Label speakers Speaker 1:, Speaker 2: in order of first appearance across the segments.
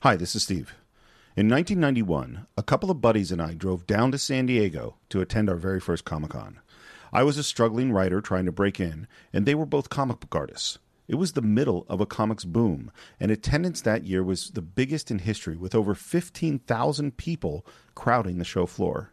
Speaker 1: Hi, this is Steve. In 1991, a couple of buddies and I drove down to San Diego to attend our very first Comic Con. I was a struggling writer trying to break in, and they were both comic book artists. It was the middle of a comics boom, and attendance that year was the biggest in history, with over 15,000 people crowding the show floor.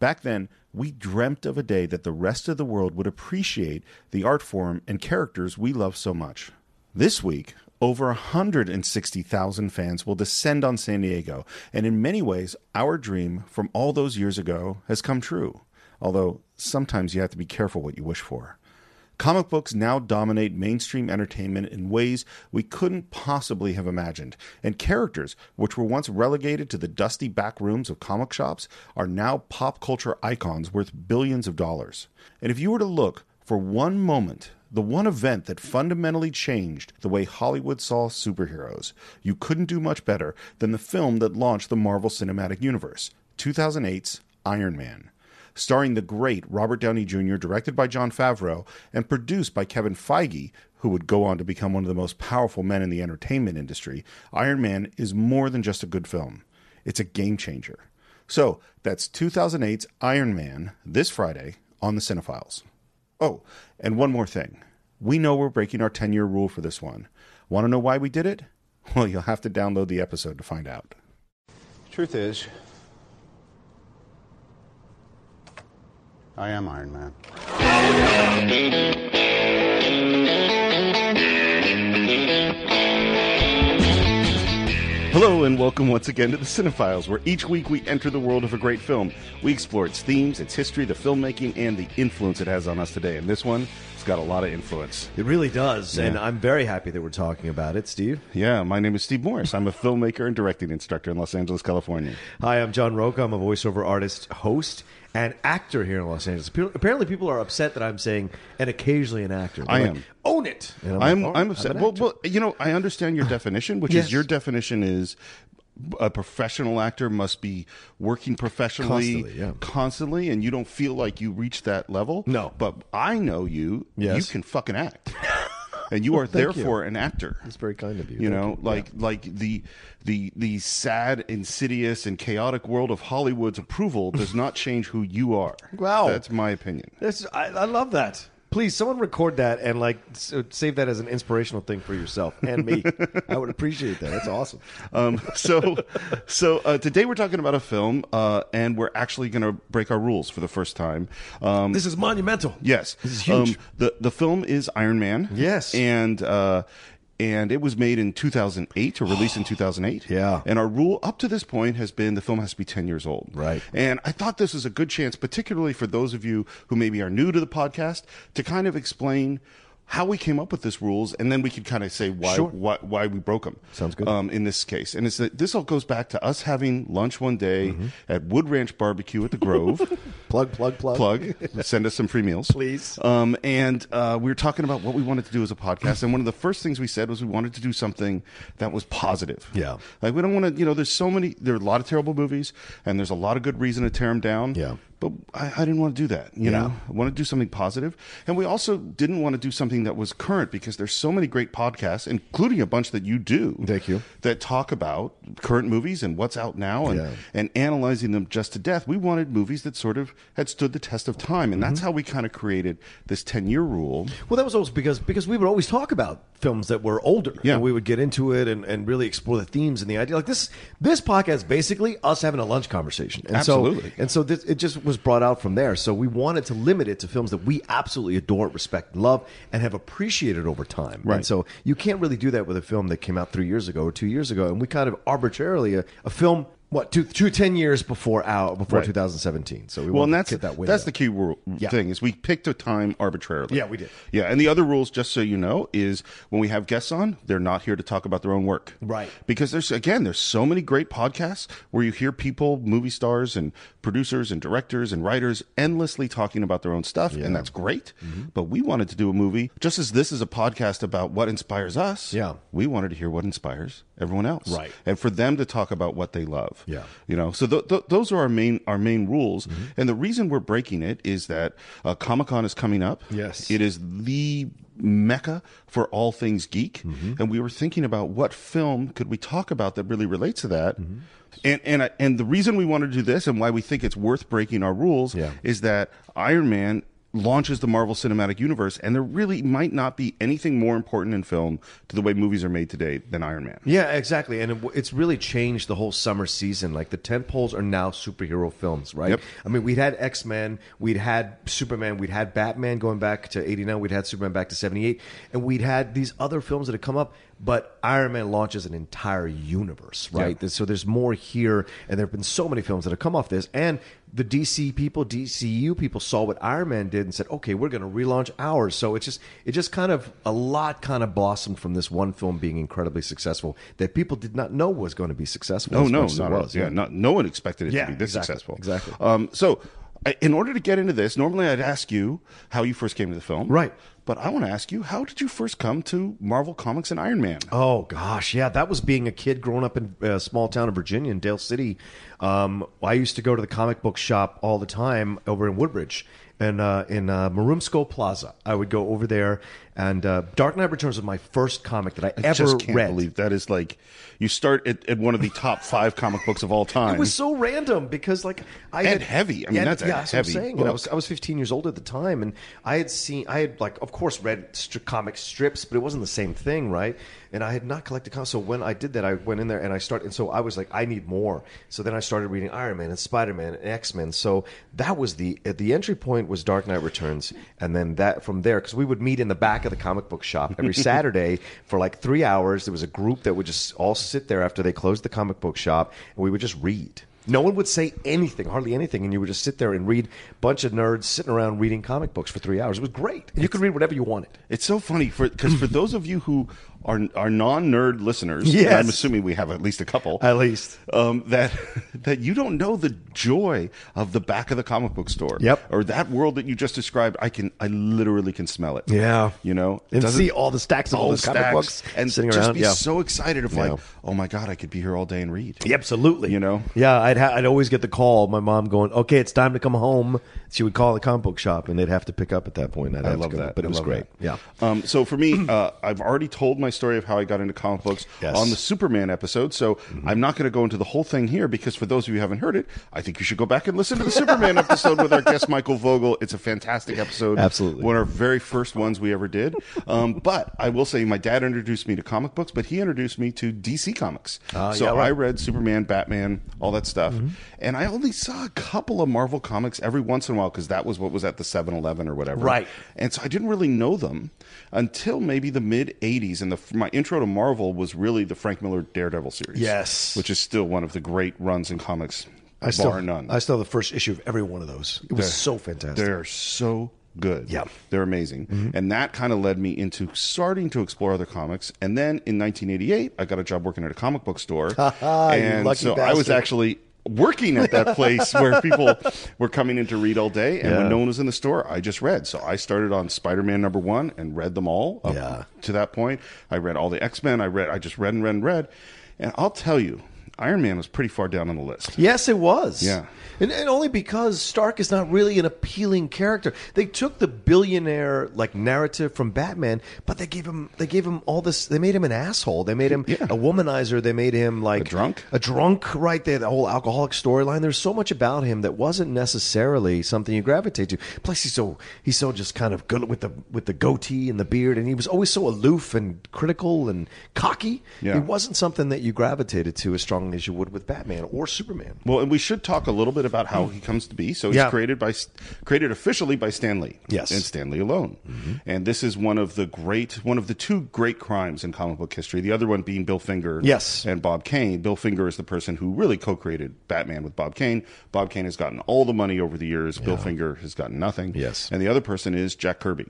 Speaker 1: Back then, we dreamt of a day that the rest of the world would appreciate the art form and characters we love so much. This week, over 160,000 fans will descend on San Diego, and in many ways, our dream from all those years ago has come true. Although sometimes you have to be careful what you wish for. Comic books now dominate mainstream entertainment in ways we couldn't possibly have imagined, and characters which were once relegated to the dusty back rooms of comic shops are now pop culture icons worth billions of dollars. And if you were to look for one moment, the one event that fundamentally changed the way Hollywood saw superheroes, you couldn't do much better than the film that launched the Marvel Cinematic Universe 2008's Iron Man starring the great Robert Downey Jr., directed by John Favreau, and produced by Kevin Feige, who would go on to become one of the most powerful men in the entertainment industry, Iron Man is more than just a good film. It's a game changer. So that's 2008's Iron Man this Friday on the Cinephiles. Oh, and one more thing. We know we're breaking our 10 year rule for this one. Want to know why we did it? Well, you'll have to download the episode to find out.
Speaker 2: Truth is, I am Iron Man.
Speaker 1: Hello and welcome once again to the Cinephiles, where each week we enter the world of a great film. We explore its themes, its history, the filmmaking, and the influence it has on us today. And this one, it's got a lot of influence.
Speaker 3: It really does, and
Speaker 1: Yeah.
Speaker 3: I'm very happy that we're talking about it, Steve.
Speaker 1: Yeah, my name is Steve Morris. I'm a filmmaker and directing instructor in Los Angeles, California.
Speaker 3: Hi, I'm John Roca. I'm a voiceover artist, host, and actor here in Los Angeles. Pe- Apparently, people are upset that I'm saying and occasionally an actor. They're
Speaker 1: I
Speaker 3: like,
Speaker 1: am.
Speaker 3: Own it. And like,
Speaker 1: I'm
Speaker 3: "All right,
Speaker 1: I'm upset.
Speaker 3: an
Speaker 1: Well,
Speaker 3: actor."
Speaker 1: well, you know, I understand your definition, which is
Speaker 3: Yes.
Speaker 1: your definition is a professional actor must be working professionally
Speaker 3: Constantly, yeah.
Speaker 1: constantly, and you don't feel like you reach that level.
Speaker 3: No.
Speaker 1: but I know you.
Speaker 3: Yes.
Speaker 1: you can fucking act, and you are
Speaker 3: Thank you.
Speaker 1: therefore an actor.
Speaker 3: That's very kind of you.
Speaker 1: You
Speaker 3: Thank
Speaker 1: know, like like the the the sad, insidious, and chaotic world of Hollywood's approval does not change who you are.
Speaker 3: Wow.
Speaker 1: that's my opinion.
Speaker 3: This, I, I love that. Please, someone record that and like s- save that as an inspirational thing for yourself and me. I would appreciate that. That's awesome.
Speaker 1: Um, so, so uh, today we're talking about a film, uh, and we're actually going to break our rules for the first time. Um,
Speaker 3: This is monumental.
Speaker 1: yes, Um,
Speaker 3: this is huge.
Speaker 1: the the film is Iron Man.
Speaker 3: Yes.
Speaker 1: and uh, and it was made in 2008 or released in 2008.
Speaker 3: Yeah.
Speaker 1: and our rule up to this point has been the film has to be 10 years old.
Speaker 3: Right.
Speaker 1: And I thought this was a good chance, particularly for those of you who maybe are new to the podcast, to kind of explain. How we came up with these rules, and then we could kind of say why
Speaker 3: Sure.
Speaker 1: why, why we broke them
Speaker 3: Sounds good.
Speaker 1: um, in this case. And it's that this all goes back to us having lunch one day
Speaker 3: Mm-hmm.
Speaker 1: at Wood Ranch Barbecue at the Grove.
Speaker 3: Plug, plug, plug.
Speaker 1: Plug, send us some free meals,
Speaker 3: Please.
Speaker 1: Um, and uh, we were talking about what we wanted to do as a podcast, and one of the first things we said was we wanted to do something that was positive.
Speaker 3: Yeah.
Speaker 1: like we don't want to. You know, there's so many. There are a lot of terrible movies, and there's a lot of good reason to tear them down.
Speaker 3: Yeah.
Speaker 1: But I, I didn't want to do that. You
Speaker 3: Yeah.
Speaker 1: know, I want to do something positive, and we also didn't want to do something that was current because there's so many great podcasts, including a bunch that you do.
Speaker 3: Thank you.
Speaker 1: That talk about current movies and what's out now, and
Speaker 3: Yeah.
Speaker 1: and analyzing them just to death. We wanted movies that sort of had stood the test of time, and that's how we kind of created this ten-year rule.
Speaker 3: Well, that was always because because we would always talk about films that were older.
Speaker 1: Yeah.
Speaker 3: and we would get into it and, and really explore the themes and the idea. Like this this podcast is basically us having a lunch conversation. And
Speaker 1: Absolutely.
Speaker 3: So, and so this, it just was brought out from there. So we wanted to limit it to films that we absolutely adore, respect, love, and have appreciated over time.
Speaker 1: Right.
Speaker 3: And so you can't really do that with a film that came out three years ago or two years ago. And we kind of arbitrarily a, a film. What two, two ten years before out before
Speaker 1: Right.
Speaker 3: 2017? So we
Speaker 1: Well, and
Speaker 3: wanted
Speaker 1: that's
Speaker 3: to get that window.
Speaker 1: that's the key rule
Speaker 3: Yeah.
Speaker 1: thing is we picked a time arbitrarily.
Speaker 3: Yeah, we did.
Speaker 1: Yeah, and the other rules, just so you know, is when we have guests on, they're not here to talk about their own work.
Speaker 3: Right.
Speaker 1: Because there's again, there's so many great podcasts where you hear people, movie stars and producers and directors and writers endlessly talking about their own stuff, and that's great.
Speaker 3: Mm-hmm.
Speaker 1: But we wanted to do a movie, just as this is a podcast about what inspires us.
Speaker 3: Yeah.
Speaker 1: We wanted to hear what inspires everyone else.
Speaker 3: Right.
Speaker 1: And for them to talk about what they love. love.
Speaker 3: Yeah. Mm-hmm.
Speaker 1: You know, so th- th- those are our main our main rules, and the reason we're breaking it is that uh, Comic Con is coming up.
Speaker 3: Yes.
Speaker 1: it is the mecca for all things geek,
Speaker 3: Mm-hmm.
Speaker 1: and we were thinking about what film could we talk about that really relates to that.
Speaker 3: Mm-hmm.
Speaker 1: And and I, and the reason we want to do this and why we think it's worth breaking our rules
Speaker 3: Yeah.
Speaker 1: is that Iron Man launches the Marvel Cinematic Universe, and there really might not be anything more important in film to the way movies are made today than Iron Man.
Speaker 3: Yeah, exactly, and it, it's really changed the whole summer season. Like the tent poles are now superhero films, right?
Speaker 1: Yep.
Speaker 3: I mean, we'd had X Men, we'd had Superman, we'd had Batman going back to '89, we'd had Superman back to '78, and we'd had these other films that had come up. But Iron Man launches an entire universe, right?
Speaker 1: Yeah.
Speaker 3: So there's more here, and there have been so many films that have come off this, and the DC people, DCU people, saw what Iron Man did and said, "Okay, we're going to relaunch ours." So it's just, it just kind of a lot kind of blossomed from this one film being incredibly successful that people did not know was going to be successful.
Speaker 1: Oh
Speaker 3: as
Speaker 1: no,
Speaker 3: much as it
Speaker 1: not was, yeah. not- no one expected it
Speaker 3: Yeah,
Speaker 1: to be this
Speaker 3: exactly,
Speaker 1: successful.
Speaker 3: exactly.
Speaker 1: Um, so, I, in order to get into this, normally I'd ask you how you first came to the film,
Speaker 3: Right.
Speaker 1: But I want to ask you, how did you first come to Marvel Comics and Iron Man?
Speaker 3: Oh gosh, yeah, that was being a kid growing up in a small town of Virginia in Dale City. Um, I used to go to the comic book shop all the time over in Woodbridge and uh, in uh, Marumsco Plaza. I would go over there, and uh, Dark Knight Returns was my first comic that I,
Speaker 1: I
Speaker 3: ever
Speaker 1: just can't
Speaker 3: read.
Speaker 1: believe that is like you start at, at one of the top five comic books of all time.
Speaker 3: It was so random because like I
Speaker 1: And
Speaker 3: had
Speaker 1: heavy. I mean, that's a
Speaker 3: what
Speaker 1: heavy
Speaker 3: I'm saying. You know,
Speaker 1: book.
Speaker 3: I was I was 15 years old at the time, and I had seen I had like of course read stri- comic strips, but it wasn't the same thing, right? And I had not collected comics. So when I did that, I went in there and I started. And so I was like, I need more. So then I started reading Iron Man and Spider Man and X Men. So that was the at the entry point was Dark Knight Returns, and then that from there because we would meet in the back of the comic book shop every Saturday for like three hours. There was a group that would just all sit there after they closed the comic book shop, and we would just read. No one would say anything, hardly anything, and you would just sit there and read bunch of nerds sitting around reading comic books for three hours. It was great. And you could read whatever you wanted.
Speaker 1: It's so funny for because for those of you who are are non nerd listeners, and
Speaker 3: Yes.
Speaker 1: I'm assuming we have at least a couple,
Speaker 3: At least.
Speaker 1: um, that that you don't know the joy of the back of the comic book store,
Speaker 3: Yep.
Speaker 1: or that world that you just described. I can I literally can smell it.
Speaker 3: Yeah.
Speaker 1: you know,
Speaker 3: And
Speaker 1: Doesn't-
Speaker 3: see all the stacks of all those comic books
Speaker 1: and
Speaker 3: sitting
Speaker 1: just
Speaker 3: around.
Speaker 1: be
Speaker 3: Yeah.
Speaker 1: so excited of
Speaker 3: Yeah.
Speaker 1: like, oh my god, I could be here all day and read.
Speaker 3: Yeah, absolutely.
Speaker 1: You know?
Speaker 3: Yeah, I'd ha- I'd always get the call. My mom going, "Okay, it's time to come home." She would call the comic book shop, and they'd have to pick up at that point. I'd
Speaker 1: I
Speaker 3: have to
Speaker 1: love
Speaker 3: go,
Speaker 1: that.
Speaker 3: but it
Speaker 1: I
Speaker 3: was
Speaker 1: love
Speaker 3: great.
Speaker 1: that.
Speaker 3: Yeah.
Speaker 1: Um, so for me, uh, I've already told my story of how I got into comic books
Speaker 3: Yes. Mm-hmm.
Speaker 1: on the Superman episode. So I'm not going to go into the whole thing here because for those of you who haven't heard it, I think you should go back and listen to the Superman episode with our guest Michael Vogel. It's a fantastic episode.
Speaker 3: Absolutely.
Speaker 1: One of our very first ones we ever did. Um, but I will say, my dad introduced me to comic books, but he introduced me to DC comics.
Speaker 3: Ah,
Speaker 1: so
Speaker 3: yeah, right.
Speaker 1: I read Superman, Batman, all that stuff.
Speaker 3: Mm-hmm.
Speaker 1: And I only saw a couple of Marvel comics every once in a while because that was what was at the 7 Eleven or whatever.
Speaker 3: Right.
Speaker 1: And so I didn't really know them until maybe the mid 80s. And the, my intro to Marvel was really the Frank Miller Daredevil series.
Speaker 3: Yes.
Speaker 1: Which is still one of the great runs in comics, bar none.
Speaker 3: I still have the first issue of every one of those. It was so fantastic. Mm-hmm.
Speaker 1: They're so good.
Speaker 3: Yep.
Speaker 1: They're amazing. And that kind of led me into starting to explore other comics. And then in 1988, I got a job working at a comic book store. and
Speaker 3: lucky
Speaker 1: so I was
Speaker 3: bastard.
Speaker 1: actually working at that place where people were coming in to read all day and
Speaker 3: Yeah.
Speaker 1: when no one was in the store i just read so i started on spider-man number one and read them all up
Speaker 3: Yeah.
Speaker 1: to that point i read all the x-men i read i just read and read and read and i'll tell you iron man was pretty far down on the list
Speaker 3: Yes, it was.
Speaker 1: Yeah.
Speaker 3: And, and only because Stark is not really an appealing character. They took the billionaire like narrative from Batman, but they gave him they gave him all this. They made him an asshole. They made him
Speaker 1: Yeah.
Speaker 3: a womanizer. They made him like
Speaker 1: drunk?
Speaker 3: a drunk. Right there, the whole alcoholic storyline. There's so much about him that wasn't necessarily something you gravitate to. Plus, he's so he's so just kind of good with the with the goatee and the beard, and he was always so aloof and critical and cocky.
Speaker 1: Yeah.
Speaker 3: It wasn't something that you gravitated to as strongly as you would with Batman or Superman.
Speaker 1: Well, and we should talk a little bit about how he comes to be. So he's
Speaker 3: Yeah.
Speaker 1: created by created officially by Stan Lee.
Speaker 3: Yes. Mm-hmm.
Speaker 1: And Stan Lee alone. And this is one of the great one of the two great crimes in comic book history. The other one being Bill Finger
Speaker 3: Yes.
Speaker 1: and Bob Kane. Bill Finger is the person who really co-created Batman with Bob Kane. Bob Kane has gotten all the money over the years. Bill Finger has gotten nothing.
Speaker 3: Yes.
Speaker 1: And the other person is Jack Kirby.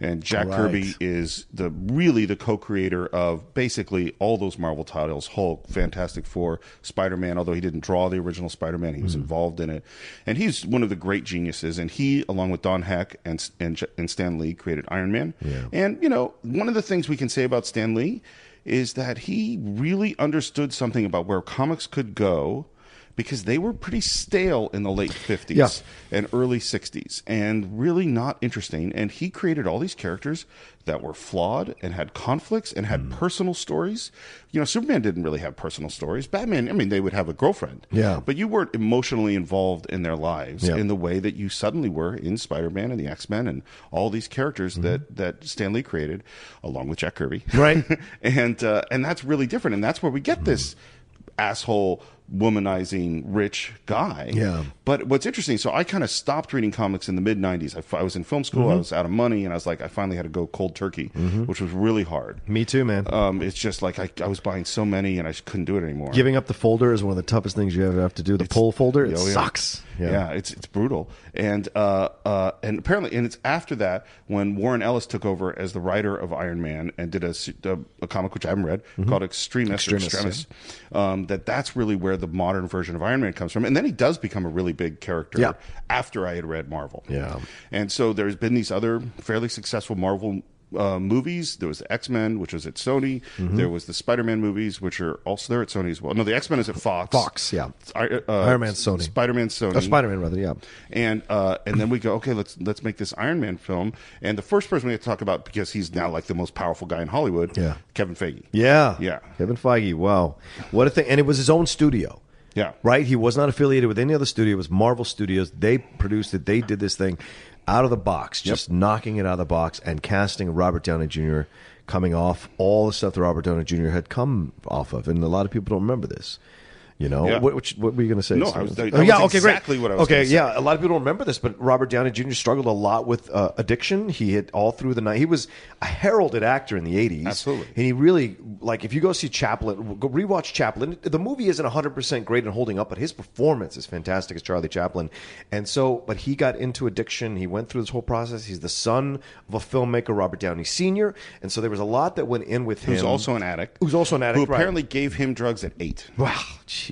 Speaker 1: And Jack
Speaker 3: Right.
Speaker 1: Kirby is the really the co-creator of basically all those Marvel titles: Hulk, Fantastic Four, Spider-Man. Although he didn't draw the original Spider-Man, he was involved in it, and he's one of the great geniuses. And he, along with Don Heck and and, and Stan Lee, created Iron Man. And you know, one of the things we can say about Stan Lee is that he really understood something about where comics could go because they were pretty stale in the late 50s
Speaker 3: Yeah.
Speaker 1: and early 60s and really not interesting. And he created all these characters that were flawed and had conflicts and
Speaker 3: Hmm.
Speaker 1: had personal stories. You know, Superman didn't really have personal stories. Batman, I mean, they would have a girlfriend.
Speaker 3: Yeah.
Speaker 1: But you weren't emotionally involved in their lives
Speaker 3: Yeah.
Speaker 1: in the way that you suddenly were in Spider Man and the X Men and all these characters
Speaker 3: Hmm.
Speaker 1: that, that Stan Lee created along with Jack Kirby.
Speaker 3: Right.
Speaker 1: and, uh, and that's really different. And that's where we get this
Speaker 3: Hmm.
Speaker 1: asshole womanizing rich guy
Speaker 3: Yeah.
Speaker 1: but what's interesting, so I kind of stopped reading comics in the mid 90s. I, f- I was in film school, I was out of money, and I was like, I finally had to go cold turkey, which was really hard.
Speaker 3: Me too, man.
Speaker 1: Um, it's just like I, I was buying so many and I just couldn't do it anymore.
Speaker 3: Giving up the folder is one of the toughest things you ever have to do. The pull folder, it
Speaker 1: Oh, yeah.
Speaker 3: sucks.
Speaker 1: Yeah. it's it's brutal, and uh, uh, and apparently, and it's after that when Warren Ellis took over as the writer of Iron Man and did a, s- a- a comic which I haven't read
Speaker 3: Mm-hmm.
Speaker 1: called Extremist. or
Speaker 2: Extremis,
Speaker 1: Extremis, um, that that's really where the modern version of Iron Man comes from, and then he does become a really big character
Speaker 3: Yeah.
Speaker 1: after I had read Marvel.
Speaker 3: Yeah.
Speaker 1: and so there's been these other fairly successful Marvel. Uh, movies. There was X Men, which was at Sony.
Speaker 3: Mm-hmm.
Speaker 1: There was the Spider Man movies, which are also there at Sony as well. No, the X Men is at Fox.
Speaker 3: Fox, yeah.
Speaker 1: I- uh,
Speaker 3: Iron Man, Sony.
Speaker 1: Spider Man, Sony
Speaker 3: Oh, Spider Man, rather, yeah.
Speaker 1: and uh, and then we go okay let's let's make this Iron Man film and the first person we have to talk about because he's now like the most powerful guy in Hollywood
Speaker 3: Yeah.
Speaker 1: Kevin Feige
Speaker 3: Yeah.
Speaker 1: Yeah.
Speaker 3: Kevin Feige, wow. What a thing. And it was his own studio.
Speaker 1: Yeah.
Speaker 3: Right? He was not affiliated with any other studio. It was Marvel Studios. They produced it. They did this thing out of the box, just knocking it out of the box and casting Robert Downey Jr. coming off all the stuff that Robert Downey Jr. had come off of. And a lot of people don't remember this. You know,
Speaker 1: Yeah.
Speaker 3: what, what, what were you going to say?
Speaker 1: No, I was- that-
Speaker 3: Oh,
Speaker 1: that
Speaker 3: yeah,
Speaker 1: was
Speaker 3: okay, great.
Speaker 1: exactly what I was
Speaker 3: Okay,
Speaker 1: gonna say.
Speaker 3: yeah, yeah, a lot of people don't remember this, but Robert Downey Jr. struggled a lot with uh, addiction. He hit all through the night. He was a heralded actor in the '80s,
Speaker 1: Absolutely.
Speaker 3: And he really like if you go see Chaplin, go rewatch Chaplin. The movie isn't 100 percent great and holding up, but his performance is fantastic as Charlie Chaplin. And so, but he got into addiction. He went through this whole process. He's the son of a filmmaker, Robert Downey Sr. And so there was a lot that went in with him.
Speaker 1: who's also an addict
Speaker 3: Who's also an
Speaker 1: who
Speaker 3: addict, right.
Speaker 1: apparently gave him drugs at eight
Speaker 3: Wow, jeez.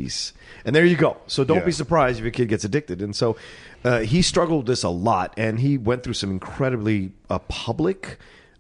Speaker 3: And there you go. So don't
Speaker 1: Yeah.
Speaker 3: be surprised if your kid gets addicted. And so uh, he struggled with this a lot, and he went through some incredibly uh, public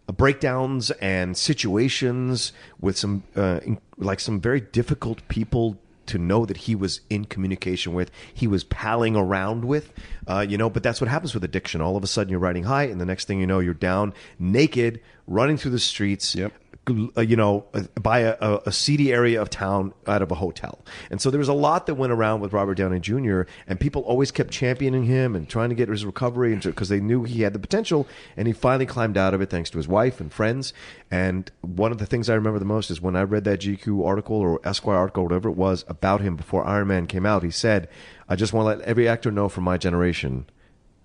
Speaker 3: uh, breakdowns and situations with some uh, in, like some very difficult people to know that he was in communication with he was palling around with uh, you know but that's what happens with addiction all of a sudden you're riding high and the next thing you know you're down naked running through the streets
Speaker 1: Yep.
Speaker 3: gl- uh, you know, uh, by a, a, a seedy area of town out of a hotel. And so there was a lot that went around with Robert Downey Jr. And people always kept championing him and trying to get his recovery because they knew he had the potential. And he finally climbed out of it thanks to his wife and friends. And one of the things I remember the most is when I read that GQ article or Esquire article, whatever it was, about him before Iron Man came out, he said, I just want to let every actor know from my generation.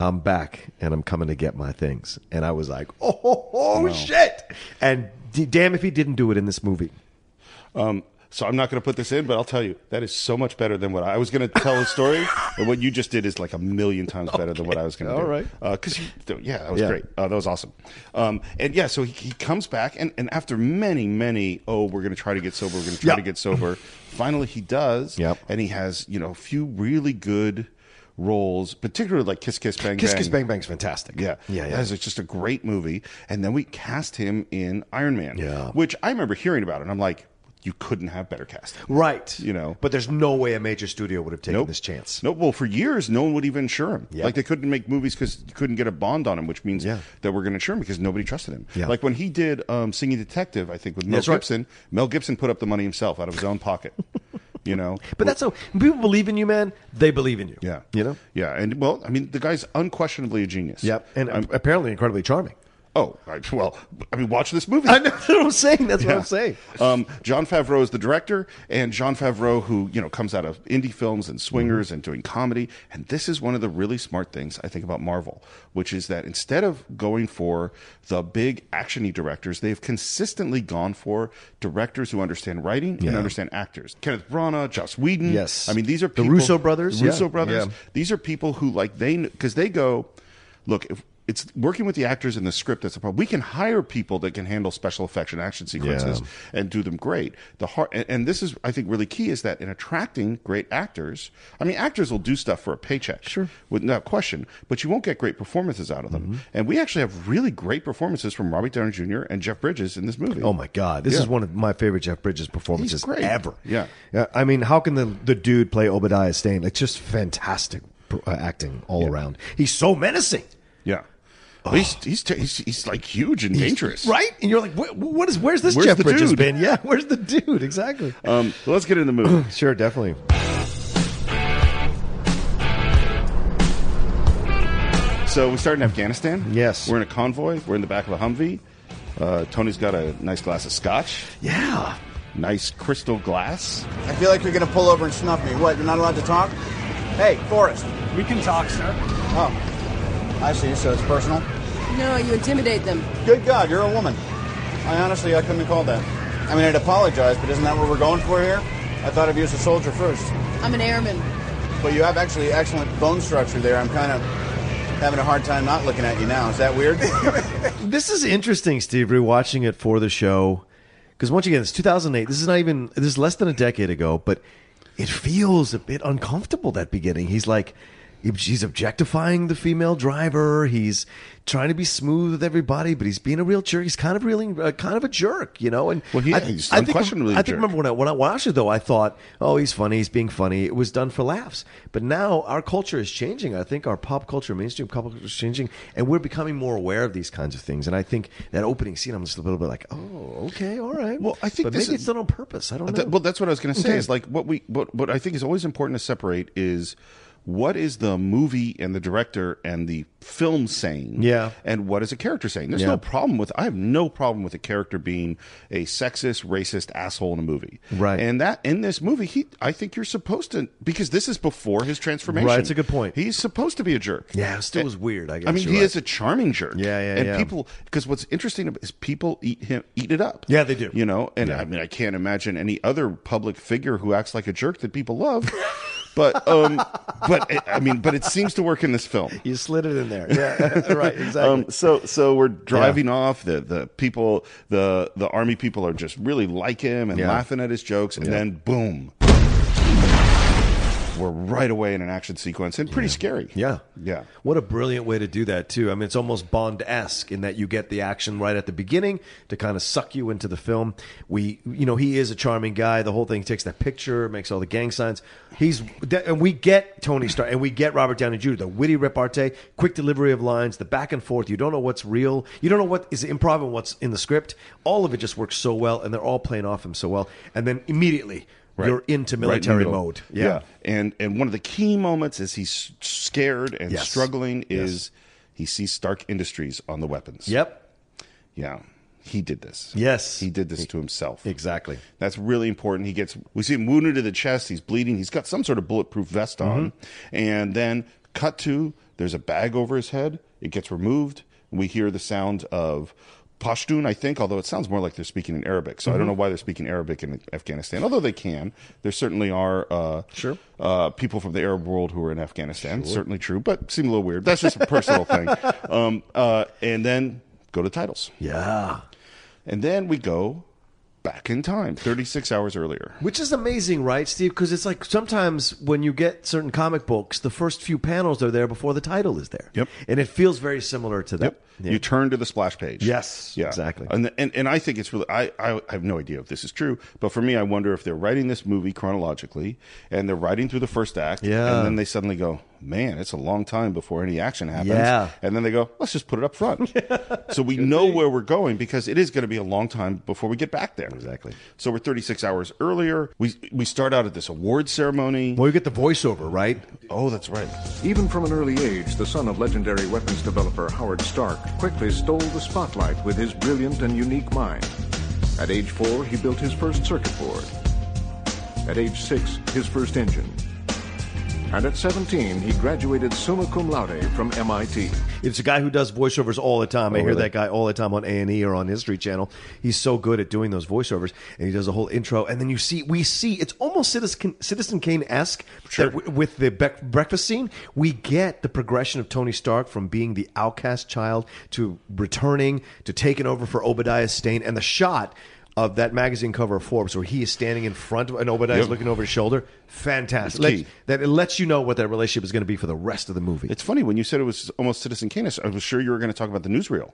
Speaker 3: I'm back and I'm coming to get my things. And I was like, oh, oh, oh, shit. And d- damn if he didn't do it in this movie.
Speaker 1: um, so I'm not going to put this in but I'll tell you that is so much better than what I, I was going to tell a story and what you just did is like a million times better than what I was going to do Uh,
Speaker 3: All right.
Speaker 1: because yeah that was
Speaker 3: Yeah.
Speaker 1: great uh, that was awesome um, and yeah so he, he comes back and, and after many many oh we're going to try to get sober we're going to try
Speaker 3: Yeah.
Speaker 1: to get sober finally he does
Speaker 3: Yep.
Speaker 1: and he has you know a few really good roles particularly like kiss kiss bang
Speaker 3: Kiss
Speaker 1: bang
Speaker 3: Kiss Bang Bang's fantastic.
Speaker 1: yeah,
Speaker 3: Yeah, yeah.
Speaker 1: That is just a great movie. And then we cast him in Iron Man,
Speaker 3: Yeah.
Speaker 1: which I remember hearing about, and I'm like, you couldn't have better casting.
Speaker 3: right.
Speaker 1: You know.
Speaker 3: But there's no way a major studio would have taken this chance.
Speaker 1: Nope. Well, for years, no one would even insure him.
Speaker 3: Yeah.
Speaker 1: Like they couldn't make movies because you couldn't get a bond on him, which means
Speaker 3: Yeah.
Speaker 1: that we're going to insure him because nobody trusted him.
Speaker 3: Yeah.
Speaker 1: Like when he did um, Singing Detective, I think with Mel
Speaker 3: That's right.
Speaker 1: Gibson, Mel Gibson put up the money himself out of his own pocket. you know.
Speaker 3: But that's how when people believe in you, man. They believe in you.
Speaker 1: yeah.
Speaker 3: You know?
Speaker 1: Yeah, and well, I mean, the guy's unquestionably a genius.
Speaker 3: Yep. And
Speaker 1: I'm-
Speaker 3: apparently incredibly charming.
Speaker 1: oh, I, well, I mean, watch this movie.
Speaker 3: I know that's what I'm saying. That's what I'm
Speaker 1: Yeah.
Speaker 3: saying.
Speaker 1: Um, John Favreau is the director, and John Favreau, who you know comes out of indie films and swingers
Speaker 3: Mm-hmm.
Speaker 1: and doing comedy, and this is one of the really smart things I think about Marvel, which is that instead of going for the big actiony directors, they've consistently gone for directors who understand writing and understand actors. Kenneth Branagh, Joss Whedon.
Speaker 3: Yes.
Speaker 1: I mean these are
Speaker 3: The
Speaker 1: people,
Speaker 3: Russo brothers,
Speaker 1: The Russo
Speaker 3: yeah.
Speaker 1: brothers.
Speaker 3: Yeah.
Speaker 1: These are people who like they because they go, look if. it's working with the actors in the script that's the problem. We can hire people that can handle special effects and action sequences and do them great. The heart, and, and this is, I think, really key is that in attracting great actors, I mean, actors will do stuff for a paycheck, sure, without question, but you won't get great performances out of
Speaker 3: Mm-hmm.
Speaker 1: them. And we actually have really great performances from Robert Downey Jr. and Jeff Bridges in this movie.
Speaker 3: Oh my God! This is one of my favorite Jeff Bridges performances
Speaker 1: He's great.
Speaker 3: ever.
Speaker 1: Yeah.
Speaker 3: I mean, how can the the dude play Obadiah Stane? It's just fantastic per- uh, acting all around. He's so menacing,
Speaker 1: Yeah. He's, he's, he's, he's like huge and dangerous.
Speaker 3: right? And you're like, "Wh- what is? Where's this
Speaker 1: Where's
Speaker 3: Jeff
Speaker 1: the
Speaker 3: Bridges
Speaker 1: dude?
Speaker 3: been? Yeah, where's the dude exactly?
Speaker 1: Um, so let's get into the movie.
Speaker 3: sure, definitely.
Speaker 1: So we start in Afghanistan.
Speaker 3: Yes.
Speaker 1: We're in a convoy. We're in the back of a Humvee. Uh, Tony's got a nice glass of scotch,
Speaker 3: Yeah.
Speaker 1: nice crystal glass.
Speaker 2: I feel like you're gonna pull over and snuff me. What? You're not allowed to talk? Hey, Forrest.
Speaker 4: We can talk, sir.
Speaker 2: Oh, I see. So it's personal.
Speaker 5: No, you intimidate them.
Speaker 2: Good God, you're a woman. I honestly, I couldn't have called that. I mean, I'd apologize, but isn't that what we're going for here? I thought of you as a soldier first.
Speaker 5: I'm an airman.
Speaker 2: But you have actually excellent bone structure there. I'm kind of having a hard time not looking at you now. Is that weird?
Speaker 3: This is interesting, Steve. Rewatching it for the show, because once again, it's 2008. This is not even. This is less than a decade ago, but it feels a bit uncomfortable that beginning. He's like, he's objectifying the female driver. He's trying to be smooth with everybody, but he's being a real jerk. He's kind of really, uh, kind of a jerk, you know. And
Speaker 1: Well, he-
Speaker 3: I,
Speaker 1: he's
Speaker 3: I think,
Speaker 1: unquestionably a
Speaker 3: I think
Speaker 1: jerk.
Speaker 3: remember when I, when I watched it though, I thought, oh, he's funny. He's being funny. It was done for laughs. But now our culture is changing. I think our pop culture, mainstream pop culture is changing, and we're becoming more aware of these kinds of things. And I think that opening scene, I'm just a little bit like, oh, okay, all right.
Speaker 1: Well, I think
Speaker 3: but
Speaker 1: this
Speaker 3: maybe
Speaker 1: is-
Speaker 3: it's done on purpose. I don't know.
Speaker 1: Th- well, that's what I was going to say.
Speaker 3: Okay.
Speaker 1: Is like what we what what I think is always important to separate is what is the movie and the director and the film saying,
Speaker 3: Yeah.
Speaker 1: and what is a character saying. There's
Speaker 3: Yeah.
Speaker 1: no problem with I have no problem with a character being a sexist, racist asshole in a movie,
Speaker 3: Right.
Speaker 1: And that in this movie, he I think you're supposed to because this is before his transformation.
Speaker 3: Right, it's a good point.
Speaker 1: He's supposed to be a jerk.
Speaker 3: Yeah, it still was weird, I guess
Speaker 1: I mean,
Speaker 3: you're
Speaker 1: he
Speaker 3: right.
Speaker 1: is a charming jerk.
Speaker 3: Yeah, yeah,
Speaker 1: and
Speaker 3: yeah.
Speaker 1: people because what's interesting ab- is people eat him eat it up.
Speaker 3: Yeah, they do.
Speaker 1: You know, and I mean, I can't imagine any other public figure who acts like a jerk that people love. but um, but I mean, but it seems to work in this film.
Speaker 3: you slid it in there. Yeah, right. Exactly.
Speaker 1: Um, so so we're driving off. The the people the the army people are just really like him and
Speaker 3: Yeah.
Speaker 1: laughing at his jokes, and then boom. We're right away in an action sequence and pretty scary.
Speaker 3: Yeah.
Speaker 1: Yeah.
Speaker 3: What a brilliant way to do that, too. I mean, it's almost Bond esque in that you get the action right at the beginning to kind of suck you into the film. We, you know, he is a charming guy. The whole thing he takes that picture, makes all the gang signs. He's, that- and we get Tony Stark and we get Robert Downey Jr., the witty repartee, quick delivery of lines, the back and forth. You don't know what's real. You don't know what is improv and what's in the script. All of it just works so well, and they're all playing off him so well. And then immediately, you're into
Speaker 1: Right in the
Speaker 3: military
Speaker 1: middle.
Speaker 3: mode.
Speaker 1: Yeah. And and one of the key moments as he's scared and
Speaker 3: Yes.
Speaker 1: struggling is he sees Stark Industries on the weapons.
Speaker 3: Yep.
Speaker 1: Yeah. He did this.
Speaker 3: Yes.
Speaker 1: He did this to himself.
Speaker 3: Exactly.
Speaker 1: That's really important. He gets we see him wounded to the chest, he's bleeding, he's got some sort of bulletproof vest on. And then cut to there's a bag over his head, it gets removed, we hear the sound of Pashtun, I think, although it sounds more like they're speaking in Arabic. So I don't know why they're speaking Arabic in Afghanistan. Although they can, there certainly are uh,
Speaker 3: Sure.
Speaker 1: uh, people from the Arab world who are in Afghanistan. Certainly true, but seem a little weird. That's just a personal thing. Um, uh, and then go to titles.
Speaker 3: Yeah.
Speaker 1: And then we go back in time, 36 hours earlier.
Speaker 3: Which is amazing, right, Steve? Because it's like sometimes when you get certain comic books, the first few panels are there before the title is there.
Speaker 1: Yep.
Speaker 3: And it feels very similar to that.
Speaker 1: Yep.
Speaker 3: Yeah.
Speaker 1: You turn to the splash page.
Speaker 3: Yes, exactly.
Speaker 1: And, and and I think it's really I, I I have no idea if this is true, but for me, I wonder if they're writing this movie chronologically and they're writing through the first act,
Speaker 3: Yeah.
Speaker 1: and then they suddenly go, man, it's a long time before any action happens,
Speaker 3: Yeah.
Speaker 1: and then they go, let's just put it up front, so we know where we're going because it is going to be a long time before we get back there.
Speaker 3: Exactly.
Speaker 1: So we're 36 hours earlier. We we start out at this award ceremony.
Speaker 3: Well, you get the voiceover, right?
Speaker 1: Oh, that's right.
Speaker 6: Even from an early age, the son of legendary weapons developer Howard Stark quickly stole the spotlight with his brilliant and unique mind. At age four, he built his first circuit board. At age six, his first engine. and at 17, he graduated summa cum laude from MIT.
Speaker 3: It's a guy who does voiceovers all the time.
Speaker 1: Oh,
Speaker 3: I hear that guy all the time on A and E or on History Channel. He's so good at doing those voiceovers, and he does a whole intro. And then you see, we see, it's almost Citizen Citizen Kane esque with the bec- breakfast scene. We get the progression of Tony Stark from being the outcast child to returning to taking over for Obadiah Stane, and the shot. Of that magazine cover of Forbes, where he is standing in front of and Obadiah's
Speaker 1: Yep.
Speaker 3: looking over his shoulder, fantastic.
Speaker 1: It's key.
Speaker 3: Let- that it lets you know what that relationship is going to be for the rest of the movie.
Speaker 1: It's funny when you said it was almost Citizen Kane. I was sure you were going to talk about the newsreel.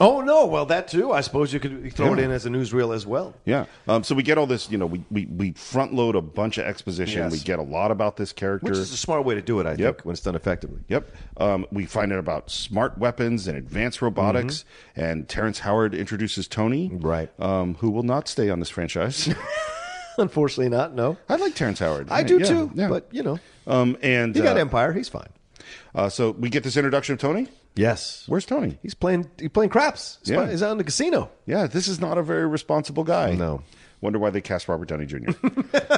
Speaker 3: Oh no! Well, that too. I suppose you could throw it
Speaker 1: Yeah.
Speaker 3: in as a newsreel as well.
Speaker 1: Yeah. Um, so we get all this, you know, we, we, we front load a bunch of exposition.
Speaker 3: Yes.
Speaker 1: We get a lot about this character.
Speaker 3: Which is a smart way to do it, I think, when it's done effectively.
Speaker 1: Yep. Um, we find out about smart weapons and advanced robotics. And Terrence Howard introduces Tony,
Speaker 3: Mm-hmm. Right.
Speaker 1: Um, who will not stay on this franchise.
Speaker 3: Unfortunately, not. No,
Speaker 1: I like Terrence Howard.
Speaker 3: I do
Speaker 1: Yeah,
Speaker 3: too.
Speaker 1: yeah.
Speaker 3: But you know,
Speaker 1: um, and
Speaker 3: he got
Speaker 1: uh,
Speaker 3: Empire. He's fine.
Speaker 1: uh, so we get this introduction of Tony.
Speaker 3: Yes,
Speaker 1: Where's Tony?
Speaker 3: he's playing. He's playing craps. He's,
Speaker 1: Yeah.
Speaker 3: playing- he's out in the casino.
Speaker 1: Yeah, this is not a very responsible guy.
Speaker 3: No.
Speaker 1: Wonder why they cast Robert Downey Jr.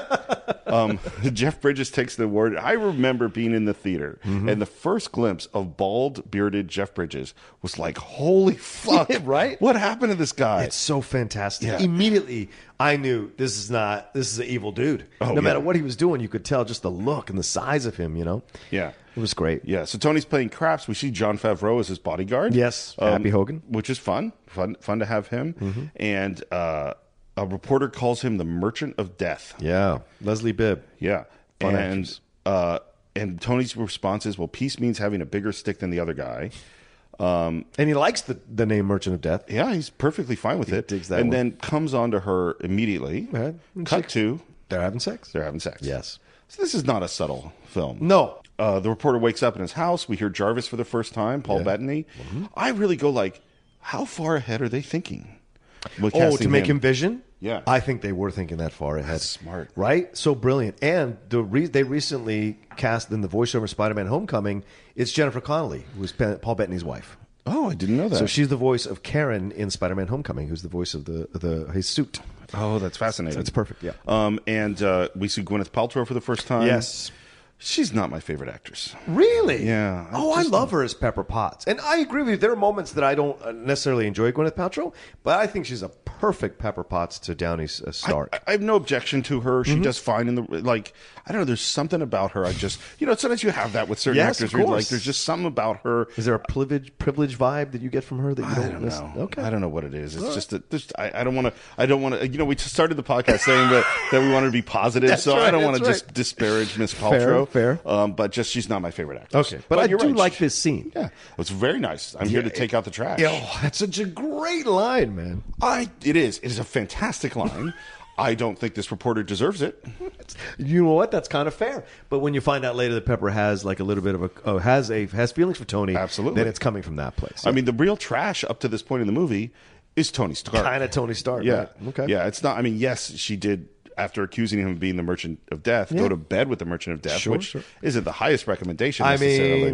Speaker 1: um, Jeff Bridges takes the award. I remember being in the theater,
Speaker 3: Mm-hmm.
Speaker 1: and the first glimpse of bald, bearded Jeff Bridges was like, holy fuck.
Speaker 3: Right?
Speaker 1: What happened to this guy?
Speaker 3: It's so fantastic.
Speaker 1: Yeah.
Speaker 3: Immediately, I knew this is not. This is an evil dude.
Speaker 1: Oh,
Speaker 3: no
Speaker 1: yeah.
Speaker 3: matter what he was doing, you could tell just the look and the size of him. You know.
Speaker 1: Yeah.
Speaker 3: it was great.
Speaker 1: Yeah, so Tony's playing craps. We see John Favreau as his bodyguard. Um,
Speaker 3: Yes, Happy Hogan. Mm-hmm.
Speaker 1: which is fun, fun, fun to have him. And uh, a reporter calls him the Merchant of Death.
Speaker 3: Yeah, Leslie Bibb.
Speaker 1: Yeah.
Speaker 3: Fun
Speaker 1: and uh, and Tony's response is, well, peace means having a bigger stick than the other guy.
Speaker 3: And he likes the, the name Merchant of Death.
Speaker 1: Yeah, he's perfectly fine with it.
Speaker 3: digs that
Speaker 1: and
Speaker 3: one.
Speaker 1: then comes on to her immediately.
Speaker 3: Right.
Speaker 1: Cut to
Speaker 3: They're having sex.
Speaker 1: they're having sex.
Speaker 3: Yes.
Speaker 1: So this is not a subtle film.
Speaker 3: No.
Speaker 1: Uh, the reporter wakes up in his house. We hear Jarvis for the first time, Paul Bettany. I really go like, how far ahead are they thinking? with
Speaker 3: Oh, to
Speaker 1: casting
Speaker 3: make him, vision?
Speaker 1: Yeah.
Speaker 3: I think they were thinking that far ahead.
Speaker 1: smart.
Speaker 3: Right? So brilliant. And the re- they recently cast in the voiceover Spider Man Homecoming, it's Jennifer Connelly, who's Pe- Paul Bettany's wife.
Speaker 1: Oh, I didn't know that.
Speaker 3: So she's the voice of Karen in Spider Man Homecoming, who's the voice of the, the his suit.
Speaker 1: Oh, that's fascinating.
Speaker 3: That's perfect, yeah.
Speaker 1: Um, and uh, we see Gwyneth Paltrow for the first time.
Speaker 3: Yes.
Speaker 1: She's not my favorite actress.
Speaker 3: Really?
Speaker 1: Yeah, I
Speaker 3: oh, I
Speaker 1: just-
Speaker 3: love her as Pepper Potts. And I agree with you. There are moments that I don't uh, necessarily enjoy Gwyneth Paltrow, but I think she's a perfect Pepper Potts to Downey uh, Stark.
Speaker 1: I, I have no objection to her.
Speaker 3: Mm-hmm.
Speaker 1: She does fine in the like. I don't know. There's something about her. I just you know sometimes you have that with certain
Speaker 3: Yes,
Speaker 1: actors.
Speaker 3: of
Speaker 1: where you're
Speaker 3: course.
Speaker 1: Like there's just something about her.
Speaker 3: Is there a privilege privilege vibe that you get from her that you
Speaker 1: I
Speaker 3: don't,
Speaker 1: don't
Speaker 3: miss-
Speaker 1: know.
Speaker 3: Okay,
Speaker 1: I don't know what it is. It's just that there's, I, I don't want to. I don't want to. You know, we just started the podcast saying that, that we wanted to be positive,
Speaker 3: That's
Speaker 1: so I
Speaker 3: right,
Speaker 1: don't want to
Speaker 3: that's right.
Speaker 1: just disparage Miss
Speaker 3: Fair,
Speaker 1: Paltrow.
Speaker 3: fair.
Speaker 1: Um, but just she's not my favorite actress.
Speaker 3: Okay, but, I do
Speaker 1: you're right.
Speaker 3: like this scene.
Speaker 1: Yeah, it's very nice. I'm here to take out the trash.
Speaker 3: Oh, that's such a great line, man.
Speaker 1: I. It is. It is a fantastic line. I don't think this reporter deserves it.
Speaker 3: You know what? That's kind of fair. But when you find out later that Pepper has like a little bit of a oh, has a has feelings for Tony,
Speaker 1: Absolutely.
Speaker 3: then it's coming from that place.
Speaker 1: I mean, the real trash up to this point in the movie is Tony Stark.
Speaker 3: kind of Tony Stark.
Speaker 1: Yeah.
Speaker 3: right? Okay.
Speaker 1: Yeah, it's not. I mean, yes, she did. After accusing him of being the merchant of death, go to bed with the merchant of death,
Speaker 3: Sure,
Speaker 1: which
Speaker 3: sure.
Speaker 1: isn't the highest recommendation.
Speaker 3: I
Speaker 1: necessarily.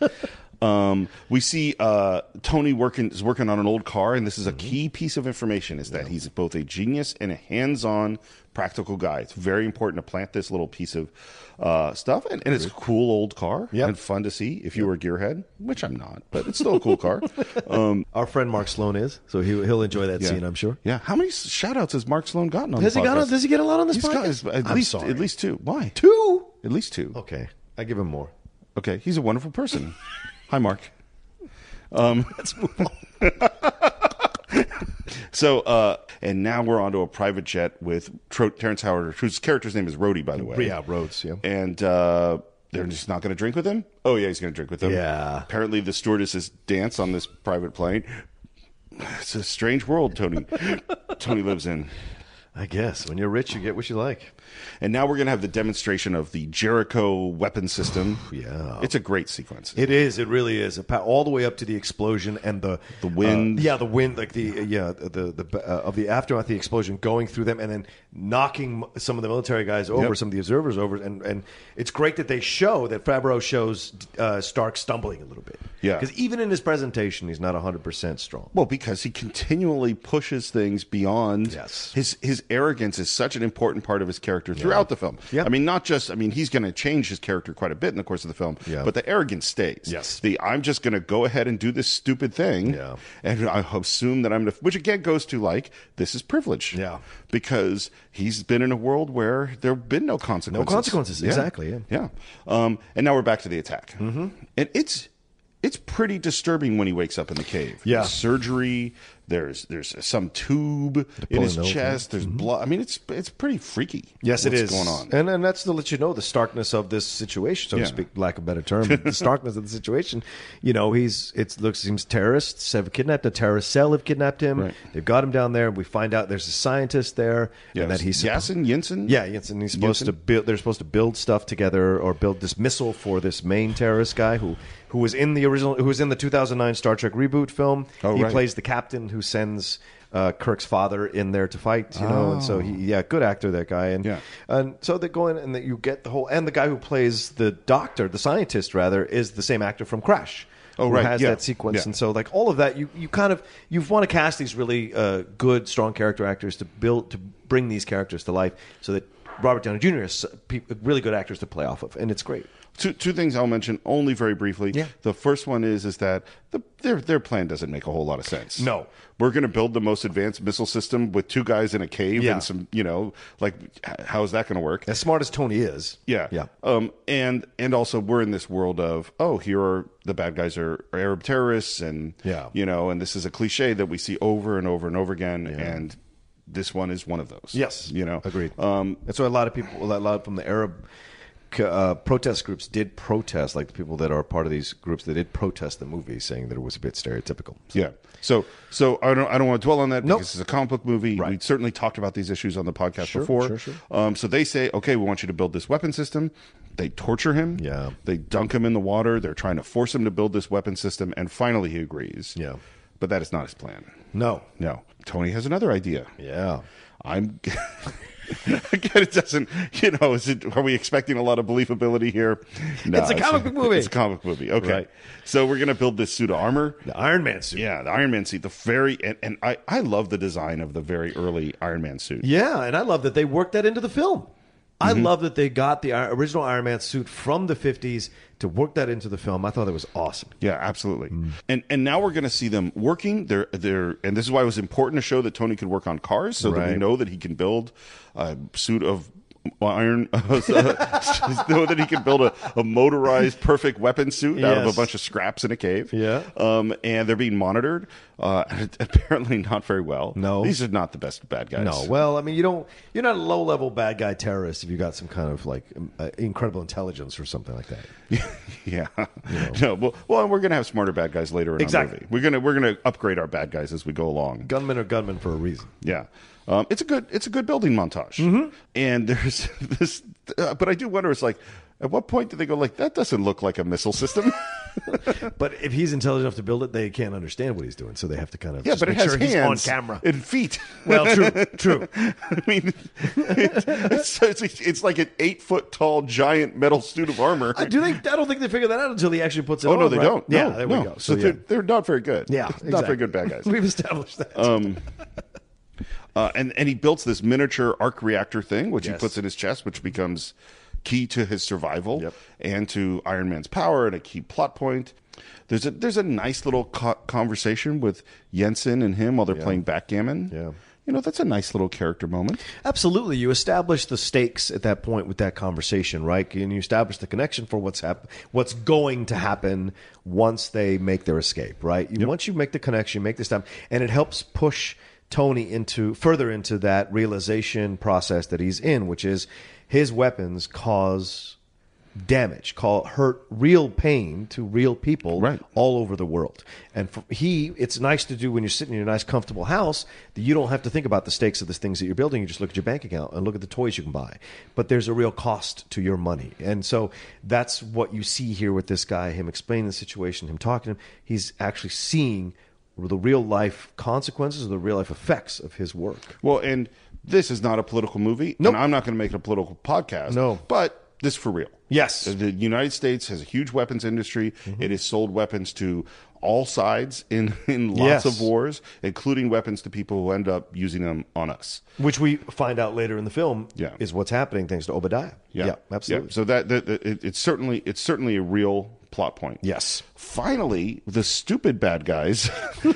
Speaker 3: mean,
Speaker 1: um, we see uh, Tony working is working on an old car, and this
Speaker 3: Mm-hmm.
Speaker 1: is a key piece of information: is that he's both a genius and a hands-on, practical guy. It's very important to plant this little piece of uh, stuff, and, and it's a cool old car
Speaker 3: Yep.
Speaker 1: and fun to see. If you were a gearhead, which I'm not, but it's still a cool car. Um,
Speaker 3: our friend Mark Sloan is, so he, he'll enjoy that scene, I'm sure.
Speaker 1: yeah. How many s- shout outs has Mark Sloan gotten on
Speaker 3: Has
Speaker 1: the
Speaker 3: he got?
Speaker 1: podcast?
Speaker 3: on- Does he get a lot on this
Speaker 1: He's
Speaker 3: podcast?
Speaker 1: got his- at
Speaker 3: I'm
Speaker 1: least
Speaker 3: sorry.
Speaker 1: at least two. Why?
Speaker 3: two.
Speaker 1: At least two.
Speaker 3: Okay, I give him more.
Speaker 1: Okay, he's a wonderful person. Hi, Mark. Um,
Speaker 3: Let's move on.
Speaker 1: So, uh, and now we're onto a private jet with Tro- Terrence Howard, whose character's name is Rhodey, by the way.
Speaker 3: Yeah, Rhodes, yeah.
Speaker 1: And uh, they're just not going to drink with him. Oh yeah, he's going to drink with them.
Speaker 3: Yeah.
Speaker 1: Apparently, the stewardesses dance on this private plane. It's a strange world, Tony. Tony lives in.
Speaker 3: I guess when you're rich, you get what you like.
Speaker 1: And now we're going to have the demonstration of the Jericho weapon system.
Speaker 3: Yeah.
Speaker 1: It's a great sequence.
Speaker 3: It is. It really is. It pa- All the way up to the explosion and the
Speaker 1: The wind.
Speaker 3: uh, yeah, the wind, like the uh, yeah, the the uh, of the aftermath, of the explosion going through them and then knocking m- some of the military guys over,
Speaker 1: Yep.
Speaker 3: some of the observers over, and and it's great that they show that Fabro shows uh, Stark stumbling a little bit.
Speaker 1: Yeah.
Speaker 3: because even in his presentation, he's not hundred percent strong.
Speaker 1: Well, because he continually pushes things beyond
Speaker 3: Yes.
Speaker 1: his his arrogance is such an important part of his character throughout the film.
Speaker 3: Yeah.
Speaker 1: I mean, not just, I mean, he's going to change his character quite a bit in the course of the film,
Speaker 3: Yeah.
Speaker 1: but the arrogance stays.
Speaker 3: Yes.
Speaker 1: The I'm just going to go ahead and do this stupid thing
Speaker 3: Yeah.
Speaker 1: and I assume that I'm going to, which again goes to like, this is privilege.
Speaker 3: Yeah.
Speaker 1: Because he's been in a world where there have been no consequences.
Speaker 3: consequences, exactly, yeah.
Speaker 1: Yeah. Um, and now we're back to the attack. Mm-hmm. And it's it's pretty disturbing when he wakes up in the cave.
Speaker 3: Yeah.
Speaker 1: Surgery. There's there's some tube in his
Speaker 3: pulling over. Mm-hmm.
Speaker 1: chest. There's blood. I mean, it's it's pretty freaky.
Speaker 3: Yes, it
Speaker 1: what's
Speaker 3: is
Speaker 1: going on.
Speaker 3: and and that's to let you know the starkness of this situation, so
Speaker 1: Yeah.
Speaker 3: to speak, lack of a better term, the starkness of the situation. You know, he's it looks seems terrorists have kidnapped a terrorist cell, have kidnapped him.
Speaker 1: Right.
Speaker 3: They've got him down there. We find out there's a scientist there,
Speaker 1: yeah,
Speaker 3: and that he's
Speaker 1: Yasin Yinsen.
Speaker 3: yeah, yes, and he's supposed to
Speaker 1: Jensen?
Speaker 3: build. They're supposed to build stuff together or build this missile for this main terrorist guy who who was in the original, who was in the 2009 Star Trek reboot film.
Speaker 1: Oh,
Speaker 3: he
Speaker 1: right.
Speaker 3: plays the captain who sends uh, Kirk's father in there to fight. You know, and so he yeah, good actor that guy. And
Speaker 1: Oh. Yeah.
Speaker 3: and so they go in and that you get the whole and the guy who plays the doctor, the scientist rather, is the same actor from Crash.
Speaker 1: Oh,
Speaker 3: who
Speaker 1: right,
Speaker 3: has
Speaker 1: yeah,
Speaker 3: that sequence
Speaker 1: yeah.
Speaker 3: and so like all of that you, you kind of you want to cast these really uh, good strong character actors to build to bring these characters to life so that robert downey jr is pe- really good actors to play off of and it's great
Speaker 1: Two two things I'll mention only very briefly.
Speaker 3: Yeah.
Speaker 1: The first one is is that the, their their plan doesn't make a whole lot of sense.
Speaker 3: No.
Speaker 1: we're going to build the most advanced missile system with two guys in a cave
Speaker 3: Yeah.
Speaker 1: and some you know like h- how is that going to work?
Speaker 3: as smart as tony is
Speaker 1: Yeah.
Speaker 3: yeah
Speaker 1: Um, and and also we're in this world of oh here are the bad guys are, are Arab terrorists and
Speaker 3: Yeah.
Speaker 1: you know and this is a cliche that we see over and over and over again and this one is one of those.
Speaker 3: yes
Speaker 1: You know.
Speaker 3: agreed
Speaker 1: Um,
Speaker 3: that's why a lot of people a lot from the arab uh, protest groups did protest like the people that are part of these groups they did protest the movie saying that it was a bit stereotypical
Speaker 1: yeah. So so I don't I don't want to dwell on that
Speaker 3: Nope.
Speaker 1: because it's a comic book movie. We certainly talked about these issues on the podcast
Speaker 3: Sure,
Speaker 1: before.
Speaker 3: sure, sure.
Speaker 1: Um, so they say okay we want you to build this weapon system. They torture him.
Speaker 3: Yeah.
Speaker 1: They dunk him in the water. They're trying to force him to build this weapon system and finally he agrees.
Speaker 3: Yeah.
Speaker 1: But that is not his plan.
Speaker 3: no
Speaker 1: No. Tony has another idea.
Speaker 3: yeah
Speaker 1: I'm again it doesn't you know, is it are we expecting a lot of believability here? No,
Speaker 3: It's a comic book movie.
Speaker 1: It's a comic movie. Okay.
Speaker 3: Right.
Speaker 1: So we're gonna build this suit of armor.
Speaker 3: the iron man suit
Speaker 1: Yeah, the Iron Man suit. The very and, and I, I love the design of the very early Iron Man suit.
Speaker 3: Yeah, and I love that they worked that into the film. I
Speaker 1: Mm-hmm.
Speaker 3: love that they got the ir- original Iron Man suit from the 50s to work that into the film. I thought that was awesome.
Speaker 1: Yeah, absolutely.
Speaker 3: Mm.
Speaker 1: And and now we're going to see them working. They're they're and this is why it was important to show that Tony could work on cars, so that we
Speaker 3: Right.
Speaker 1: know that he can build a suit of iron, so that he can build a, a motorized perfect weapon suit out of a
Speaker 3: Yes.
Speaker 1: bunch of scraps in a cave.
Speaker 3: Yeah.
Speaker 1: Um, and they're being monitored. Uh, apparently not very well.
Speaker 3: No.
Speaker 1: these are not the best bad guys.
Speaker 3: No, well, I mean, you don't. You're not a low level bad guy terrorist if you got some kind of like um, uh, incredible intelligence or something like that.
Speaker 1: Yeah. No. Well, well, we're going to have smarter bad guys later in
Speaker 3: Exactly.
Speaker 1: our movie. We're gonna we're gonna upgrade our bad guys as we go along.
Speaker 3: Gunmen are gunmen for a reason.
Speaker 1: Yeah, um, it's a good it's a good building montage.
Speaker 3: Mm-hmm.
Speaker 1: And there's this, uh, but I do wonder. It's like, at what point do they go like that? Doesn't look like a missile system.
Speaker 3: But if he's intelligent enough to build it, they can't understand what he's doing, so they have to kind of
Speaker 1: yeah,
Speaker 3: just
Speaker 1: but it
Speaker 3: make
Speaker 1: has
Speaker 3: sure
Speaker 1: hands
Speaker 3: he's on camera.
Speaker 1: and feet.
Speaker 3: well, true, true.
Speaker 1: I mean, it, it's, it's it's like an eight foot tall giant metal suit of armor.
Speaker 3: I do think I don't think they figure that out until he actually puts it
Speaker 1: Oh
Speaker 3: on.
Speaker 1: no, they
Speaker 3: right?
Speaker 1: don't.
Speaker 3: Yeah,
Speaker 1: No,
Speaker 3: there
Speaker 1: no.
Speaker 3: we go.
Speaker 1: So,
Speaker 3: So, yeah,
Speaker 1: they're they're not very good.
Speaker 3: yeah
Speaker 1: not
Speaker 3: exactly.
Speaker 1: very good bad guys.
Speaker 3: We've established that.
Speaker 1: Uh, and and he builds this miniature arc reactor thing, which he
Speaker 3: Yes.
Speaker 1: puts in his chest, which becomes key to his survival
Speaker 3: Yep.
Speaker 1: and to Iron Man's power and a key plot point. There's a there's a nice little co- conversation with Jensen and him while they're playing backgammon.
Speaker 3: Yeah.
Speaker 1: you know that's a nice little character moment.
Speaker 3: Absolutely. You establish the stakes at that point with that conversation, right? And you establish the connection for what's hap- what's going to happen once they make their escape, right? You, Once you make the connection, you make this time, and it helps push Tony into further into that realization process that he's in, which is his weapons cause damage, call hurt real pain to real people
Speaker 1: Right.
Speaker 3: all over the world. And for he, it's nice to do when you're sitting in your nice, comfortable house that you don't have to think about the stakes of the things that you're building. You just look at your bank account and look at the toys you can buy. But there's a real cost to your money. And so that's what you see here with this guy, him explaining the situation, him talking to him. He's actually seeing the real life consequences or the real life effects of his work.
Speaker 1: Well, and this is not a political movie,
Speaker 3: Nope.
Speaker 1: and I'm not going to make it a political podcast.
Speaker 3: No.
Speaker 1: but this for real.
Speaker 3: Yes. Mm-hmm.
Speaker 1: the United States has a huge weapons industry. It has sold weapons to all sides in, in
Speaker 3: Yes.
Speaker 1: lots of wars, including weapons to people who end up using them on us.
Speaker 3: Which we find out later in the film
Speaker 1: Yeah.
Speaker 3: is what's happening thanks to Obadiah.
Speaker 1: Yeah,
Speaker 3: absolutely.
Speaker 1: Yeah. So that, that that- it, it's certainly it's certainly a real plot point.
Speaker 3: Yes.
Speaker 1: Finally, the stupid bad guys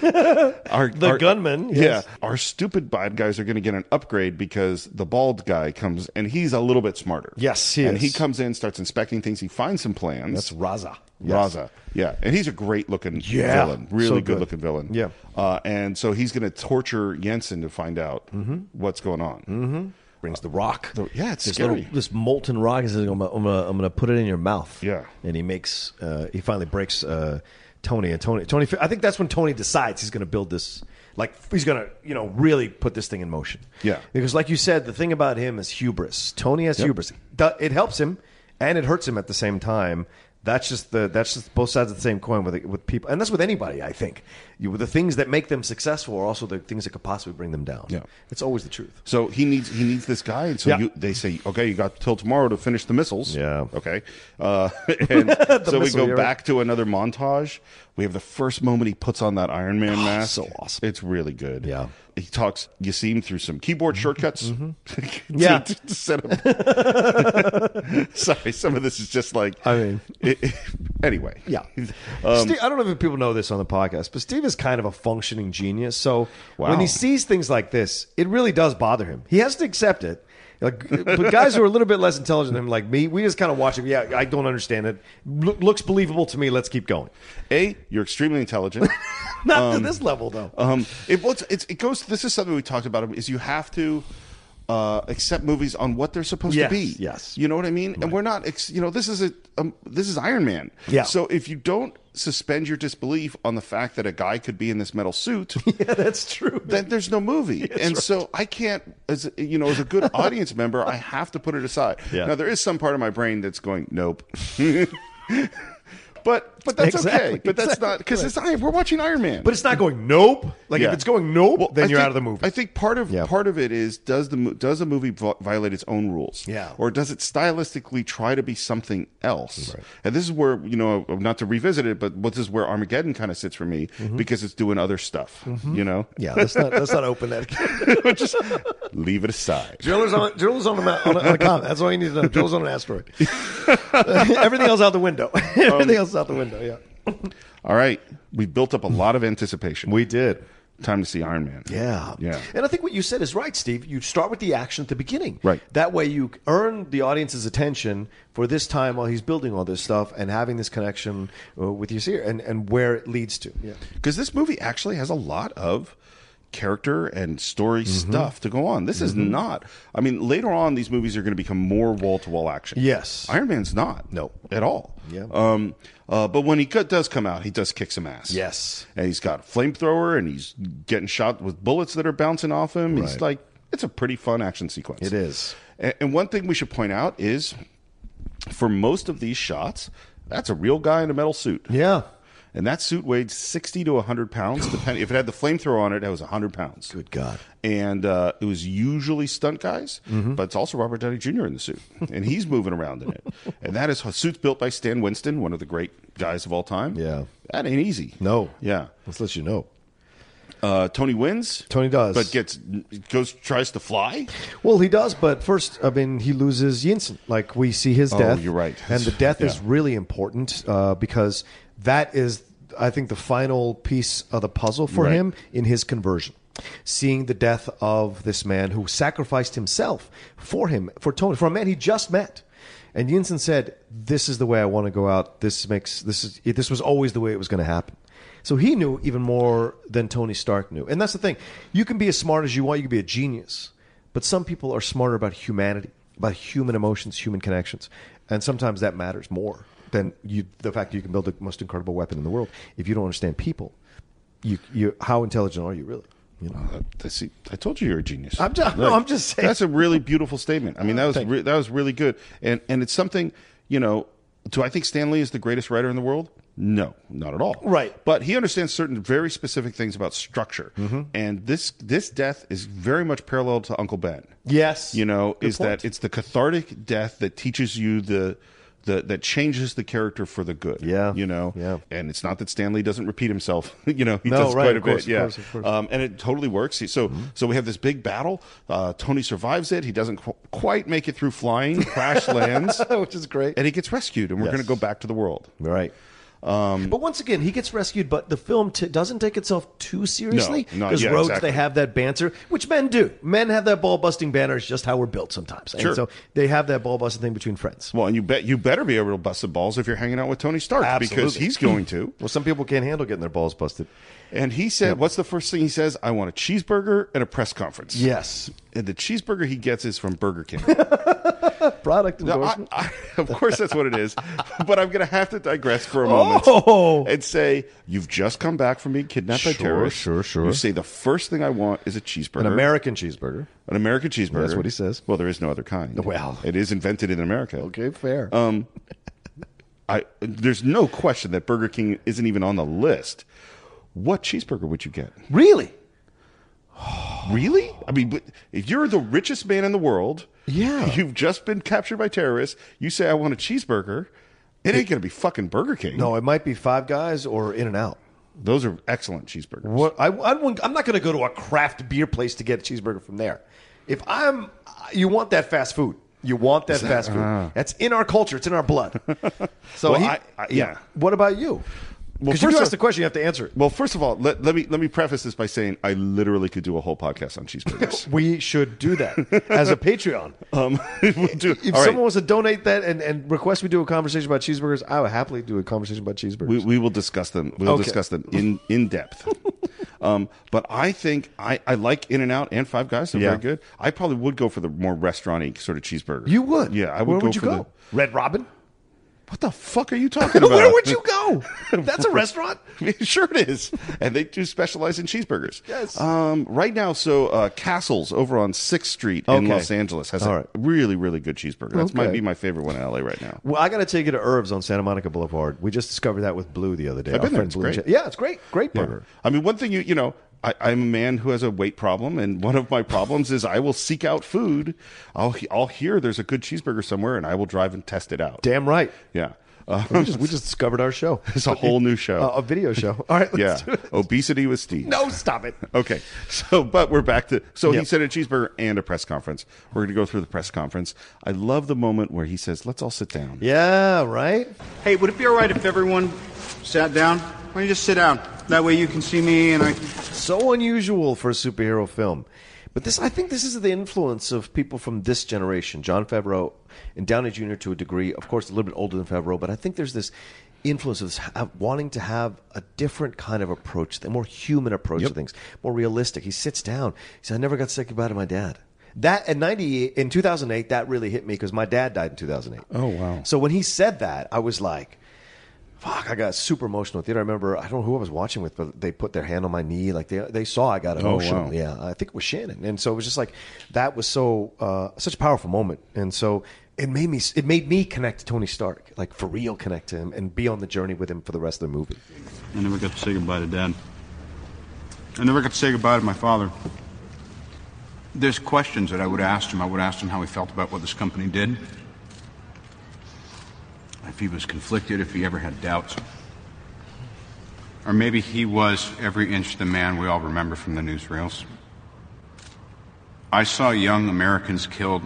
Speaker 1: are
Speaker 3: The
Speaker 1: are-
Speaker 3: gunman, yes.
Speaker 1: Yeah, our stupid bad guys are going to get an upgrade because the bald guy comes and he's a little bit smarter.
Speaker 3: Yes, he
Speaker 1: and
Speaker 3: is.
Speaker 1: he comes in, starts inspecting things. He finds some plans.
Speaker 3: That's Raza.
Speaker 1: Raza. Yeah. And he's a great looking
Speaker 3: Yeah.
Speaker 1: villain. Really
Speaker 3: So
Speaker 1: good.
Speaker 3: good.
Speaker 1: looking villain.
Speaker 3: Yeah.
Speaker 1: Uh, and so he's going to torture Jensen to find out what's going on. Mm-hmm.
Speaker 3: Brings the rock.
Speaker 1: yeah, it's
Speaker 3: this
Speaker 1: scary.
Speaker 3: Little, this molten rock. He says, I'm gonna, I'm, gonna, I'm gonna put it in your mouth.
Speaker 1: Yeah.
Speaker 3: And he makes. Uh, he finally breaks uh, Tony. And Tony. Tony. I think that's when Tony decides he's gonna build this. Like he's gonna, you know, really put this thing in motion.
Speaker 1: Yeah.
Speaker 3: Because, like you said, the thing about him is hubris. Tony has hubris. Th- It helps him and it hurts him at the same time. That's just the that's just both sides of the same coin with with people, and that's with anybody. I think you, the things that make them successful are also the things that could possibly bring them down.
Speaker 1: Yeah.
Speaker 3: it's always the truth.
Speaker 1: So he needs he needs this guy, and so
Speaker 3: Yeah.
Speaker 1: you, they say, okay, you got till tomorrow to finish the missiles.
Speaker 3: Yeah.
Speaker 1: Okay. Uh, and so we
Speaker 3: missile,
Speaker 1: go
Speaker 3: you're
Speaker 1: back to another montage. We have the first moment he puts on that Iron Man mask.
Speaker 3: Oh, so awesome.
Speaker 1: It's really good.
Speaker 3: Yeah. Mm-hmm.
Speaker 1: He talks You see him through some keyboard shortcuts. to-
Speaker 3: Yeah.
Speaker 1: to- to set up- Sorry, some of this is just like.
Speaker 3: I mean-
Speaker 1: It- it- anyway.
Speaker 3: Yeah.
Speaker 1: Um,
Speaker 3: Steve, I don't know if people know this on the podcast, but Steve is kind of a functioning genius. So
Speaker 1: Wow.
Speaker 3: when he sees things like this, it really does bother him. He has to accept it. Like, but guys who are a little bit less intelligent than him, like me, we just kind of watch it. Yeah, I don't understand it. Loo- looks believable to me. Let's keep going.
Speaker 1: A, you're extremely intelligent.
Speaker 3: Not to this level, though.
Speaker 1: Um, it, well, it's, it's, it goes. This is something we talked about. Is you have to uh, accept movies on what they're supposed
Speaker 3: Yes,
Speaker 1: to be.
Speaker 3: yes.
Speaker 1: you know what I mean. And we're not. Ex- you know, this is a um, this is Iron Man.
Speaker 3: Yeah.
Speaker 1: So if you don't suspend your disbelief on the fact that a guy could be in this metal suit,
Speaker 3: yeah, that's true.
Speaker 1: then there's no movie. and so I can't, as a- you know, as a good audience member, I have to put it aside.
Speaker 3: Yeah.
Speaker 1: Now there is some part of my brain that's going, nope. But, but that's
Speaker 3: Exactly,
Speaker 1: okay. But that's
Speaker 3: exactly.
Speaker 1: not because it's Iron. We're watching Iron Man.
Speaker 3: but it's not going nope. Like
Speaker 1: Yeah.
Speaker 3: if it's going nope,
Speaker 1: Well,
Speaker 3: then
Speaker 1: I
Speaker 3: you're
Speaker 1: think-
Speaker 3: out of the movie.
Speaker 1: I think part of
Speaker 3: Yeah.
Speaker 1: part of it is does the mo- does a movie vo- violate its own rules?
Speaker 3: Yeah.
Speaker 1: Or does it stylistically try to be something else? And this is where you know not to revisit it, but what- this is where Armageddon kind of sits for me
Speaker 3: Mm-hmm.
Speaker 1: because it's doing other stuff. You know.
Speaker 3: yeah, let's not let's not open that.
Speaker 1: Just leave it aside.
Speaker 3: Driller's on, Driller's on, a, ma- on, a, on a comet. That's all you need to know. Driller's on an asteroid. Everything else out the window. Everything else out the window. Yeah.
Speaker 1: All right, we built up a lot of anticipation.
Speaker 3: did.
Speaker 1: time to see Iron Man.
Speaker 3: Yeah.
Speaker 1: Yeah.
Speaker 3: And I think what you said is right, Steve. You start with the action at the beginning.
Speaker 1: Right.
Speaker 3: That way you earn the audience's attention for this time while he's building all this stuff and having this connection uh, with you here and, and where it leads to. Yeah.
Speaker 1: because this movie actually has a lot of character and story
Speaker 3: Mm-hmm.
Speaker 1: stuff to go on. This is not. I mean, later on, these movies are going to become more wall to wall action.
Speaker 3: Yes.
Speaker 1: Iron Man's not.
Speaker 3: No.
Speaker 1: at all.
Speaker 3: Yeah.
Speaker 1: Um. Uh. But when he co- does come out, he does kick some ass.
Speaker 3: Yes.
Speaker 1: And he's got a flamethrower, and he's getting shot with bullets that are bouncing off him. He's
Speaker 3: Right.
Speaker 1: like, it's a pretty fun action sequence.
Speaker 3: It is.
Speaker 1: A- And one thing we should point out is, for most of these shots, that's a real guy in a metal suit.
Speaker 3: Yeah.
Speaker 1: And that suit weighed 60 to 100 pounds, depending. if it had the flamethrower on it, that was 100 pounds.
Speaker 3: Good God. Mm-hmm.
Speaker 1: And uh, it was usually stunt guys, but it's also Robert Downey Jr. in the suit. And he's moving around in it. And that is a suit built by Stan Winston, one of the great guys of all time.
Speaker 3: Yeah.
Speaker 1: That ain't easy.
Speaker 3: No.
Speaker 1: Yeah.
Speaker 3: Let's let you know.
Speaker 1: Uh, Tony wins.
Speaker 3: Tony does.
Speaker 1: But gets goes tries to fly.
Speaker 3: Well, he does, but first, I mean, he loses Jensen. Like we see his death.
Speaker 1: Oh, you're right.
Speaker 3: And the death
Speaker 1: Yeah.
Speaker 3: is really important uh, because that is, I think, the final piece of the puzzle for
Speaker 1: Right.
Speaker 3: him in his conversion. Seeing the death of this man who sacrificed himself for him, for Tony, for a man he just met. And Jensen said, "This is the way I want to go out. This makes this is this was always the way it was going to happen." So he knew even more than Tony Stark knew. And that's the thing. You can be as smart as you want, you can be a genius, but some people are smarter about humanity, about human emotions, human connections. And sometimes that matters more than you, the fact that you can build the most incredible weapon in the world. If you don't understand people, you, you, how intelligent are you really? You know?
Speaker 1: Uh, I see, I told you you're a genius.
Speaker 3: I'm just- no, I'm just saying.
Speaker 1: That's a really beautiful statement. I mean, that was
Speaker 3: Thank
Speaker 1: re- that was really good, and and it's something you know. Do I think Stanley is the greatest writer in the world? No, not at all.
Speaker 3: Right.
Speaker 1: but he understands certain very specific things about structure,
Speaker 3: Mm-hmm.
Speaker 1: and this this death is very much parallel to Uncle Ben.
Speaker 3: Yes.
Speaker 1: you know,
Speaker 3: Good
Speaker 1: is
Speaker 3: point.
Speaker 1: that it's the cathartic death that teaches you the the, that changes the character for the good.
Speaker 3: Yeah.
Speaker 1: you know.
Speaker 3: Yeah.
Speaker 1: and it's not that Stanley doesn't repeat himself. you know, he
Speaker 3: No,
Speaker 1: does
Speaker 3: right,
Speaker 1: quite a
Speaker 3: of course,
Speaker 1: bit. Yeah,
Speaker 3: of course, of course. Mm-hmm.
Speaker 1: Um, and it totally works. He- So so we have this big battle. Uh, Tony survives it. He doesn't qu- quite make it through flying. Crash lands,
Speaker 3: which is great.
Speaker 1: and he gets rescued. And we're
Speaker 3: Yes.
Speaker 1: going to go back to the world.
Speaker 3: Right.
Speaker 1: Um,
Speaker 3: but once again, he gets rescued, but the film t- doesn't take itself too seriously.
Speaker 1: No, no,
Speaker 3: Because
Speaker 1: yeah,
Speaker 3: Rhodes,
Speaker 1: exactly.
Speaker 3: they have that banter, which men do. Men have that ball busting banter. It's just how we're built sometimes.
Speaker 1: Sure.
Speaker 3: And so they have that ball busting thing between friends.
Speaker 1: Well, and you bet you better be able to bust the balls if you're hanging out with Tony Stark because
Speaker 3: Absolutely.
Speaker 1: he's going to.
Speaker 3: Well, some people can't handle getting their balls busted.
Speaker 1: And he said, "What's the first thing he says? I want a cheeseburger and a press conference."
Speaker 3: Yes.
Speaker 1: And the cheeseburger he gets is from Burger King.
Speaker 3: Product
Speaker 1: Now, I,
Speaker 3: endorsement.
Speaker 1: I, of course, that's what it is. But I'm going to have to digress for a moment
Speaker 3: Oh.
Speaker 1: and say, you've just come back from being kidnapped by
Speaker 3: Sure,
Speaker 1: terrorists.
Speaker 3: sure, sure.
Speaker 1: You say the first thing I want is a cheeseburger,
Speaker 3: An American cheeseburger.
Speaker 1: an American cheeseburger.
Speaker 3: That's what he says.
Speaker 1: Well, there is no other kind.
Speaker 3: Well.
Speaker 1: it is invented in America.
Speaker 3: Okay, fair.
Speaker 1: I there's no question that Burger King isn't even on the list. What cheeseburger would you get?
Speaker 3: really?
Speaker 1: Really? I mean, but if you're the richest man in the world,
Speaker 3: Yeah.
Speaker 1: you've just been captured by terrorists. You say I want a cheeseburger. It ain't gonna be fucking Burger King.
Speaker 3: No, it might be Five Guys or In and Out.
Speaker 1: those are excellent cheeseburgers.
Speaker 3: What I, I wouldn't- I'm not going to go to a craft beer place to get a cheeseburger from there. If I'm, you want that fast food. You want that fast food. That's in our culture. It's in our blood.
Speaker 1: uh-huh.
Speaker 3: So
Speaker 1: Well,
Speaker 3: he-
Speaker 1: I- I- yeah.
Speaker 3: What about you?
Speaker 1: Well,
Speaker 3: Because you
Speaker 1: first
Speaker 3: do
Speaker 1: of-
Speaker 3: ask the question, you have to answer it.
Speaker 1: Well, first of all, let, let me let me preface this by saying I literally could do a whole podcast on cheeseburgers.
Speaker 3: We should do that as a Patreon.
Speaker 1: um, we'll do,
Speaker 3: If
Speaker 1: all right.
Speaker 3: someone wants to donate that and, and request we do a conversation about cheeseburgers, I would happily do a conversation about cheeseburgers.
Speaker 1: We, we will discuss them. We'll
Speaker 3: Okay.
Speaker 1: discuss them in, in depth. um, but I think I, I like In and Out and Five Guys. They're
Speaker 3: Yeah.
Speaker 1: very good. I probably would go for the more restaurant y sort of cheeseburger.
Speaker 3: you would.
Speaker 1: Yeah, I would
Speaker 3: Where
Speaker 1: go
Speaker 3: would you
Speaker 1: for
Speaker 3: go? Red Robin?
Speaker 1: The, what the fuck are you talking about?
Speaker 3: Where would you go? That's a restaurant?
Speaker 1: sure it is. And they do specialize in cheeseburgers.
Speaker 3: Yes.
Speaker 1: Um, right now, so uh, Castles over on 6th Street in
Speaker 3: Okay.
Speaker 1: Los Angeles has a
Speaker 3: All right.
Speaker 1: really, really good cheeseburger. That might
Speaker 3: Okay.
Speaker 1: be my favorite one in LA right now.
Speaker 3: Well, I got to take you to Herb's on Santa Monica Boulevard. We just discovered that with Blue the other day.
Speaker 1: I've been
Speaker 3: Our
Speaker 1: there.
Speaker 3: friend
Speaker 1: It's
Speaker 3: Blue
Speaker 1: great.
Speaker 3: and Ch- Yeah, it's great. Great burger.
Speaker 1: I mean, one thing you you know, I, I'm a man who has a weight problem, and one of my problems is I will seek out food. I'll I'll hear there's a good cheeseburger somewhere, and I will drive and test it out.
Speaker 3: Damn right.
Speaker 1: Yeah, uh,
Speaker 3: We just, we just discovered our show.
Speaker 1: it's a whole new show.
Speaker 3: Uh, a video show. All right,
Speaker 1: yeah,
Speaker 3: let's do it.
Speaker 1: obesity with Steve.
Speaker 3: No, stop it.
Speaker 1: Okay, so but we're back to so he
Speaker 3: Yep.
Speaker 1: said a cheeseburger and a press conference. We're going to go through the press conference. I love the moment where he says, "Let's all sit down."
Speaker 3: Yeah, right?
Speaker 2: Hey, would it be all right if everyone sat down? Why don't you just sit down? That way you can see me and I can.
Speaker 3: So unusual for a superhero film. But this, I think this is the influence of people from this generation. John Favreau and Downey Jr. to a degree. Of course, a little bit older than Favreau, but I think there's this influence of this, ha- wanting to have a different kind of approach, a more human approach to things, more realistic. He sits down. He says, I never got sick goodbye to my dad. That in 98, in 2008, that really hit me because my dad died in 2008.
Speaker 1: Oh, wow.
Speaker 3: So when he said that, I was like, fuck, I got super emotional at theater. I remember, I don't know who I was watching with, but they put their hand on my knee. Like they, they saw I got emotional.
Speaker 1: wow.
Speaker 3: Yeah. I think it was Shannon. And so it was just like, that was so, uh, such a powerful moment. And so it made me, it made me connect to Tony Stark, like for real connect to him and be on the journey with him for the rest of the movie.
Speaker 2: I never got to say goodbye to Dad. I never got to say goodbye to my father. There's questions that I would have asked him. I would have asked him how he felt about what this company did. If he was conflicted, if he ever had doubts. Or maybe he was every inch the man we all remember from the newsreels. I saw young Americans killed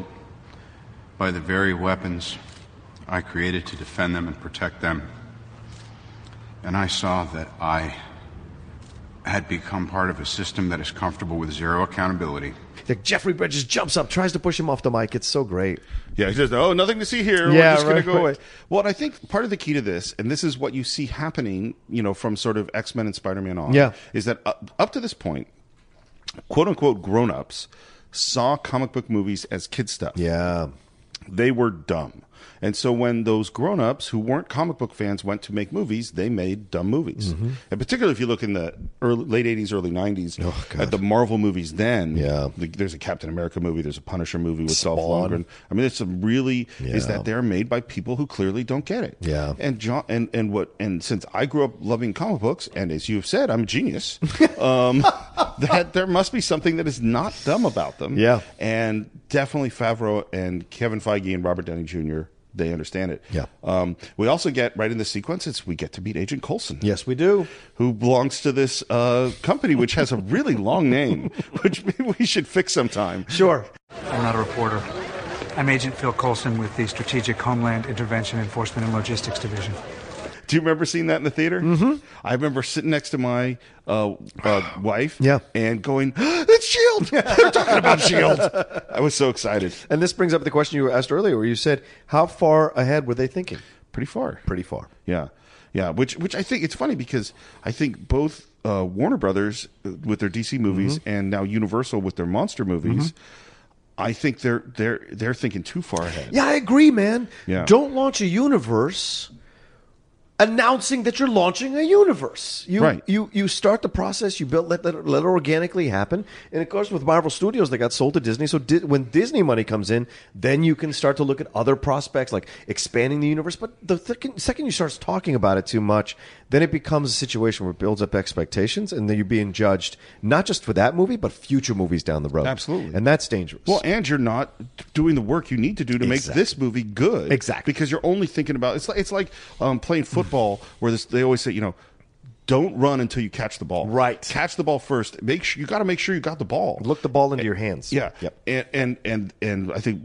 Speaker 2: by the very weapons I created to defend them and protect them and I saw that I had become part of a system that is comfortable with zero accountability.
Speaker 3: Like Jeffrey Bridges jumps up, tries to push him off the mic. It's so great.
Speaker 1: Yeah, he says, "Oh, nothing to see here. We're
Speaker 3: Yeah,
Speaker 1: just going
Speaker 3: right,
Speaker 1: to go
Speaker 3: right.
Speaker 1: away." Well, and I think part of the key to this, and this is what you see happening, you know, from sort of X Men and Spider Man on,
Speaker 3: Yeah.
Speaker 1: is that up, up to this point, quote unquote, grown ups saw comic book movies as kid stuff.
Speaker 3: Yeah.
Speaker 1: they were dumb, and so when those grown ups who weren't comic book fans went to make movies, they made dumb movies.
Speaker 3: Mm-hmm.
Speaker 1: And particularly if you look in the early, late '80s, early '90s, at the Marvel movies, then
Speaker 3: Oh, Yeah.
Speaker 1: the- there's a Captain America movie, there's a Punisher movie with Dolph
Speaker 3: Spawn.
Speaker 1: Lundgren. I mean, it's some really is
Speaker 3: Yeah.
Speaker 1: that they're made by people who clearly don't get it.
Speaker 3: Yeah.
Speaker 1: And John and and what and since I grew up loving comic books, and as you've said, I'm a genius. um, that there must be something that is not dumb about them.
Speaker 3: Yeah.
Speaker 1: And definitely Favreau and Kevin Feige and Robert Downey Jr. they understand it.
Speaker 7: Yeah.
Speaker 1: Um, we also get right in the sequence. It's we get to meet Agent Coulson.
Speaker 3: Yes, we do.
Speaker 1: Who belongs to this uh, company, which has a really long name, which maybe we should fix sometime.
Speaker 3: Sure.
Speaker 4: I'm not a reporter. I'm Agent Phil Coulson with the Strategic Homeland Intervention Enforcement and Logistics Division.
Speaker 1: Do you remember seeing that in the theater? Mm-hmm. I remember sitting next to my uh, uh, wife
Speaker 3: Yeah.
Speaker 1: and going, It's S.H.I.E.L.D. They're talking about S.H.I.E.L.D. I was so excited.
Speaker 3: And this brings up the question you asked earlier, where you said, "How far ahead were they thinking?"
Speaker 1: Pretty far.
Speaker 3: Pretty far.
Speaker 1: Yeah, yeah. Which which I think it's funny because I think both uh, Warner Brothers uh, with their DC movies
Speaker 3: Mm-hmm.
Speaker 1: and now Universal with their monster movies, I think they're they're they're thinking too far ahead.
Speaker 3: Yeah, I agree, man.
Speaker 1: Yeah.
Speaker 3: Don't launch a universe announcing that you're launching a universe. You
Speaker 1: Right.
Speaker 3: you you start the process, you build let, let it- let it organically happen. And of course with Marvel Studios they got sold to Disney. So di- when Disney money comes in, then you can start to look at other prospects like expanding the universe, but the second second you start talking about it too much, then it becomes a situation where it builds up expectations and then you're being judged not just for that movie but future movies down the road.
Speaker 1: Absolutely.
Speaker 3: And that's dangerous.
Speaker 1: Well, and you're not doing the work you need to do to make
Speaker 3: Exactly.
Speaker 1: this movie good.
Speaker 3: Exactly.
Speaker 1: Because you're only thinking about it's like it's like um, playing football where this, they always say you know. Don't run until you catch the ball.
Speaker 3: Right.
Speaker 1: Catch the ball first. Make sure you got to make sure you got the ball.
Speaker 3: look the ball into your hands.
Speaker 1: eh, Yeah.
Speaker 3: Yep.
Speaker 1: And, and and and I think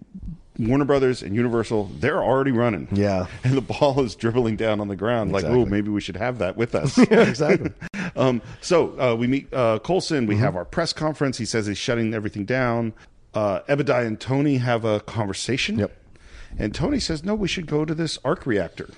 Speaker 1: Warner Brothers and Universal, they're already running.
Speaker 3: Yeah.
Speaker 1: And the ball is dribbling down on the ground.
Speaker 3: Exactly.
Speaker 1: Like, oh, maybe we should have that with us.
Speaker 3: exactly. Mm-hmm.
Speaker 1: um, so uh, we meet uh, Colson. We have our press conference. He says he's shutting everything down. Uh, Ebedi and Tony have a conversation.
Speaker 3: Yep.
Speaker 1: And Tony says, no, we should go to this arc reactor.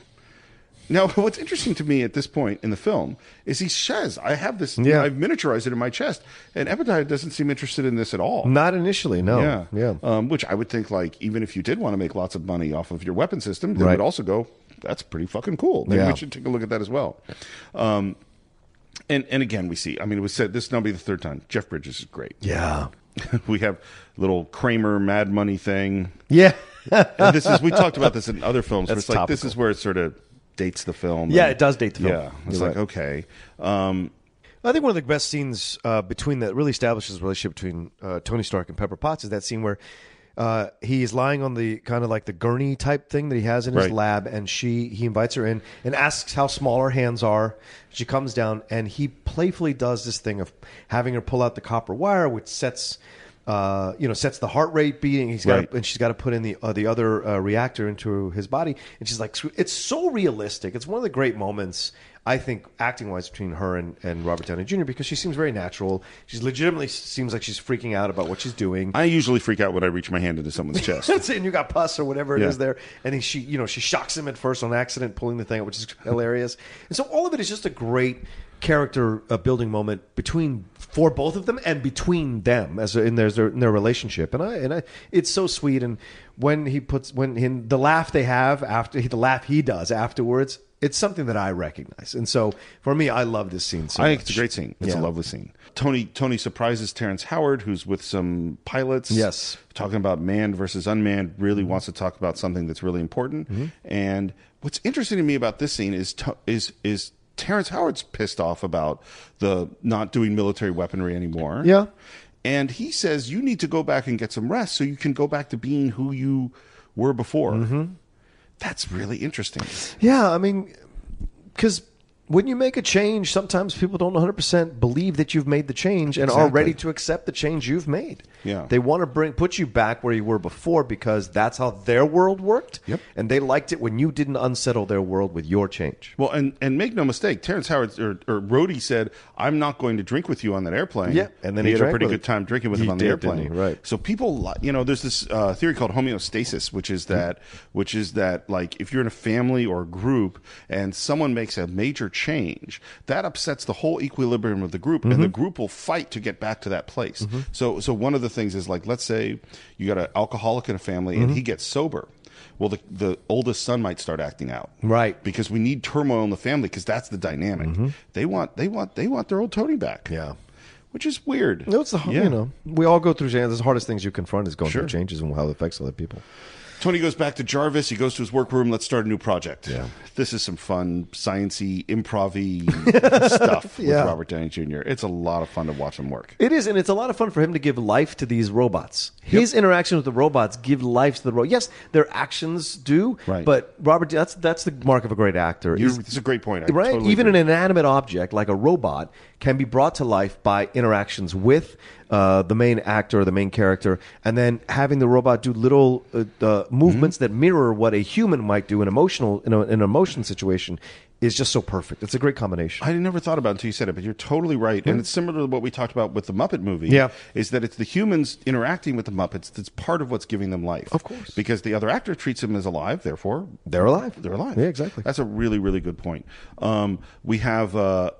Speaker 1: Now, what's interesting to me at this point in the film is he says, I have this,
Speaker 3: Yeah.
Speaker 1: I've miniaturized it in my chest. And Ebedi doesn't seem interested in this at all.
Speaker 3: Not initially, no.
Speaker 1: Yeah,
Speaker 3: Oh, Yeah.
Speaker 1: Um, which I would think, like, even if you did want to make lots of money off of your weapon system, they
Speaker 3: Right.
Speaker 1: would also go, "That's pretty fucking cool." Then
Speaker 3: Yeah.
Speaker 1: we should take a look at that as well. Um, and and again, we see. I mean, it was said this is now be the third time. Jeff Bridges is great.
Speaker 3: yeah.
Speaker 1: we have little Kramer Mad Money thing.
Speaker 3: Yeah.
Speaker 1: And this is we talked about this in other films. Where
Speaker 3: That's
Speaker 1: it's like this
Speaker 3: topical.
Speaker 1: is where it sort of dates the film.
Speaker 3: Yeah,
Speaker 1: And-
Speaker 3: it does date the film.
Speaker 1: Yeah, it's
Speaker 3: You're
Speaker 1: like
Speaker 3: right.
Speaker 1: okay. Um,
Speaker 3: I think one of the best scenes uh, between that really establishes the relationship between uh, Tony Stark and Pepper Potts is that scene where uh, he is lying on the kind of like the gurney type thing that he has in his
Speaker 1: Right.
Speaker 3: lab, and she he invites her in and asks how small her hands are. She comes down, and he playfully does this thing of having her pull out the copper wire, which sets. Uh, you know, sets the heart rate beating. He's got,
Speaker 1: Right.
Speaker 3: and she's got to put in the uh, the other uh, reactor into his body, and she's like, "Screw-" it's so realistic. It's one of the great moments I think acting wise between her and, and Robert Downey Jr. because she seems very natural. She legitimately seems like she's freaking out about what she's doing.
Speaker 1: I usually freak out when I reach my hand into someone's chest.
Speaker 3: That's it. And you got pus or whatever it
Speaker 1: Yeah.
Speaker 3: is there. And then she, you know, she shocks him at first on accident, pulling the thing out, which is hilarious. And so all of it is just a great character uh, building moment between for both of them and between them as in their, their in their relationship. And I and I, it's so sweet. And when he puts when in the laugh they have after the laugh he does afterwards. It's something that I recognize, and so for me, I love this scene. So
Speaker 1: I think
Speaker 3: much.
Speaker 1: it's a great scene. It's
Speaker 3: Yeah.
Speaker 1: a lovely scene. Tony Tony surprises Terrence Howard, who's with some pilots.
Speaker 3: Yes. Mm-hmm.
Speaker 1: talking about manned versus unmanned. Really wants to talk about something that's really important. And what's interesting to me about this scene is to, is is Terrence Howard's pissed off about the not doing military weaponry anymore.
Speaker 3: Yeah.
Speaker 1: and he says you need to go back and get some rest so you can go back to being who you were before.
Speaker 3: Mm-hmm.
Speaker 1: That's really interesting.
Speaker 3: Yeah, I mean, because when you make a change, sometimes people don't 100% believe that you've made the change and are
Speaker 1: Exactly.
Speaker 3: ready to accept the change you've made.
Speaker 1: Yeah.
Speaker 3: They want to bring put you back where you were before because that's how their world worked.
Speaker 1: Yep.
Speaker 3: And they liked it when you didn't unsettle their world with your change.
Speaker 1: Well, and, and make no mistake, Terrence Howard or, or Rhodey said, "I'm not going to drink with you on that airplane."
Speaker 3: Yeah, and then
Speaker 1: he,
Speaker 3: he
Speaker 1: had a
Speaker 3: drank
Speaker 1: pretty
Speaker 3: with
Speaker 1: good
Speaker 3: it.
Speaker 1: time drinking with
Speaker 3: He
Speaker 1: him on
Speaker 3: did,
Speaker 1: the airplane.
Speaker 3: didn't he? Right.
Speaker 1: So people, li- you know, there's this uh, theory called homeostasis, which
Speaker 3: Hmm.
Speaker 1: is that, which is that, like, if you're in a family or a group and someone makes a major change, that upsets the whole equilibrium of the group, and
Speaker 3: Mm-hmm.
Speaker 1: the group will fight to get back to that place. So, so one of the things is like, let's say you got an alcoholic in a family,
Speaker 3: Mm-hmm.
Speaker 1: and he gets sober. Well, the, the oldest son might start acting out,
Speaker 3: Right.
Speaker 1: because we need turmoil in the family because that's the dynamic. They want they want they want their old Tony back.
Speaker 3: Mm-hmm. Yeah.
Speaker 1: which is weird.
Speaker 3: No, it's the,
Speaker 1: Yeah.
Speaker 3: you know, we all go through changes. The hardest things you confront is going
Speaker 1: Sure.
Speaker 3: through changes and how it affects other people.
Speaker 1: Tony goes back to Jarvis. He goes to his workroom. Let's start a new project.
Speaker 3: Yeah.
Speaker 1: This is some fun, sciency, improv-y stuff with
Speaker 3: Yeah.
Speaker 1: Robert Downey Jr. It's a lot of fun to watch him work.
Speaker 3: It is, and it's a lot of fun for him to give life to these robots. His interaction with the robots give life to the robots. Yes, their actions do,
Speaker 1: Right.
Speaker 3: but Robert, that's that's the mark of a great actor.
Speaker 1: You're-
Speaker 3: is-
Speaker 1: It's a great point. I
Speaker 3: right?
Speaker 1: totally
Speaker 3: Even
Speaker 1: agree.
Speaker 3: an inanimate object like a robot can be brought to life by interactions with uh, the main actor or the main character, and then having the robot do little uh, uh, movements
Speaker 1: Mm-hmm.
Speaker 3: that mirror what a human might do in emotional in, a, in an emotion situation is just so perfect. It's a great combination.
Speaker 1: I never thought about it until you said it, but you're totally right. And it's similar to what we talked about with the Muppet movie.
Speaker 3: Yeah.
Speaker 1: Is that it's the humans interacting with the Muppets that's part of what's giving them life. Of
Speaker 3: course.
Speaker 1: Because the other actor treats them as alive, therefore
Speaker 3: They're alive.
Speaker 1: They're alive.
Speaker 3: Yeah, exactly.
Speaker 1: That's a really, really good point. Um, we have uh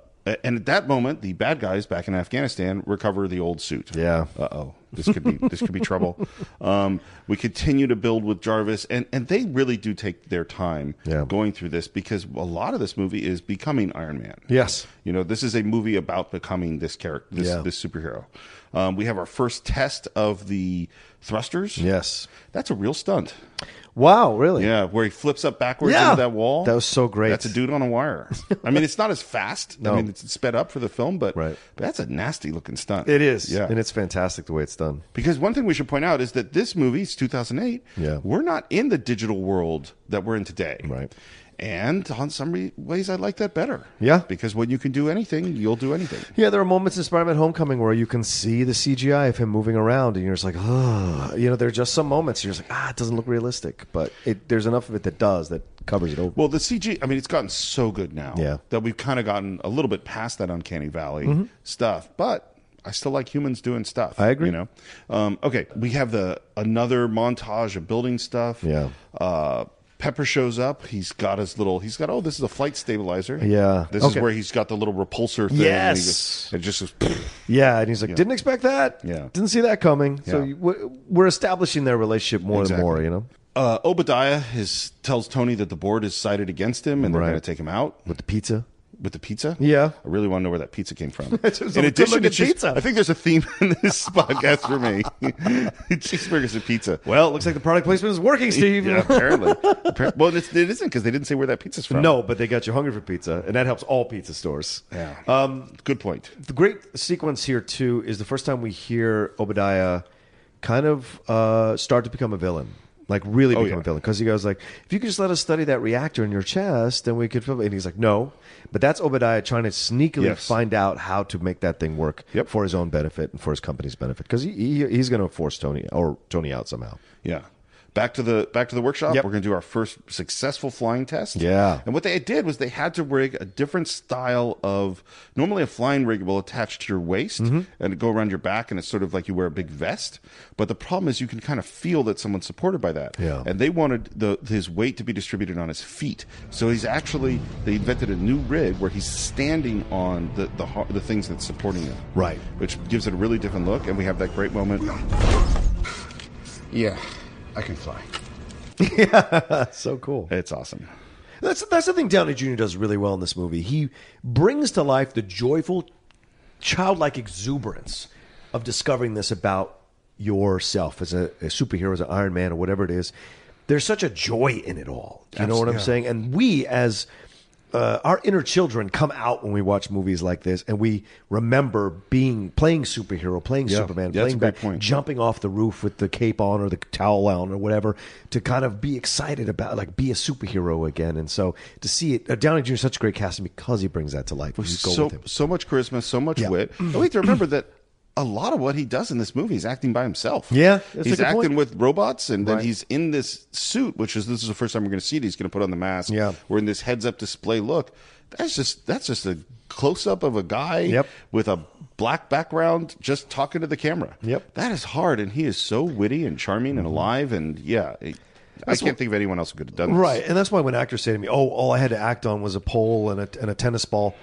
Speaker 1: and at that moment, the bad guys back in Afghanistan recover the old suit.
Speaker 3: Yeah.
Speaker 1: Uh oh. This could be this could be trouble. Um, we continue to build with Jarvis, and and they really do take their time
Speaker 3: Yeah.
Speaker 1: going through this because a lot of this movie is becoming Iron Man.
Speaker 3: Yes.
Speaker 1: You know, this is a movie about becoming this character, this,
Speaker 3: Yeah.
Speaker 1: this superhero. Um, we have our first test of the thrusters.
Speaker 3: Yes.
Speaker 1: That's a real stunt.
Speaker 3: Wow. Really.
Speaker 1: Yeah, where he flips up backwards
Speaker 3: Yeah.
Speaker 1: into that wall.
Speaker 3: That was so great.
Speaker 1: That's a dude on a wire. I mean, it's not as fast.
Speaker 3: No.
Speaker 1: I mean, it's sped up for the film, but,
Speaker 3: Right.
Speaker 1: but that's a nasty looking stunt.
Speaker 3: It is.
Speaker 1: Yeah.
Speaker 3: And it's fantastic the way it's done.
Speaker 1: because one thing we should point out is that this movie is 2008.
Speaker 3: Yeah.
Speaker 1: We're not in the digital world that we're in today.
Speaker 3: Right.
Speaker 1: And on some re- ways, I like that better.
Speaker 3: Yeah.
Speaker 1: Because when you can do anything, you'll do anything.
Speaker 3: Yeah, there are moments in Spider-Man: Homecoming where you can see the CGI of him moving around, and you're just like, oh, you know, there are just some moments you're just like, ah, it doesn't look realistic, but it, there's enough of it that does that covers it over.
Speaker 1: Well, the CG, I mean, it's gotten so good now
Speaker 3: Yeah. Mm-hmm.
Speaker 1: that we've kind of gotten a little bit past that uncanny valley stuff, but I still like humans doing stuff.
Speaker 3: I agree.
Speaker 1: You know, um, okay, we have the another montage of building stuff.
Speaker 3: Yeah.
Speaker 1: Uh, Pepper shows up. He's got his little. He's got. Oh, this is a flight stabilizer.
Speaker 3: Yeah.
Speaker 1: This
Speaker 3: Okay.
Speaker 1: is where he's got the little repulsor thing. and he
Speaker 3: Yes.
Speaker 1: goes- it just goes.
Speaker 3: yeah, and he's like, didn't expect that.
Speaker 1: Yeah.
Speaker 3: didn't see that coming. So
Speaker 1: Yeah.
Speaker 3: you, we're- we're establishing their relationship more
Speaker 1: Exactly.
Speaker 3: and more. You know,
Speaker 1: Uh, Obadiah is tells Tony that the board is sided against him, and they're
Speaker 3: Right.
Speaker 1: going to take him out.
Speaker 3: with the pizza.
Speaker 1: with the pizza.
Speaker 3: Yeah.
Speaker 1: I really want to know where that pizza came from.
Speaker 3: a good looking
Speaker 1: cheese-
Speaker 3: pizza.
Speaker 1: I think there's a theme in this podcast for me. Cheeseburgers and pizza.
Speaker 3: Well, it looks like the product placement is working, Steve.
Speaker 1: yeah, apparently. Appar- well, it's, it isn't because they didn't say where that pizza's from.
Speaker 3: No, but they got you hungry for pizza, and that helps all pizza stores.
Speaker 1: Yeah.
Speaker 3: Um,
Speaker 1: Good point.
Speaker 3: the great sequence here too is the first time we hear Obadiah kind of uh, start to become a villain, like really
Speaker 1: Oh,
Speaker 3: become
Speaker 1: yeah.
Speaker 3: a villain, because he goes like, "If you could just let us study that reactor in your chest, then we could." Film. it." And he's like, "No," but that's Obadiah trying to sneakily
Speaker 1: Yes.
Speaker 3: find out how to make that thing work
Speaker 1: Yep.
Speaker 3: for his own benefit and for his company's benefit, because he, he he's going to force Tony or Tony out somehow.
Speaker 1: Yeah. Back to the back to the workshop.
Speaker 3: Yep.
Speaker 1: We're going to do our first successful flying test.
Speaker 3: Yeah.
Speaker 1: And what they did was they had to rig a different style of normally a flying rig will attach to your waist
Speaker 3: Mm-hmm.
Speaker 1: and go around your back and it's sort of like you wear a big vest. But the problem is you can kind of feel that someone's supported by that.
Speaker 3: Yeah.
Speaker 1: And they wanted the his weight to be distributed on his feet. So he's actually they invented a new rig where he's standing on the the, har- the things that's supporting him.
Speaker 3: Right.
Speaker 1: Which gives it a really different look and we have that great moment.
Speaker 2: Yeah, I can fly.
Speaker 3: That's so cool.
Speaker 1: It's awesome.
Speaker 3: That's that's the thing Downey Jr. does really well in this movie. He brings to life the joyful, childlike exuberance of discovering this about yourself as a, a superhero, as an Iron Man, or whatever it is. There's such a joy in it all. You know what I'm saying? And we as uh, our inner children come out when we watch movies like this, and we remember being playing superhero, playing Superman,
Speaker 1: That's
Speaker 3: playing
Speaker 1: a great
Speaker 3: Bat-
Speaker 1: point.
Speaker 3: jumping off the roof with the cape on or the towel on or whatever to kind of be excited about like be a superhero again. And so to see it, uh, Downey Jr. is such a great casting because he brings that to life. You go
Speaker 1: so,
Speaker 3: with him.
Speaker 1: so much charisma, so much
Speaker 3: Yeah.
Speaker 1: wit. And we have to remember that a lot of what he does in this movie is acting by himself.
Speaker 3: Yeah, that's a
Speaker 1: he's
Speaker 3: good
Speaker 1: acting
Speaker 3: point.
Speaker 1: with robots, and then
Speaker 3: Right.
Speaker 1: he's in this suit, which is this is the first time we're going to see it. He's going to put on the mask.
Speaker 3: Yeah.
Speaker 1: we're in this heads-up display look. That's just that's just a close-up of a guy
Speaker 3: Yep.
Speaker 1: with a black background just talking to the camera.
Speaker 3: Yep. Mm-hmm.
Speaker 1: that is hard, and he is so witty and charming and alive, and yeah. it- I can't think of anyone else who could have done this.
Speaker 3: Right. And that's why when actors say to me, oh, all I had to act on was a pole and a, and a tennis ball,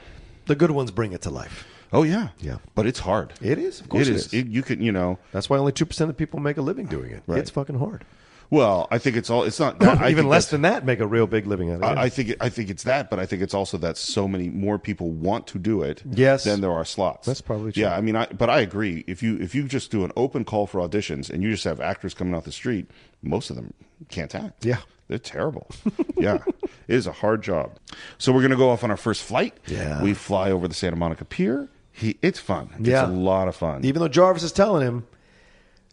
Speaker 3: the good ones bring it to life.
Speaker 1: Oh yeah,
Speaker 3: Yeah.
Speaker 1: But it's hard.
Speaker 3: It is. Of course it is.
Speaker 1: It- you can. You know.
Speaker 3: That's why only 2% of people make a living doing it. It's fucking hard.
Speaker 1: Well, I think it's all. It's not that. I
Speaker 3: Even
Speaker 1: think
Speaker 3: less
Speaker 1: that's-
Speaker 3: than that make a real big living out of it.
Speaker 1: I, I think it- I think it's that, but I think it's also that so many more people want to do it
Speaker 3: Yes.
Speaker 1: than there are slots.
Speaker 3: That's probably true.
Speaker 1: Yeah, I mean, I but I agree. If you if you just do an open call for auditions and you just have actors coming off the street, most of them can't act.
Speaker 3: Yeah.
Speaker 1: they're terrible. yeah, it is a hard job. So we're gonna go off on our first flight.
Speaker 3: Yeah.
Speaker 1: we fly over the Santa Monica Pier. He, it's fun. It's a
Speaker 3: Yeah.
Speaker 1: lot of fun.
Speaker 3: even though Jarvis is telling him,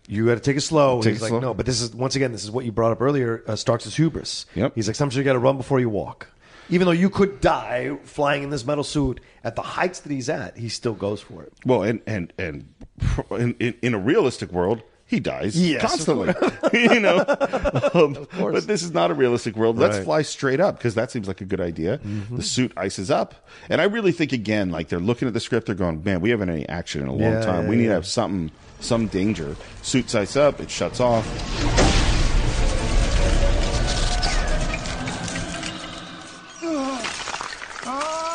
Speaker 3: you got to take it slow. and
Speaker 1: Take
Speaker 3: he's
Speaker 1: it
Speaker 3: like,
Speaker 1: slow.
Speaker 3: no, but this is once again, this is what you brought up earlier. Uh, Starks' hubris.
Speaker 1: Yep.
Speaker 3: He's like, sometimes you got to run before you walk. Even though you could die flying in this metal suit at the heights that he's at, he still goes for it.
Speaker 1: Well, and and and in, in, in a realistic world, he dies
Speaker 3: Yes, of
Speaker 1: constantly. you know, Um, but this is not a realistic world. Let's
Speaker 3: Right. Mm-hmm.
Speaker 1: fly straight up because that seems like a good idea. The suit ices up, and I really think again, like they're looking at the script, they're going, "Man, we haven't had any action in a long
Speaker 3: Yeah,
Speaker 1: time.
Speaker 3: yeah,
Speaker 1: we need
Speaker 3: yeah.
Speaker 1: to have something, some danger." Suit ice up, it shuts off. Uh,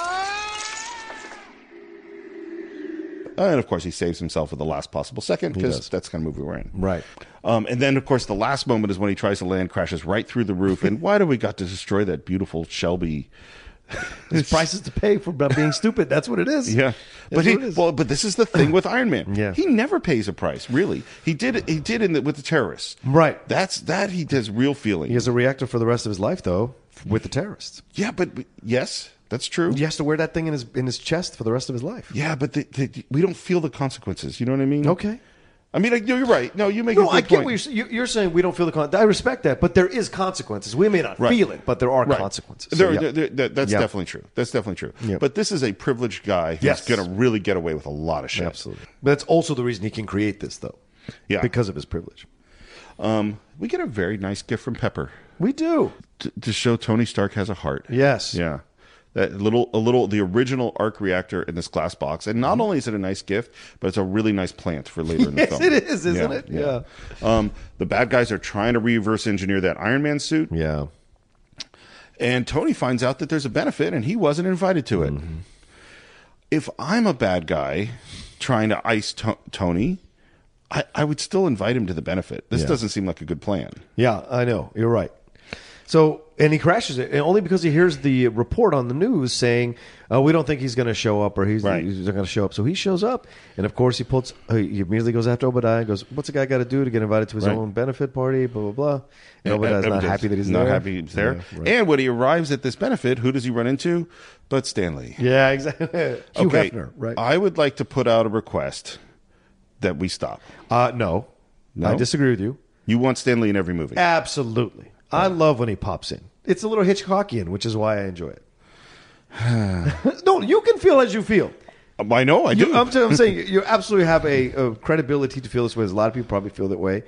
Speaker 1: And of course, he saves himself at the last possible second because that's the kind of movie we're in.
Speaker 3: Right.
Speaker 1: Um, and then, of course, the last moment is when he tries to land, crashes right through the roof. And why do we got to destroy that beautiful Shelby?
Speaker 3: His prices to pay for being stupid. That's what it is. That's
Speaker 1: but he
Speaker 3: what it is.
Speaker 1: well, but this is the thing with Iron Man.
Speaker 3: Yeah.
Speaker 1: he never pays a price. Really, he did. He did in the, with the terrorists.
Speaker 3: Right.
Speaker 1: That's that he does real feeling.
Speaker 3: he has a reactor for the rest of his life, though, with the terrorists.
Speaker 1: Yeah, but but- yes, that's true.
Speaker 3: He has to wear that thing in his in his chest for the rest of his life.
Speaker 1: Yeah, but the, the, we don't feel the consequences. You know what I mean?
Speaker 3: Okay.
Speaker 1: I mean, like, no, you're right. No, you make a
Speaker 3: No,
Speaker 1: good
Speaker 3: I get
Speaker 1: point.
Speaker 3: what you're, sa- you- you're saying. We don't feel the con- I respect that, but there is consequences. We may not
Speaker 1: Right.
Speaker 3: feel it, but there are
Speaker 1: Right.
Speaker 3: consequences. So,
Speaker 1: There-
Speaker 3: yeah.
Speaker 1: there- there- that- that's
Speaker 3: Yeah.
Speaker 1: definitely true. That's definitely true.
Speaker 3: Yeah.
Speaker 1: But this is a privileged guy who's
Speaker 3: Yes.
Speaker 1: going to really get away with a lot of shit.
Speaker 3: Absolutely. But that's also the reason he can create this, though.
Speaker 1: Yeah.
Speaker 3: Because of his privilege.
Speaker 1: Um, we get a very nice gift from Pepper
Speaker 3: We do.
Speaker 1: to, to show Tony Stark has a heart.
Speaker 3: Yes.
Speaker 1: Yeah. That little, a little, the original arc reactor in this glass box, and not only is it a nice gift, but it's a really nice plant for later in the
Speaker 3: Mm-hmm. Yes,
Speaker 1: film.
Speaker 3: it is, isn't it?
Speaker 1: Um, the bad guys are trying to reverse engineer that Iron Man suit,
Speaker 3: Yeah.
Speaker 1: and Tony finds out that there's a benefit, and he wasn't invited to it.
Speaker 3: Mm-hmm.
Speaker 1: If I'm a bad guy trying to ice to- Tony, I-, I would still invite him to the benefit. This
Speaker 3: Yeah.
Speaker 1: doesn't seem like a good plan.
Speaker 3: Yeah, I know. You're right. So, and he crashes it, and only because he hears the report on the news saying, uh, "We don't think he's going to show up, or he's,
Speaker 1: Right.
Speaker 3: he's not going to show up." So he shows up, and of course he pulls. He immediately goes after Obadiah and goes, "What's a guy got to do to get invited to his
Speaker 1: Right.
Speaker 3: own benefit party?" Blah blah blah. And
Speaker 1: Yeah,
Speaker 3: Obadiah's not
Speaker 1: everybody's
Speaker 3: happy that he's
Speaker 1: not
Speaker 3: there.
Speaker 1: happy he's there.
Speaker 3: Yeah, right.
Speaker 1: And when he arrives at this benefit, who does he run into? But Stanley.
Speaker 3: yeah exactly. Hugh Hefner, right?
Speaker 1: I would like to put out a request that we stop.
Speaker 3: uh, no,
Speaker 1: No?
Speaker 3: I disagree with you.
Speaker 1: You want Stanley in every movie.
Speaker 3: Absolutely, I love when he pops in. It's a little Hitchcockian, which is why I enjoy it. no, you can feel as you feel.
Speaker 1: Um, I know, I do.
Speaker 3: You, I'm, saying- I'm saying you absolutely have a, a credibility to feel this way. As a lot of people probably feel that way.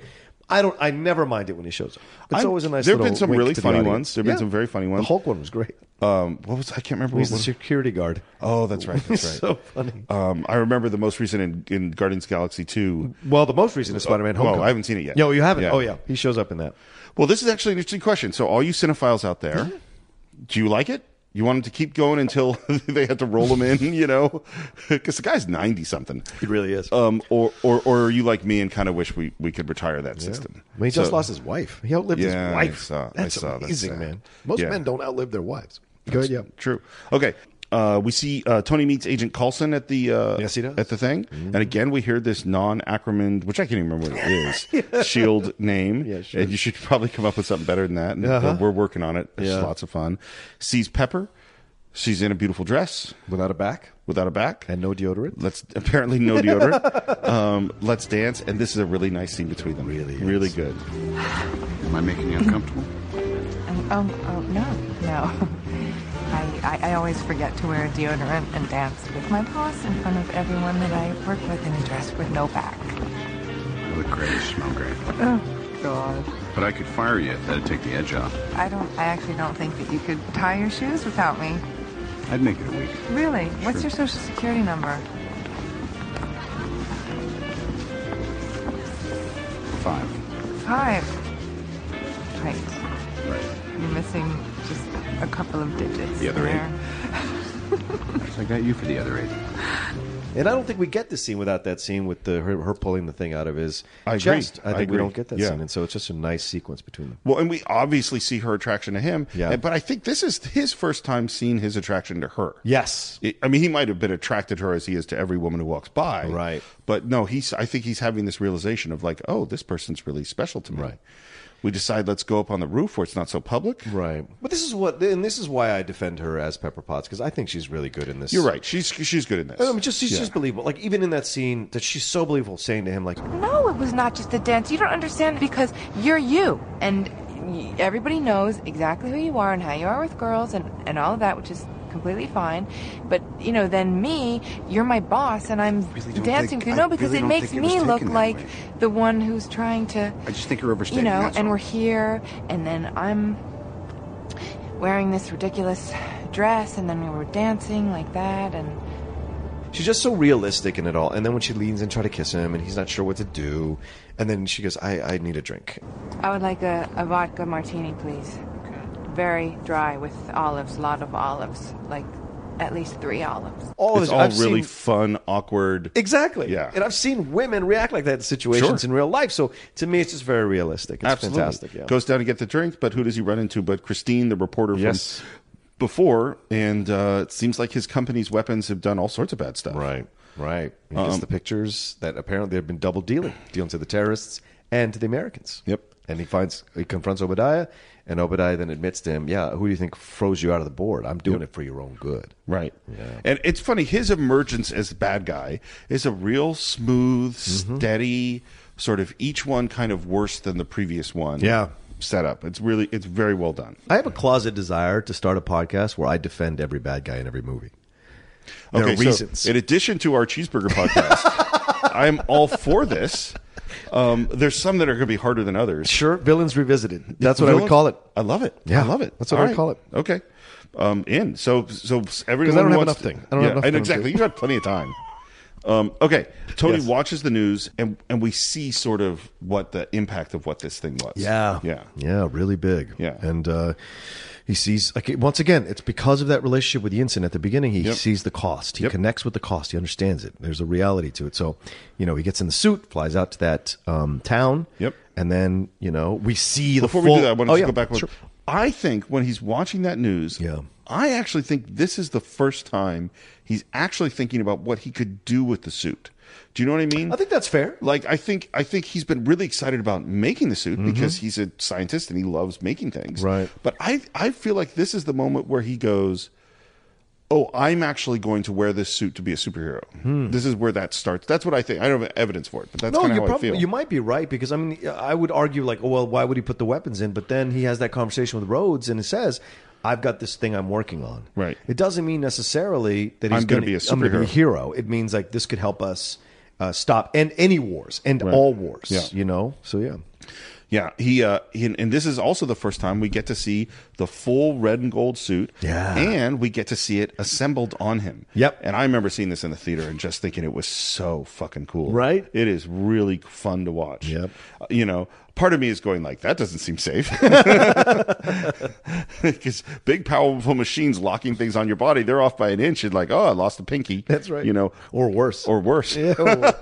Speaker 3: I don't. I never mind it when he shows up. It's
Speaker 1: I'm-
Speaker 3: always a nice.
Speaker 1: there've been
Speaker 3: little
Speaker 1: some
Speaker 3: wink
Speaker 1: really
Speaker 3: to the
Speaker 1: funny
Speaker 3: audience.
Speaker 1: ones. There've been some very funny
Speaker 3: The
Speaker 1: ones.
Speaker 3: Hulk one was great.
Speaker 1: um, what was I can't remember.
Speaker 3: He's
Speaker 1: what
Speaker 3: the security guard.
Speaker 1: Oh, that's right. That's right.
Speaker 3: so funny.
Speaker 1: Um, I remember the most recent in, in Guardians of the Galaxy two.
Speaker 3: Well, the most recent is
Speaker 1: Uh,
Speaker 3: Spider-Man:
Speaker 1: well, I
Speaker 3: Homecoming.
Speaker 1: haven't seen it yet.
Speaker 3: No, you haven't.
Speaker 1: Yeah.
Speaker 3: Oh, yeah, he shows up in that.
Speaker 1: Well, this is actually an interesting question. So, all you cinephiles out there, do you like it? You want him to keep going until they have to roll him in, you know, because the guy's ninety something.
Speaker 3: He really is.
Speaker 1: Um, or, or or are you like me and kind of wish we, we could retire that system?
Speaker 3: I mean, he just
Speaker 1: So-
Speaker 3: lost his wife. He outlived
Speaker 1: Yeah,
Speaker 3: his
Speaker 1: I
Speaker 3: wife.
Speaker 1: saw- I
Speaker 3: That's
Speaker 1: saw. That's
Speaker 3: amazing,
Speaker 1: sad.
Speaker 3: man. Most
Speaker 1: Yeah.
Speaker 3: men don't outlive their wives. Go ahead, yeah.
Speaker 1: True. Okay. Uh, we see uh, Tony meets Agent Coulson at the uh,
Speaker 3: Yes, he does.
Speaker 1: at the thing,
Speaker 3: Mm-hmm.
Speaker 1: and again we hear this non Ackerman, which I can't even remember what it is, Shield name.
Speaker 3: Yeah, sure.
Speaker 1: And you should probably come up with something better than that. And
Speaker 3: Uh-huh.
Speaker 1: we're, we're working on it. It's
Speaker 3: Yeah.
Speaker 1: lots of fun. Sees Pepper. She's in a beautiful dress
Speaker 3: Without a back
Speaker 1: without a back.
Speaker 3: and no deodorant.
Speaker 1: Let's apparently no deodorant. um, let's dance, and this is a really nice scene between them. Really, really good.
Speaker 2: Am I making you uncomfortable?
Speaker 8: Um, oh, no, no. I, I, I always forget to wear a deodorant and dance with my boss in front of everyone that I work with in a dress with no back.
Speaker 2: You look great. You smell great.
Speaker 8: God.
Speaker 2: But I could fire you. That'd take the edge off.
Speaker 8: I don't, I actually don't think that you could tie your shoes without me.
Speaker 2: I'd make it a week.
Speaker 8: Really? What's
Speaker 2: Sure.
Speaker 8: your social security number?
Speaker 2: Five.
Speaker 8: Five. Right.
Speaker 2: Right.
Speaker 8: You're missing just a couple of digits.
Speaker 2: The other eight.
Speaker 8: there.
Speaker 2: So I got you for the other eight.
Speaker 3: And I don't think we get this scene without that scene with the her, her pulling the thing out of his
Speaker 1: I agree.
Speaker 3: chest. I
Speaker 1: I
Speaker 3: think we
Speaker 1: agree.
Speaker 3: don't get that
Speaker 1: Yeah.
Speaker 3: scene, and so it's just a nice sequence between them.
Speaker 1: Well, and we obviously see her attraction to him.
Speaker 3: Yeah.
Speaker 1: and- But I think this is his first time seeing his attraction to her.
Speaker 3: Yes,
Speaker 1: It- I mean, he might have been attracted to her as he is to every woman who walks by.
Speaker 3: Right.
Speaker 1: But no, he's. I think he's having this realization of like, oh, this person's really special to me.
Speaker 3: Right.
Speaker 1: We decide let's go up on the roof where it's not so public.
Speaker 3: right. But this is what, and this is why I defend her as Pepper Potts because I think she's really good in this.
Speaker 1: You're right. She's she's good in this.
Speaker 3: I mean, just she's
Speaker 1: Yeah.
Speaker 3: just believable. Like even in that scene, that she's so believable, saying to him like,
Speaker 8: No, it was not just a dance. You don't understand because you're you. And y- everybody knows exactly who you are and how you are with girls and, and all of that, which is completely fine. But, you know, then me, you're my boss and I'm
Speaker 9: really don't
Speaker 8: dancing
Speaker 9: think-
Speaker 8: through.
Speaker 9: I
Speaker 8: No, because
Speaker 9: really
Speaker 8: it
Speaker 9: don't
Speaker 8: makes
Speaker 9: think it was
Speaker 8: me look
Speaker 9: taken that
Speaker 8: like
Speaker 9: way.
Speaker 8: the one who's trying to.
Speaker 9: I just think you're
Speaker 8: You
Speaker 9: overstating.
Speaker 8: know,
Speaker 9: that's
Speaker 8: and
Speaker 9: all.
Speaker 8: we're here and then I'm wearing this ridiculous dress and then we were dancing like that and.
Speaker 3: she's just so realistic in it all. And then when she leans in, try to kiss him, and he's not sure what to do, and then she goes, I, I need a drink.
Speaker 8: I would like a, a vodka martini, please. Very dry with olives, a lot of olives, like at least three olives.
Speaker 3: All of
Speaker 1: it's
Speaker 3: this,
Speaker 1: all
Speaker 3: I've
Speaker 1: really
Speaker 3: seen-
Speaker 1: fun, awkward.
Speaker 3: Exactly.
Speaker 1: Yeah.
Speaker 3: And I've seen women react like that in situations
Speaker 1: Sure.
Speaker 3: in real life. So to me, it's just very realistic. It's
Speaker 1: Absolutely.
Speaker 3: fantastic. Yeah.
Speaker 1: Goes down to get the drink, but who does he run into? But Christine, the reporter
Speaker 3: Yes.
Speaker 1: from before, and uh, it seems like his company's weapons have done all sorts of bad stuff.
Speaker 3: right. Right. He
Speaker 1: Um,
Speaker 3: gets the pictures that apparently they've been double dealing, dealing to the terrorists and to the Americans.
Speaker 1: Yep.
Speaker 3: And he finds he confronts Obadiah, and Obadiah then admits to him, "Yeah, who do you think froze you out of the board? I'm doing it for your own good."
Speaker 1: Right.
Speaker 3: Yeah.
Speaker 1: And it's funny, his emergence as the bad guy is a real smooth,
Speaker 3: Mm-hmm.
Speaker 1: steady, sort of each one kind of worse than the previous one.
Speaker 3: Yeah.
Speaker 1: Setup. It's really, it's very well done.
Speaker 3: I have a closet desire to start a podcast where I defend every bad guy in every movie. There are
Speaker 1: so
Speaker 3: reasons.
Speaker 1: in addition to our cheeseburger podcast, I'm all for this. Um, there's some that are going to be harder than others.
Speaker 3: Sure, villains revisited. That's what I would
Speaker 1: Villains-
Speaker 3: call it.
Speaker 1: I love it.
Speaker 3: Yeah.
Speaker 1: I love it.
Speaker 3: That's what
Speaker 1: All
Speaker 3: I would call it.
Speaker 1: Okay. Um, in so so everyone
Speaker 3: I don't have
Speaker 1: wants
Speaker 3: enough
Speaker 1: to-
Speaker 3: thing. I don't have
Speaker 1: and
Speaker 3: enough thing to
Speaker 1: exactly.
Speaker 3: do.
Speaker 1: You got plenty of time. Um, okay, Tony
Speaker 3: Yes.
Speaker 1: watches the news and and we see sort of what the impact of what this thing was.
Speaker 3: Yeah.
Speaker 1: yeah.
Speaker 3: Yeah, really big.
Speaker 1: Yeah.
Speaker 3: And uh, he sees, like, once again, it's because of that relationship with Yinsen at the beginning, he
Speaker 1: Yep.
Speaker 3: sees the cost. He
Speaker 1: Yep.
Speaker 3: connects with the cost. He understands it. There's a reality to it. So, you know, he gets in the suit, flies out to that um, town.
Speaker 1: Yep.
Speaker 3: And then, you know, we see the
Speaker 1: Before
Speaker 3: full-
Speaker 1: we do that, I wanted
Speaker 3: Oh,
Speaker 1: to
Speaker 3: yeah,
Speaker 1: go back. One.
Speaker 3: sure.
Speaker 1: I think when he's watching that news,
Speaker 3: Yeah.
Speaker 1: I actually think this is the first time he's actually thinking about what he could do with the suit. Do you know what I mean?
Speaker 3: I think that's fair.
Speaker 1: like I think I think he's been really excited about making the suit because he's a scientist and he loves making things.
Speaker 3: Mm-hmm. Right.
Speaker 1: But I I feel like this is the moment where he goes, "Oh, I'm actually going to wear this suit to be a superhero." This is where that starts. That's what I think. I don't have evidence for it, but that's
Speaker 3: Hmm. no,
Speaker 1: kind of
Speaker 3: you
Speaker 1: how
Speaker 3: probably
Speaker 1: I feel.
Speaker 3: you might be right because I mean I would argue like, oh, well, why would he put the weapons in? But then he has that conversation with Rhodes and he says, "I've got this thing I'm working on."
Speaker 1: Right.
Speaker 3: It doesn't mean necessarily that
Speaker 1: I'm
Speaker 3: he's
Speaker 1: gonna
Speaker 3: going to
Speaker 1: be a
Speaker 3: I'm gonna be a hero. It means like this could help us uh, stop and any wars and all wars.
Speaker 1: Yeah.
Speaker 3: You know. So yeah.
Speaker 1: Yeah, he uh, he, and this is also the first time we get to see the full red and gold suit.
Speaker 3: Yeah.
Speaker 1: and we get to see it assembled on him.
Speaker 3: Yep.
Speaker 1: And I remember seeing this in the theater and just thinking it was so fucking cool.
Speaker 3: Right?
Speaker 1: It is really fun to watch.
Speaker 3: Yep.
Speaker 1: Uh, you know, part of me is going like that doesn't seem safe because big powerful machines locking things on your body they're off by an inch and like oh I lost a pinky.
Speaker 3: That's right.
Speaker 1: You know,
Speaker 3: Or worse.
Speaker 1: or worse.
Speaker 3: Ew.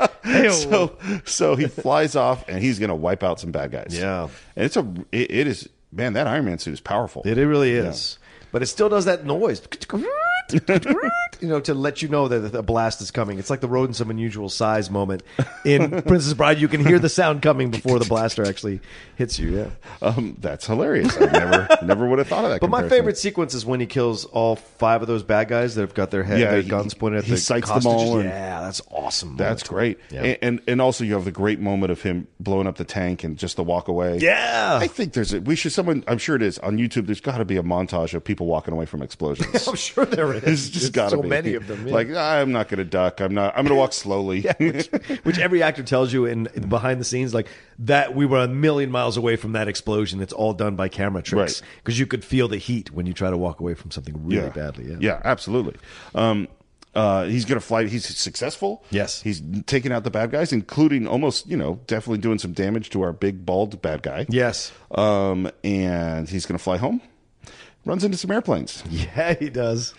Speaker 1: So so he flies off and he's gonna wipe out some bad guys.
Speaker 3: Yeah.
Speaker 1: And it's a it, it is man that Iron Man suit is powerful.
Speaker 3: It, it really is. But it still does that noise. You know, to let you know that a blast is coming. It's like the rodents of unusual size moment in Princess Bride. You can hear the sound coming before the blaster actually hits you. Yeah.
Speaker 1: Um, that's hilarious. I never never would have thought of that.
Speaker 3: But my
Speaker 1: comparison.
Speaker 3: favorite sequence is when he kills all five of those bad guys that have got their head,
Speaker 1: Yeah,
Speaker 3: their
Speaker 1: he-
Speaker 3: guns pointed at
Speaker 1: he
Speaker 3: the
Speaker 1: sights them
Speaker 3: hostages.
Speaker 1: all and-
Speaker 3: yeah, that's awesome.
Speaker 1: That's great.
Speaker 3: moment. Yeah.
Speaker 1: And, and and also you have the great moment of him blowing up the tank and just the walk away.
Speaker 3: Yeah.
Speaker 1: I think there's a we should someone I'm sure it is on YouTube. There's got to be a montage of people walking away from explosions.
Speaker 3: I'm sure there is.
Speaker 1: There's just got to
Speaker 3: Oh, so
Speaker 1: be
Speaker 3: many of them. yeah.
Speaker 1: Like "Ah, I'm not going to duck. I'm not. I'm going to walk slowly.
Speaker 3: which, which every actor tells you in, in behind the scenes, like that we were a million miles away from that explosion. It's all done by camera tricks
Speaker 1: Right.
Speaker 3: because you could feel the heat when you try to walk away from something really
Speaker 1: yeah.
Speaker 3: badly. Yeah.
Speaker 1: absolutely. Um, uh, he's going to fly. He's successful.
Speaker 3: Yes.
Speaker 1: He's taking out the bad guys, including almost, you know, definitely doing some damage to our big bald bad guy.
Speaker 3: Yes.
Speaker 1: Um, and he's going to fly home. runs into some airplanes.
Speaker 3: Yeah, he does.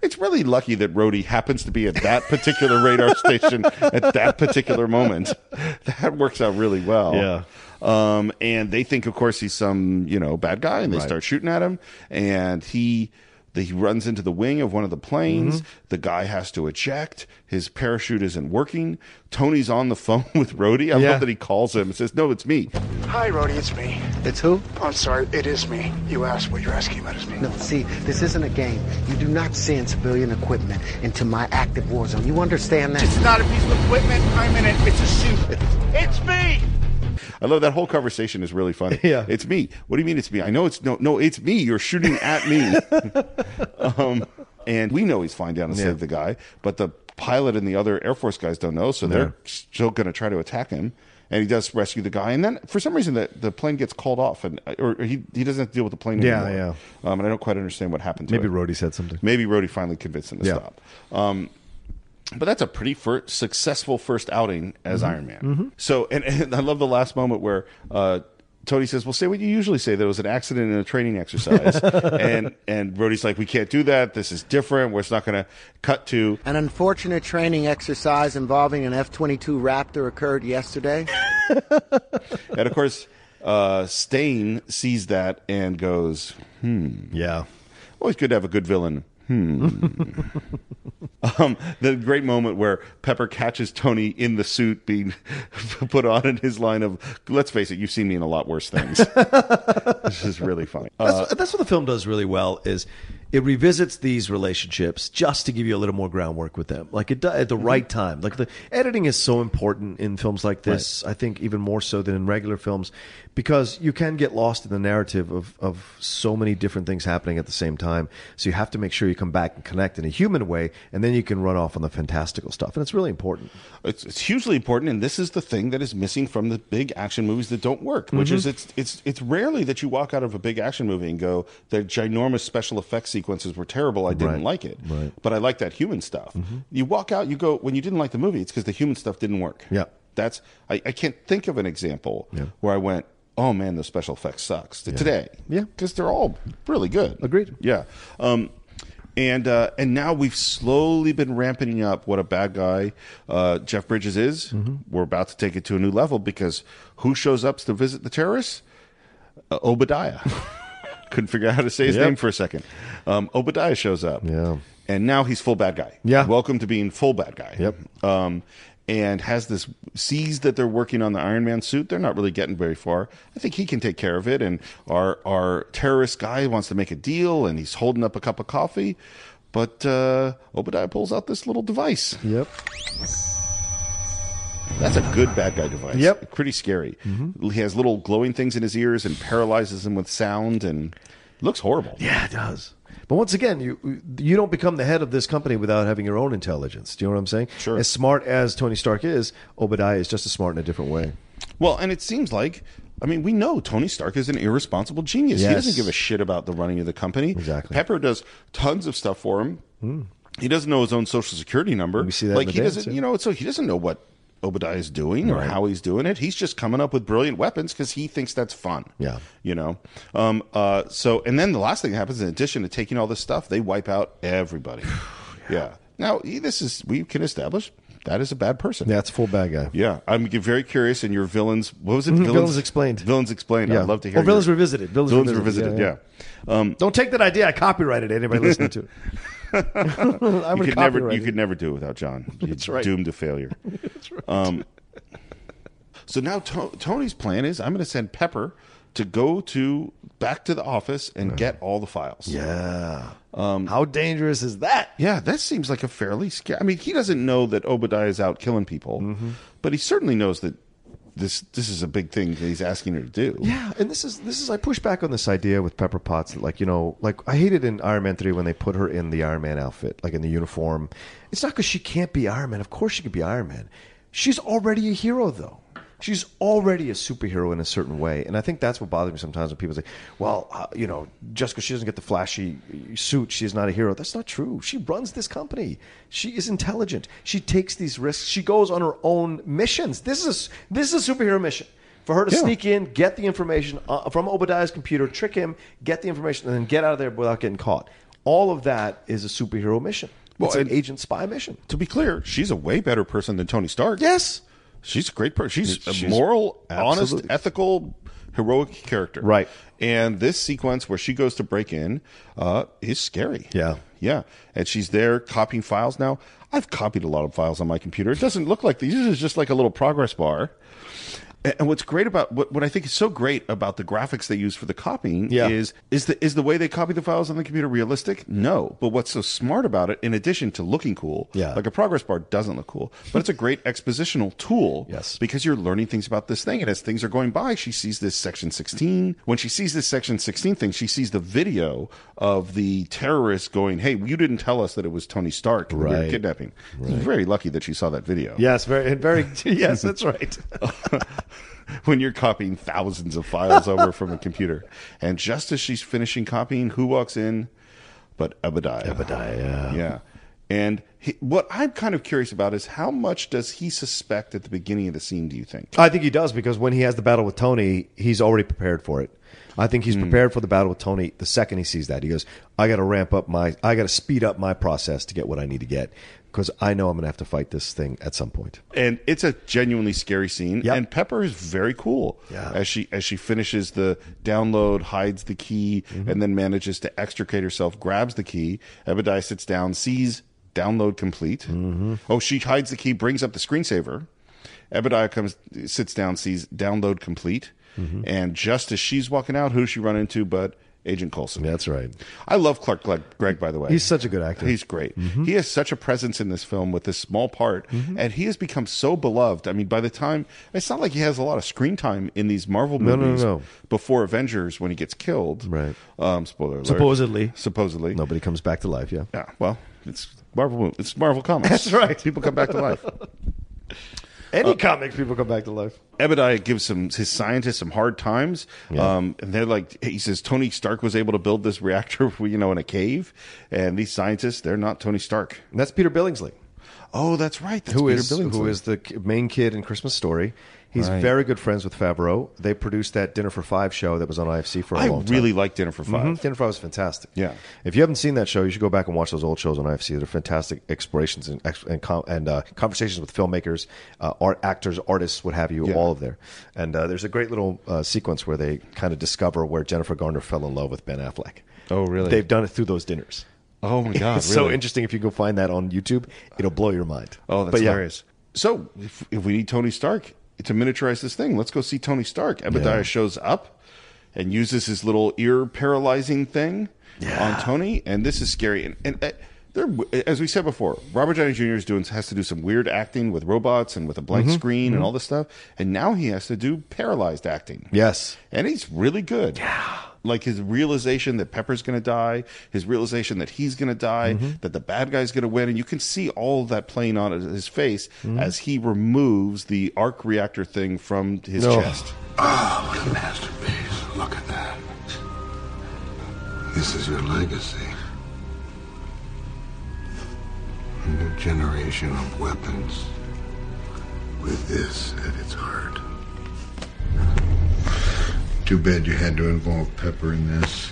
Speaker 1: It's really lucky that Rhodey happens to be at that particular radar station at that particular moment. That works out really well.
Speaker 3: Yeah.
Speaker 1: Um, and they think, of course, he's some you know bad guy, and they start shooting at him. And he the, he runs into the wing of one of the planes.
Speaker 3: Mm-hmm.
Speaker 1: The guy has to eject. His parachute isn't working. Tony's on the phone with Rhodey. I
Speaker 3: Yeah.
Speaker 1: love that he calls him and says, "No, it's me."
Speaker 9: Hi, Rody, it's me. Oh,
Speaker 10: It's who?
Speaker 9: I'm sorry, it is me. You asked what you're asking about is me.
Speaker 10: No, see, this isn't a game. You do not send civilian equipment into my active war zone. You understand that?
Speaker 9: It's not a piece of equipment. I'm in it. It's a suit. It's me.
Speaker 1: I love that whole conversation is really funny.
Speaker 3: Yeah.
Speaker 1: It's me. What do you mean it's me? I know it's no no, it's me. You're shooting at me. um, and we know he's flying down to save the guy, but the pilot and the other Air Force guys don't know, so they're still gonna try to attack him. And he does rescue the guy, and then for some reason the, the plane gets called off, and or he, he doesn't have to deal with the plane
Speaker 3: Yeah,
Speaker 1: anymore. yeah. Um, and I don't quite understand what happened. to
Speaker 3: Maybe
Speaker 1: it.
Speaker 3: Rhodey said something.
Speaker 1: Maybe Rhodey finally convinced him to
Speaker 3: Yeah.
Speaker 1: stop. Um, but that's a pretty fir- successful first outing as Iron Man. So, and, and I love the last moment where uh, Tony says, "Well, say what you usually say. There was an accident in a training exercise." and and Brody's like, "We can't do that. This is different. We're it's not going to cut to."
Speaker 10: An unfortunate training exercise involving an F 22 Raptor occurred yesterday.
Speaker 1: And of course, uh, Stain sees that and goes,
Speaker 3: Yeah.
Speaker 1: Always good to have a good villain. Hmm. um, the great moment where Pepper catches Tony in the suit being put on in his line of, let's face it, you've seen me in a lot worse things. this is really funny. Uh,
Speaker 3: That's, that's what the film does really well is it revisits these relationships just to give you a little more groundwork with them like it does at the right time like the editing is so important in films like this i think even more so than in regular films because you can get lost in the narrative of, of so many different things happening at the same time so you have to make sure you come back and connect in a human way and then you can run off on the fantastical stuff and it's really important
Speaker 1: it's, it's hugely important, and this is the thing that is missing from the big action movies that don't work. Which
Speaker 3: Mm-hmm.
Speaker 1: is, it's it's it's rarely that you walk out of a big action movie and go, "The ginormous special effects sequences were terrible. I didn't
Speaker 3: Right.
Speaker 1: like it,
Speaker 3: Right. Mm-hmm.
Speaker 1: but I like that human stuff." You walk out, you go, "When you didn't like the movie, it's because the human stuff didn't work."
Speaker 3: Yeah.
Speaker 1: that's I, I can't think of an example
Speaker 3: Yeah.
Speaker 1: where I went. Oh man, the special effects sucks to today.
Speaker 3: Yeah.
Speaker 1: because they're all really good.
Speaker 3: Agreed.
Speaker 1: Yeah. Um, and uh, and now we've slowly been ramping up what a bad guy uh, Jeff Bridges is.
Speaker 3: Mm-hmm.
Speaker 1: We're about to take it to a new level because who shows up to visit the terrorists? Uh, Obadiah. Couldn't figure out how to say his
Speaker 3: Yep.
Speaker 1: name for a second. Um, Obadiah shows up.
Speaker 3: Yeah.
Speaker 1: And now he's full bad guy.
Speaker 3: Yeah.
Speaker 1: Welcome to being full bad guy.
Speaker 3: Yep.
Speaker 1: Um, and has this sees that they're working on the Iron Man suit. They're not really getting very far. I think he can take care of it. And our our terrorist guy wants to make a deal, and he's holding up a cup of coffee. But uh, Obadiah pulls out this little device.
Speaker 3: yep
Speaker 1: That's a good bad guy device.
Speaker 3: Yep. Mm-hmm.
Speaker 1: Pretty scary. He has little glowing things in his ears and paralyzes him with sound and looks horrible.
Speaker 3: Yeah, it does. But once again, you you don't become the head of this company without having your own intelligence. Do you know what I'm saying?
Speaker 1: Sure.
Speaker 3: As smart as Tony Stark is, Obadiah is just as smart in a different way.
Speaker 1: Well, and it seems like I mean, we know Tony Stark is an irresponsible genius. He
Speaker 3: Yes.
Speaker 1: doesn't give a shit about the running of the company.
Speaker 3: Exactly. Hmm.
Speaker 1: Pepper does tons of stuff for him. He doesn't know his own social security number.
Speaker 3: We see that in
Speaker 1: like
Speaker 3: the
Speaker 1: he
Speaker 3: dance,
Speaker 1: doesn't,
Speaker 3: yeah.
Speaker 1: you know, so he doesn't know what Obadiah is doing or
Speaker 3: Right.
Speaker 1: how he's doing it. He's just coming up with brilliant weapons because he thinks that's fun.
Speaker 3: Yeah.
Speaker 1: you know. Um. Uh. So, and then the last thing that happens, in addition to taking all this stuff, they wipe out everybody. yeah. Now, he- this is we can establish that is a bad person.
Speaker 3: Yeah, it's a full bad guy.
Speaker 1: Yeah, I'm g- very curious. And your villains, what was it?
Speaker 3: Mhm, Villains Explained.
Speaker 1: Villains explained.
Speaker 3: Yeah.
Speaker 1: I'd love to
Speaker 3: Or
Speaker 1: hear.
Speaker 3: Villains
Speaker 1: your-
Speaker 3: Revisited. Villains Revisited,
Speaker 1: revisited.
Speaker 3: yeah,
Speaker 1: Yeah, Um,
Speaker 3: Don't take that idea. I copyrighted it. Anybody listening to it? I'm
Speaker 1: you could never, you could never do it without John. You're
Speaker 3: right.
Speaker 1: doomed to failure. Um, so now to- Tony's plan is, I'm going to send Pepper to go to back to the office and get all the files.
Speaker 3: Yeah. Um, How dangerous is that?
Speaker 1: Yeah, that seems like a fairly scary. I mean, he doesn't know that Obadiah is out killing people,
Speaker 3: Mm-hmm.
Speaker 1: but he certainly knows that this this is a big thing that he's asking her to do.
Speaker 3: Yeah, and this is this is I push back on this idea with Pepper Potts that like you know like I hated in Iron Man three when they put her in the Iron Man outfit like in the uniform. It's not because she can't be Iron Man. Of course she could be Iron Man. She's already a hero though. She's already a superhero in a certain way, and I think that's what bothers me sometimes when people say, "Well, uh, you know, just because she doesn't get the flashy uh, suit, she's not a hero." That's not true. She runs this company. She is intelligent. She takes these risks. She goes on her own missions. This is this is a superhero mission. for her to
Speaker 1: Yeah.
Speaker 3: sneak in, get the information uh, from Obadiah's computer, trick him, get the information, and then get out of there without getting caught. All of that is a superhero mission.
Speaker 1: Well,
Speaker 3: it's an
Speaker 1: and-
Speaker 3: agent spy mission.
Speaker 1: To be clear, she's a way better person than Tony Stark.
Speaker 3: Yes.
Speaker 1: She's a great person. She's,
Speaker 3: She's-
Speaker 1: a moral, honest,
Speaker 3: absolutely.
Speaker 1: ethical, heroic character.
Speaker 3: Right.
Speaker 1: And this sequence where she goes to break in uh, is scary.
Speaker 3: Yeah.
Speaker 1: Yeah. And she's there copying files now. I've copied a lot of files on my computer. It doesn't look like these. This is just like a little progress bar. And and what's great about what, what I think is so great about the graphics they use for the copying
Speaker 3: Yeah.
Speaker 1: is is the is the way they copy the files on the computer realistic? No, but what's so smart about it, in addition to looking cool,
Speaker 3: Yeah.
Speaker 1: like a progress bar doesn't look cool, but it's a great expositional tool.
Speaker 3: Yes.
Speaker 1: because you're learning things about this thing, and as things are going by, she sees this section sixteen. When she sees this section sixteen thing, she sees the video of the terrorist going, "Hey, you didn't tell us that it was Tony Stark and we were
Speaker 3: Right.
Speaker 1: kidnapping." She's very lucky that she saw that video.
Speaker 3: Yes, very, very. Yes, that's right.
Speaker 1: when you're copying thousands of files over from a computer. And just as she's finishing copying, who walks in? But Abadiah.
Speaker 3: Obadiah.
Speaker 1: Yeah. And he, what I'm kind of curious about is how much does he suspect at the beginning of the scene, do you think?
Speaker 3: I think he does because when he has the battle with Tony, he's already prepared for it. I think he's prepared for the battle with Tony the second he sees that. He goes, I got to ramp up my, I got to speed up my process to get what I need to get because I know I'm going to have to fight this thing at some point.
Speaker 1: And it's a genuinely scary scene.
Speaker 3: Yep.
Speaker 1: And Pepper is very cool
Speaker 3: Yeah.
Speaker 1: as she as she finishes the download, hides the key,
Speaker 3: Mm-hmm.
Speaker 1: and then manages to extricate herself, grabs the key. Abadiah sits down, sees download complete.
Speaker 3: Mm-hmm.
Speaker 1: Oh, she hides the key, brings up the screensaver. Ebediah comes, sits down, sees download complete,
Speaker 3: Mm-hmm.
Speaker 1: and just as she's walking out, who does she run into but Agent Coulson?
Speaker 3: That's right.
Speaker 1: I love Clark Gregg, Gregg, by the way.
Speaker 3: He's such a good actor. Mm-hmm.
Speaker 1: He's great. He has such a presence in this film with this small part, and he has become so beloved. I mean, by the time it's not like he has a lot of screen time in these Marvel
Speaker 3: No, no,
Speaker 1: movies
Speaker 3: no.
Speaker 1: before Avengers when he gets killed.
Speaker 3: Right.
Speaker 1: Um, spoiler alert.
Speaker 3: Supposedly.
Speaker 1: Supposedly.
Speaker 3: Nobody comes back to life. Yeah.
Speaker 1: Yeah. Well, it's Marvel. mo- It's Marvel comics.
Speaker 3: That's right.
Speaker 1: People come back to life.
Speaker 3: Any comics, people come back to life.
Speaker 1: Ebediah gives some his scientists some hard times, um, and they're like, he says Tony Stark was able to build this reactor, you know, in a cave, and these scientists they're not Tony Stark.
Speaker 3: And that's Peter Billingsley.
Speaker 1: Oh, that's right. That's
Speaker 3: Who
Speaker 1: Peter
Speaker 3: is
Speaker 1: Billingsley.
Speaker 3: who is the k- main kid in Christmas Story. He's
Speaker 1: Right.
Speaker 3: very good friends with Favreau. They produced that Dinner for Five show that was on IFC for a
Speaker 1: I
Speaker 3: long time.
Speaker 1: really like Dinner for 5
Speaker 3: Mhm. Dinner for Five was fantastic.
Speaker 1: Yeah.
Speaker 3: If you haven't seen that show, you should go back and watch those old shows on IFC. They're fantastic explorations and ex- and, com- and uh, conversations with filmmakers, uh, art actors, artists, what have you,
Speaker 1: Yeah.
Speaker 3: all of there. And uh, there's a great little uh, sequence where they kind of discover where Jennifer Garner fell in love with Ben Affleck.
Speaker 1: Oh, really?
Speaker 3: They've done it through those dinners.
Speaker 1: Oh my god,
Speaker 3: it's so
Speaker 1: really?
Speaker 3: interesting. If you go find that on YouTube, it'll blow your mind.
Speaker 1: Oh, that's
Speaker 3: But yeah.
Speaker 1: hilarious. So if, if we need Tony Stark to miniaturize this thing, let's go see Tony Stark. Ebediah
Speaker 3: Yeah.
Speaker 1: shows up and uses his little ear paralyzing thing on Tony, and this is scary. And, and uh, there, as we said before, Robert Downey Jr. is doing has to do some weird acting with robots and with a
Speaker 3: Mm-hmm.
Speaker 1: blank screen and all this stuff, and now he has to do paralyzed acting.
Speaker 3: Yes.
Speaker 1: and he's really good. Yeah. Like his realization that Pepper's going to die, his realization that he's going to die,
Speaker 3: Mm-hmm.
Speaker 1: that the bad guy's going to win, and you can see all of that playing on his face
Speaker 3: Mm-hmm.
Speaker 1: as he removes the arc reactor thing from his
Speaker 3: No.
Speaker 1: chest.
Speaker 2: Oh, what a masterpiece. Look at that. This is your legacy. A new generation of weapons with this at its heart. Too bad you had to involve Pepper in this.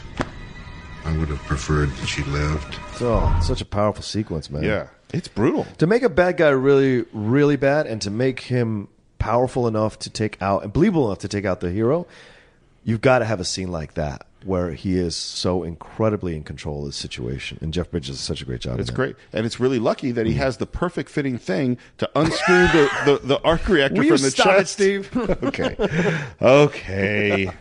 Speaker 2: I would have preferred that she lived.
Speaker 3: So such a powerful sequence, man.
Speaker 1: Yeah, it's brutal.
Speaker 3: To make a bad guy really, really bad, and to make him powerful enough to take out and believable enough to take out the hero, you've got to have a scene like that where he is so incredibly in control of the situation. And Jeff Bridges does such a great job.
Speaker 1: It's great, and it's really lucky that he
Speaker 3: Mm-hmm.
Speaker 1: has the perfect fitting thing to unscrew the, the, the arc reactor
Speaker 3: Will
Speaker 1: from
Speaker 3: you
Speaker 1: the
Speaker 3: stop it,
Speaker 1: chest.
Speaker 3: Steve?
Speaker 1: okay, okay.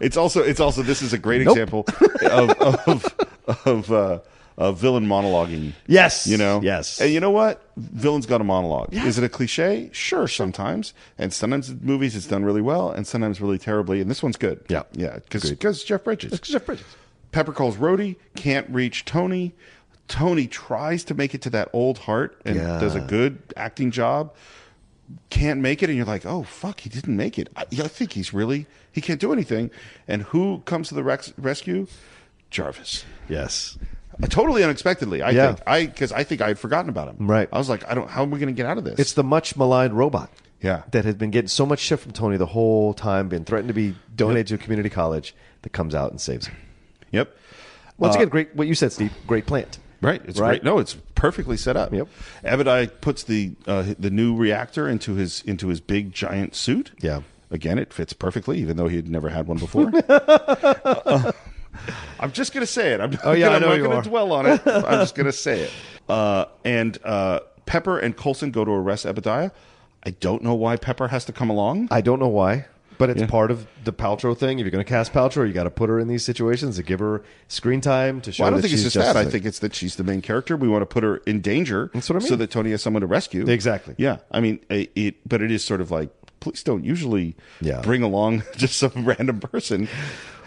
Speaker 1: It's also it's also this is a great
Speaker 3: Nope.
Speaker 1: example of of of, uh, of villain monologuing.
Speaker 3: Yes.
Speaker 1: you know.
Speaker 3: Yes.
Speaker 1: and you know what? Villain's got a monologue. Is it a cliche? Sure, sometimes, and sometimes in movies it's done really well, and sometimes really terribly. And this one's good.
Speaker 3: Yeah.
Speaker 1: yeah, because
Speaker 3: Agreed.
Speaker 1: because Jeff Bridges. Jeff Bridges. Pepper calls Rhodey, can't reach Tony. Tony tries to make it to that old heart and
Speaker 3: Yeah.
Speaker 1: does a good acting job. Can't make it, and you're like, oh fuck, he didn't make it. I, I think he's really he can't do anything. And who comes to the rex- rescue? Jarvis.
Speaker 3: Yes.
Speaker 1: Uh, totally unexpectedly, I
Speaker 3: Yeah.
Speaker 1: think. I because I think I had forgotten about him.
Speaker 3: Right.
Speaker 1: I was like, I don't. How am we going to get out of this?
Speaker 3: It's the much maligned robot.
Speaker 1: Yeah.
Speaker 3: that has been getting so much shit from Tony the whole time, been threatened to be donated to a community college, that comes out and saves him.
Speaker 1: Yep.
Speaker 3: Once again, great what you said, Steve. Great plant.
Speaker 1: Right. It's right. Great. No, it's perfectly set up.
Speaker 3: Yep.
Speaker 1: Abadai puts the uh, the new reactor into his into his big giant suit.
Speaker 3: Yeah.
Speaker 1: Again, it fits perfectly, even though he had never had one before. Uh, I'm just gonna say it. I'm, not
Speaker 3: Oh, yeah,
Speaker 1: gonna-
Speaker 3: I know
Speaker 1: I'm
Speaker 3: you
Speaker 1: not gonna
Speaker 3: are.
Speaker 1: dwell on it. I'm just gonna say it. Uh, and uh, Pepper and Colson go to arrest Abadiah. I don't know why Pepper has to come along.
Speaker 3: I don't know why, but it's
Speaker 1: Yeah.
Speaker 3: part of the Paltrow thing. If you're going to cast Paltrow, you got to put her in these situations to give her screen time to show.
Speaker 1: Well, I don't
Speaker 3: that
Speaker 1: think it's
Speaker 3: she's
Speaker 1: just that. I
Speaker 3: justified.
Speaker 1: think it's that she's the main character. We want to put her in danger.
Speaker 3: That's what I mean.
Speaker 1: So that Tony has someone to rescue.
Speaker 3: Exactly.
Speaker 1: Yeah. I mean, it, it- but it is sort of like, please don't usually
Speaker 3: Yeah.
Speaker 1: bring along just some random person.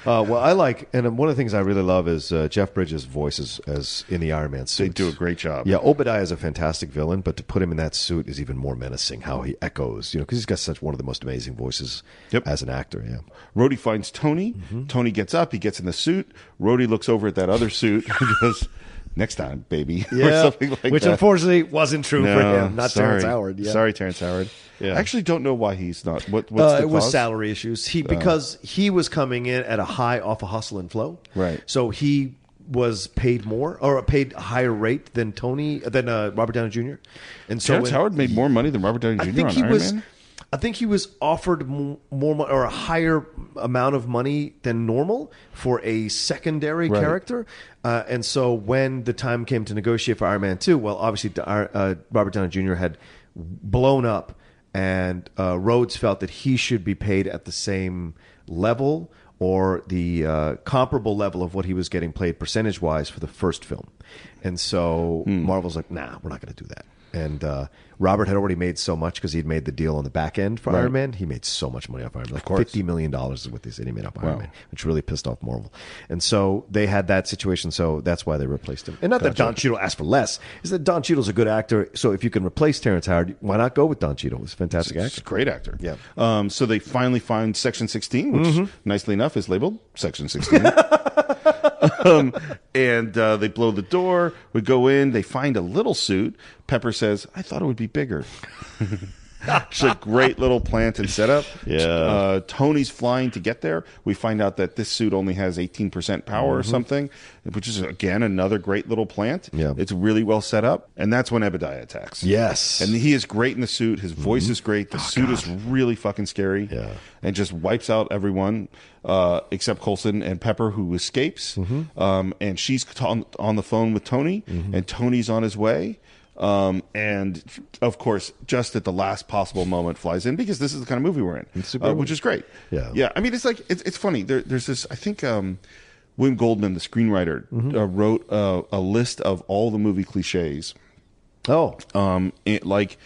Speaker 3: Uh, well, I like, and one of the things I really love is uh, Jeff Bridges' voice as, as in the Iron Man suit.
Speaker 1: They do a great job.
Speaker 3: Yeah, Obadiah is a fantastic villain, but to put him in that suit is even more menacing. How he echoes, you know, because he's got such one of the most amazing voices
Speaker 1: Yep.
Speaker 3: as an actor. Yeah,
Speaker 1: Rhodey finds Tony.
Speaker 3: Mm-hmm.
Speaker 1: Tony gets up. He gets in the suit. Rhodey looks over at that other suit and goes, next time, baby. or something like
Speaker 3: which
Speaker 1: that.
Speaker 3: unfortunately wasn't true for
Speaker 1: No,
Speaker 3: him. Not
Speaker 1: sorry.
Speaker 3: Terrence Howard. Yeah.
Speaker 1: Sorry, Terrence Howard.
Speaker 3: Yeah.
Speaker 1: I actually don't know why he's not. What, what's
Speaker 3: Uh,
Speaker 1: the
Speaker 3: it was
Speaker 1: cause? Uh.
Speaker 3: salary issues. He because he was coming in at a high off a hustle and flow.
Speaker 1: Right.
Speaker 3: So he was paid more or paid a higher rate than Tony than uh, Robert Downey Jr. And so
Speaker 1: Terrence
Speaker 3: when-
Speaker 1: Howard made more money than Robert Downey Jr.
Speaker 3: I think
Speaker 1: on
Speaker 3: he
Speaker 1: Iron
Speaker 3: was.
Speaker 1: Man?
Speaker 3: I think he was offered mo- more mo- or a higher amount of money than normal for a secondary
Speaker 1: Right.
Speaker 3: character, uh, and so when the time came to negotiate for Iron Man Two, well, obviously the Iron- uh, Robert Downey Jr. had blown up, and uh, Rhodes felt that he should be paid at the same level or the uh, comparable level of what he was getting played percentage wise for the first film, and so
Speaker 1: Hmm.
Speaker 3: Marvel's like, nah, we're not going to do that. And uh, Robert had already made so much because he'd made the deal on the back end for Iron Man. He made so much money off Iron Man. Like $50 million is what they said he made off Iron Man, which really pissed off Marvel. And so they had that situation, so that's why they replaced him. And not that Don Cheadle asked for less, is that Don Cheadle's a good actor. So if you can replace Terrence Howard, why not go with Don Cheadle? He's a fantastic
Speaker 1: He's
Speaker 3: actor.
Speaker 1: a great actor.
Speaker 3: Yeah. Mm-hmm.
Speaker 1: Um, so they finally find Section 16, which nicely enough is labeled Section 16. um, and uh, they blow the door. We go in. They find a little suit. Pepper says, I thought it would be bigger. It's a great little plant and setup.
Speaker 3: Yeah.
Speaker 1: Uh, Tony's flying to get there. We find out that this suit only has 18% power
Speaker 3: Mm-hmm.
Speaker 1: or something, which is, again, another great little plant.
Speaker 3: Yeah.
Speaker 1: It's really well set up. And that's when Ebediah attacks.
Speaker 3: Yes. Mm-hmm. Oh,
Speaker 1: And he is great in the suit. His voice is great. The suit is really fucking scary.
Speaker 3: Yeah.
Speaker 1: And just wipes out everyone uh, except Colson and Pepper, who escapes.
Speaker 3: Mm-hmm.
Speaker 1: Um, and she's t- on, on the phone with Tony, and Tony's on his way. Um, and of course, just at the last possible moment, flies in because this is the kind of movie we're in,
Speaker 3: super
Speaker 1: uh,
Speaker 3: movie.
Speaker 1: which is great.
Speaker 3: Yeah.
Speaker 1: Yeah. I mean, it's like, it's, it's funny. There, there's this, I think. Um, William Goldman, the screenwriter,
Speaker 3: Mm-hmm.
Speaker 1: uh, wrote uh, a list of all the movie cliches
Speaker 3: Oh,
Speaker 1: um, it, like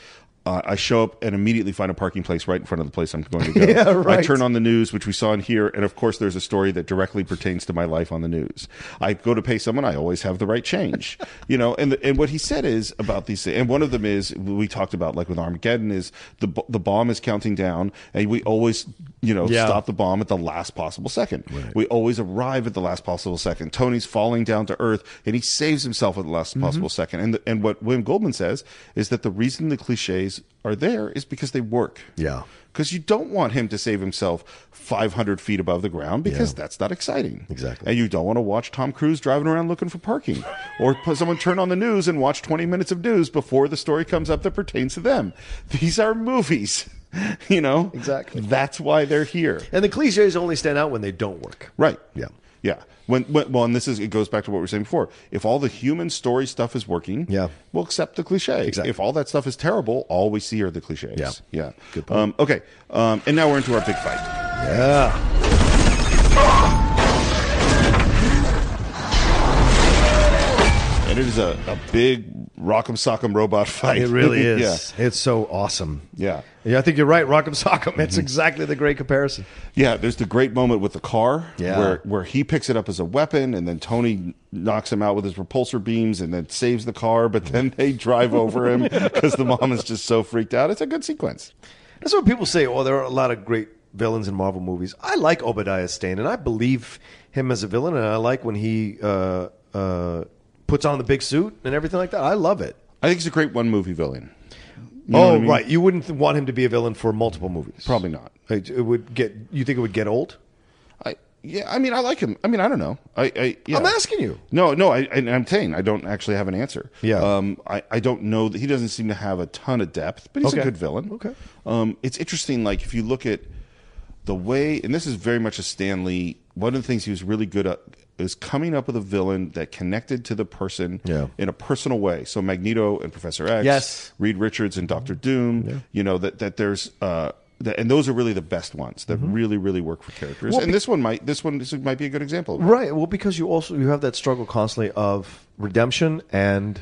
Speaker 1: uh, I show up and immediately find a parking place right in front of the place I'm going to go.
Speaker 3: Yeah, right.
Speaker 1: I turn on the news, which we saw in here, and of course there's a story that directly pertains to my life on the news. I go to pay someone, I always have the right change, you know. And the, and what he said is about these, and one of them is we talked about like with Armageddon is the b- the bomb is counting down, and we always you know
Speaker 3: Yeah.
Speaker 1: stop the bomb at the last possible second. We always arrive at the last possible second. Tony's falling down to earth, and he saves himself at the
Speaker 3: Mm-hmm.
Speaker 1: last possible second. And the, and what William Goldman says is that the reason the cliches are there is because they work.
Speaker 3: Yeah.
Speaker 1: Because you don't want him to save himself 500 feet above the ground because
Speaker 3: Yeah.
Speaker 1: that's not exciting.
Speaker 3: Exactly.
Speaker 1: And you don't want to watch Tom Cruise driving around looking for parking or put someone turn on the news and watch 20 minutes of news before the story comes up that pertains to them. These are movies, you know?
Speaker 3: Exactly.
Speaker 1: That's why they're here.
Speaker 3: and the cliches only stand out when they don't work.
Speaker 1: Right.
Speaker 3: Yeah.
Speaker 1: Yeah. When, when well, and this is it goes back to what we were saying before. If all the human story stuff is working,
Speaker 3: Yeah.
Speaker 1: we'll accept the cliche.
Speaker 3: Exactly.
Speaker 1: If all that stuff is terrible, all we see are the cliches.
Speaker 3: Yeah.
Speaker 1: Yeah.
Speaker 3: Good point.
Speaker 1: Um, okay. Um, and now we're into our big fight.
Speaker 3: Yeah.
Speaker 1: And it is a, a big rock'em sock'em robot fight.
Speaker 3: It really is.
Speaker 1: yeah.
Speaker 3: It's so awesome.
Speaker 1: Yeah.
Speaker 3: Yeah, Mm-hmm. I think you're right. Rock'em Sock'em. It's exactly the great comparison.
Speaker 1: Yeah, there's the great moment with the car
Speaker 3: Yeah.
Speaker 1: where where he picks it up as a weapon and then Tony knocks him out with his repulsor beams and then saves the car, but then they drive over him because the mom is just so freaked out. It's a good sequence.
Speaker 3: That's what people say. Oh, there are a lot of great villains in Marvel movies. I like Obadiah Stane, and I believe him as a villain, and I like when he uh, uh, puts on the big suit and everything like that. I love it.
Speaker 1: I think it's a great one movie villain.
Speaker 7: You know
Speaker 3: oh,
Speaker 7: what I mean?
Speaker 3: right. You wouldn't th- want him to be a villain for multiple movies.
Speaker 7: Probably not.
Speaker 3: It, it would get. You think it would get old?
Speaker 1: I yeah, I mean, I like him. I mean, I don't know. I, I yeah.
Speaker 3: I'm asking you.
Speaker 1: No, no, I, and I'm saying I don't actually have an answer.
Speaker 3: Yeah.
Speaker 1: um, I, I don't know that he doesn't seem to have a ton of depth, but he's
Speaker 3: Okay.
Speaker 1: a good villain.
Speaker 3: Okay.
Speaker 1: um, it's interesting. Like if you look at the way, and this is very much a Stanley. One of the things he was really good at is coming up with a villain that connected to the person
Speaker 3: Yeah.
Speaker 1: in a personal way. So Magneto and Professor X,
Speaker 3: Yes.
Speaker 1: Reed Richards and
Speaker 3: Mm-hmm.
Speaker 1: Doctor Doom. You know that that there's. Uh, that, and those are really the best ones that really, really work for characters.
Speaker 3: Mm-hmm. Well,
Speaker 1: and this one might, this one, this might be a good example. of it.
Speaker 3: Right. Well, because you also you have that struggle constantly of redemption and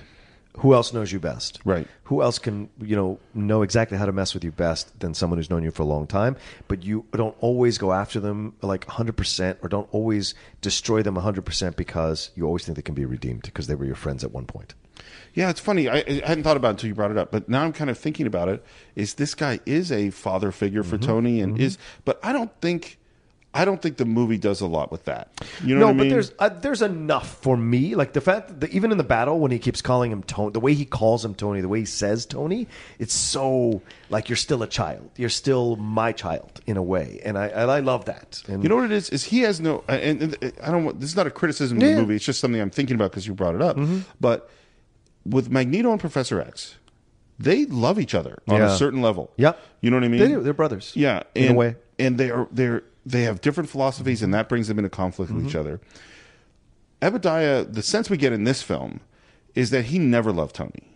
Speaker 3: who else knows you best.
Speaker 1: Right.
Speaker 3: Who else can you know know exactly how to mess with you best than someone who's known you for a long time? But you don't always go after them like 100 percent, or don't always destroy them 100 percent because you always think they can be redeemed because they were your friends at one point.
Speaker 1: Yeah, it's funny. I, I hadn't thought about it until you brought it up, but now I'm kind of thinking about it. Is this guy is a father figure for
Speaker 3: Mm-hmm.
Speaker 1: Tony, and is, but I don't think, I don't think the movie does a lot with that. You know
Speaker 3: no,
Speaker 1: what I mean?
Speaker 3: but there's uh, there's enough for me. Like the fact that even in the battle when he keeps calling him Tony, the way he calls him Tony, the way he says Tony, it's so like you're still a child. You're still my child in a way, and I and I love that. And
Speaker 1: You know what it is? Is he has no, uh, and, and I don't. want This is not a criticism of
Speaker 3: Yeah. Mm-hmm.
Speaker 1: the movie. It's just something I'm thinking about because you brought it up. But with Magneto and Professor X, they love each other on
Speaker 3: Yeah.
Speaker 1: a certain level.
Speaker 3: Yep.
Speaker 1: You know what I mean?
Speaker 3: They do. They're brothers.
Speaker 1: Yeah.
Speaker 3: In a
Speaker 1: and-
Speaker 3: way.
Speaker 1: And they are they're they have different philosophies, and that brings them into conflict with
Speaker 3: Mm-hmm.
Speaker 1: each other. Ebediah, the sense we get in this film is that he never loved Tony.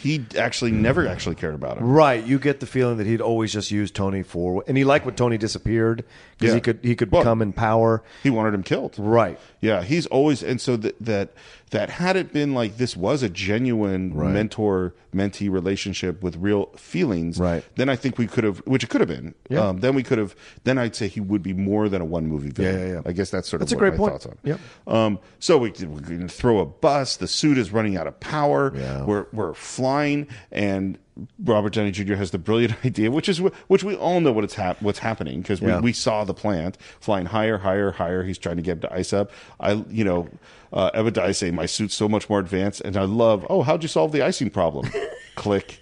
Speaker 1: He actually never actually cared about him.
Speaker 3: Right, you get the feeling that he'd always just use Tony for, and he liked when Tony disappeared because
Speaker 1: Yeah.
Speaker 3: he could he could
Speaker 1: Well-
Speaker 3: become in power.
Speaker 1: He wanted him killed.
Speaker 3: Right,
Speaker 1: Yeah, he's always and so that that that had it been like this was a genuine
Speaker 3: Right.
Speaker 1: mentor mentee relationship with real feelings,
Speaker 3: Right.
Speaker 1: Then I think we could have, which it could have been.
Speaker 3: Yeah.
Speaker 1: Um, then we could have. Then I'd say he would be more than a one movie villain.
Speaker 3: yeah, yeah.
Speaker 1: I guess that's sort
Speaker 3: That's a
Speaker 1: of what
Speaker 3: great
Speaker 1: my
Speaker 3: point.
Speaker 1: thoughts on.
Speaker 3: Yep.
Speaker 1: Um. So we, can- we can throw a bus. The suit is running out of power.
Speaker 3: Yeah.
Speaker 1: We're we're flying and. Robert Downey Jr. has the brilliant idea, which is wh- which we all know what it's hap- what's happening because
Speaker 3: Yeah.
Speaker 1: we, we saw the plant flying higher, higher, higher. He's trying to get to ice up. I, you know, uh, Ebediah saying my suit's so much more advanced, and I love. Oh, how'd you solve the icing problem? Click.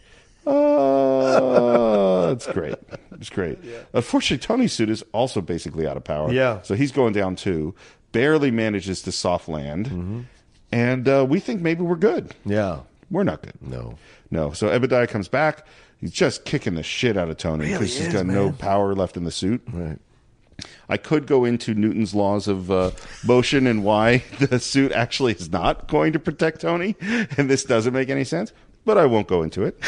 Speaker 1: Oh, it's great. It's great. Unfortunately, Tony's suit is also basically out of power.
Speaker 3: Yeah.
Speaker 1: So he's going down too. Barely manages to soft land, and uh, we think maybe we're good.
Speaker 3: Mm-hmm. yeah,
Speaker 1: We're not good.
Speaker 3: No.
Speaker 1: No. So Ebediah comes back. He's just kicking the shit out of Tony because he's got no power left in the suit.
Speaker 3: right.
Speaker 1: I could go into Newton's laws of uh, motion and why the suit actually is not going to protect Tony, and this doesn't make any sense. But I won't go into it.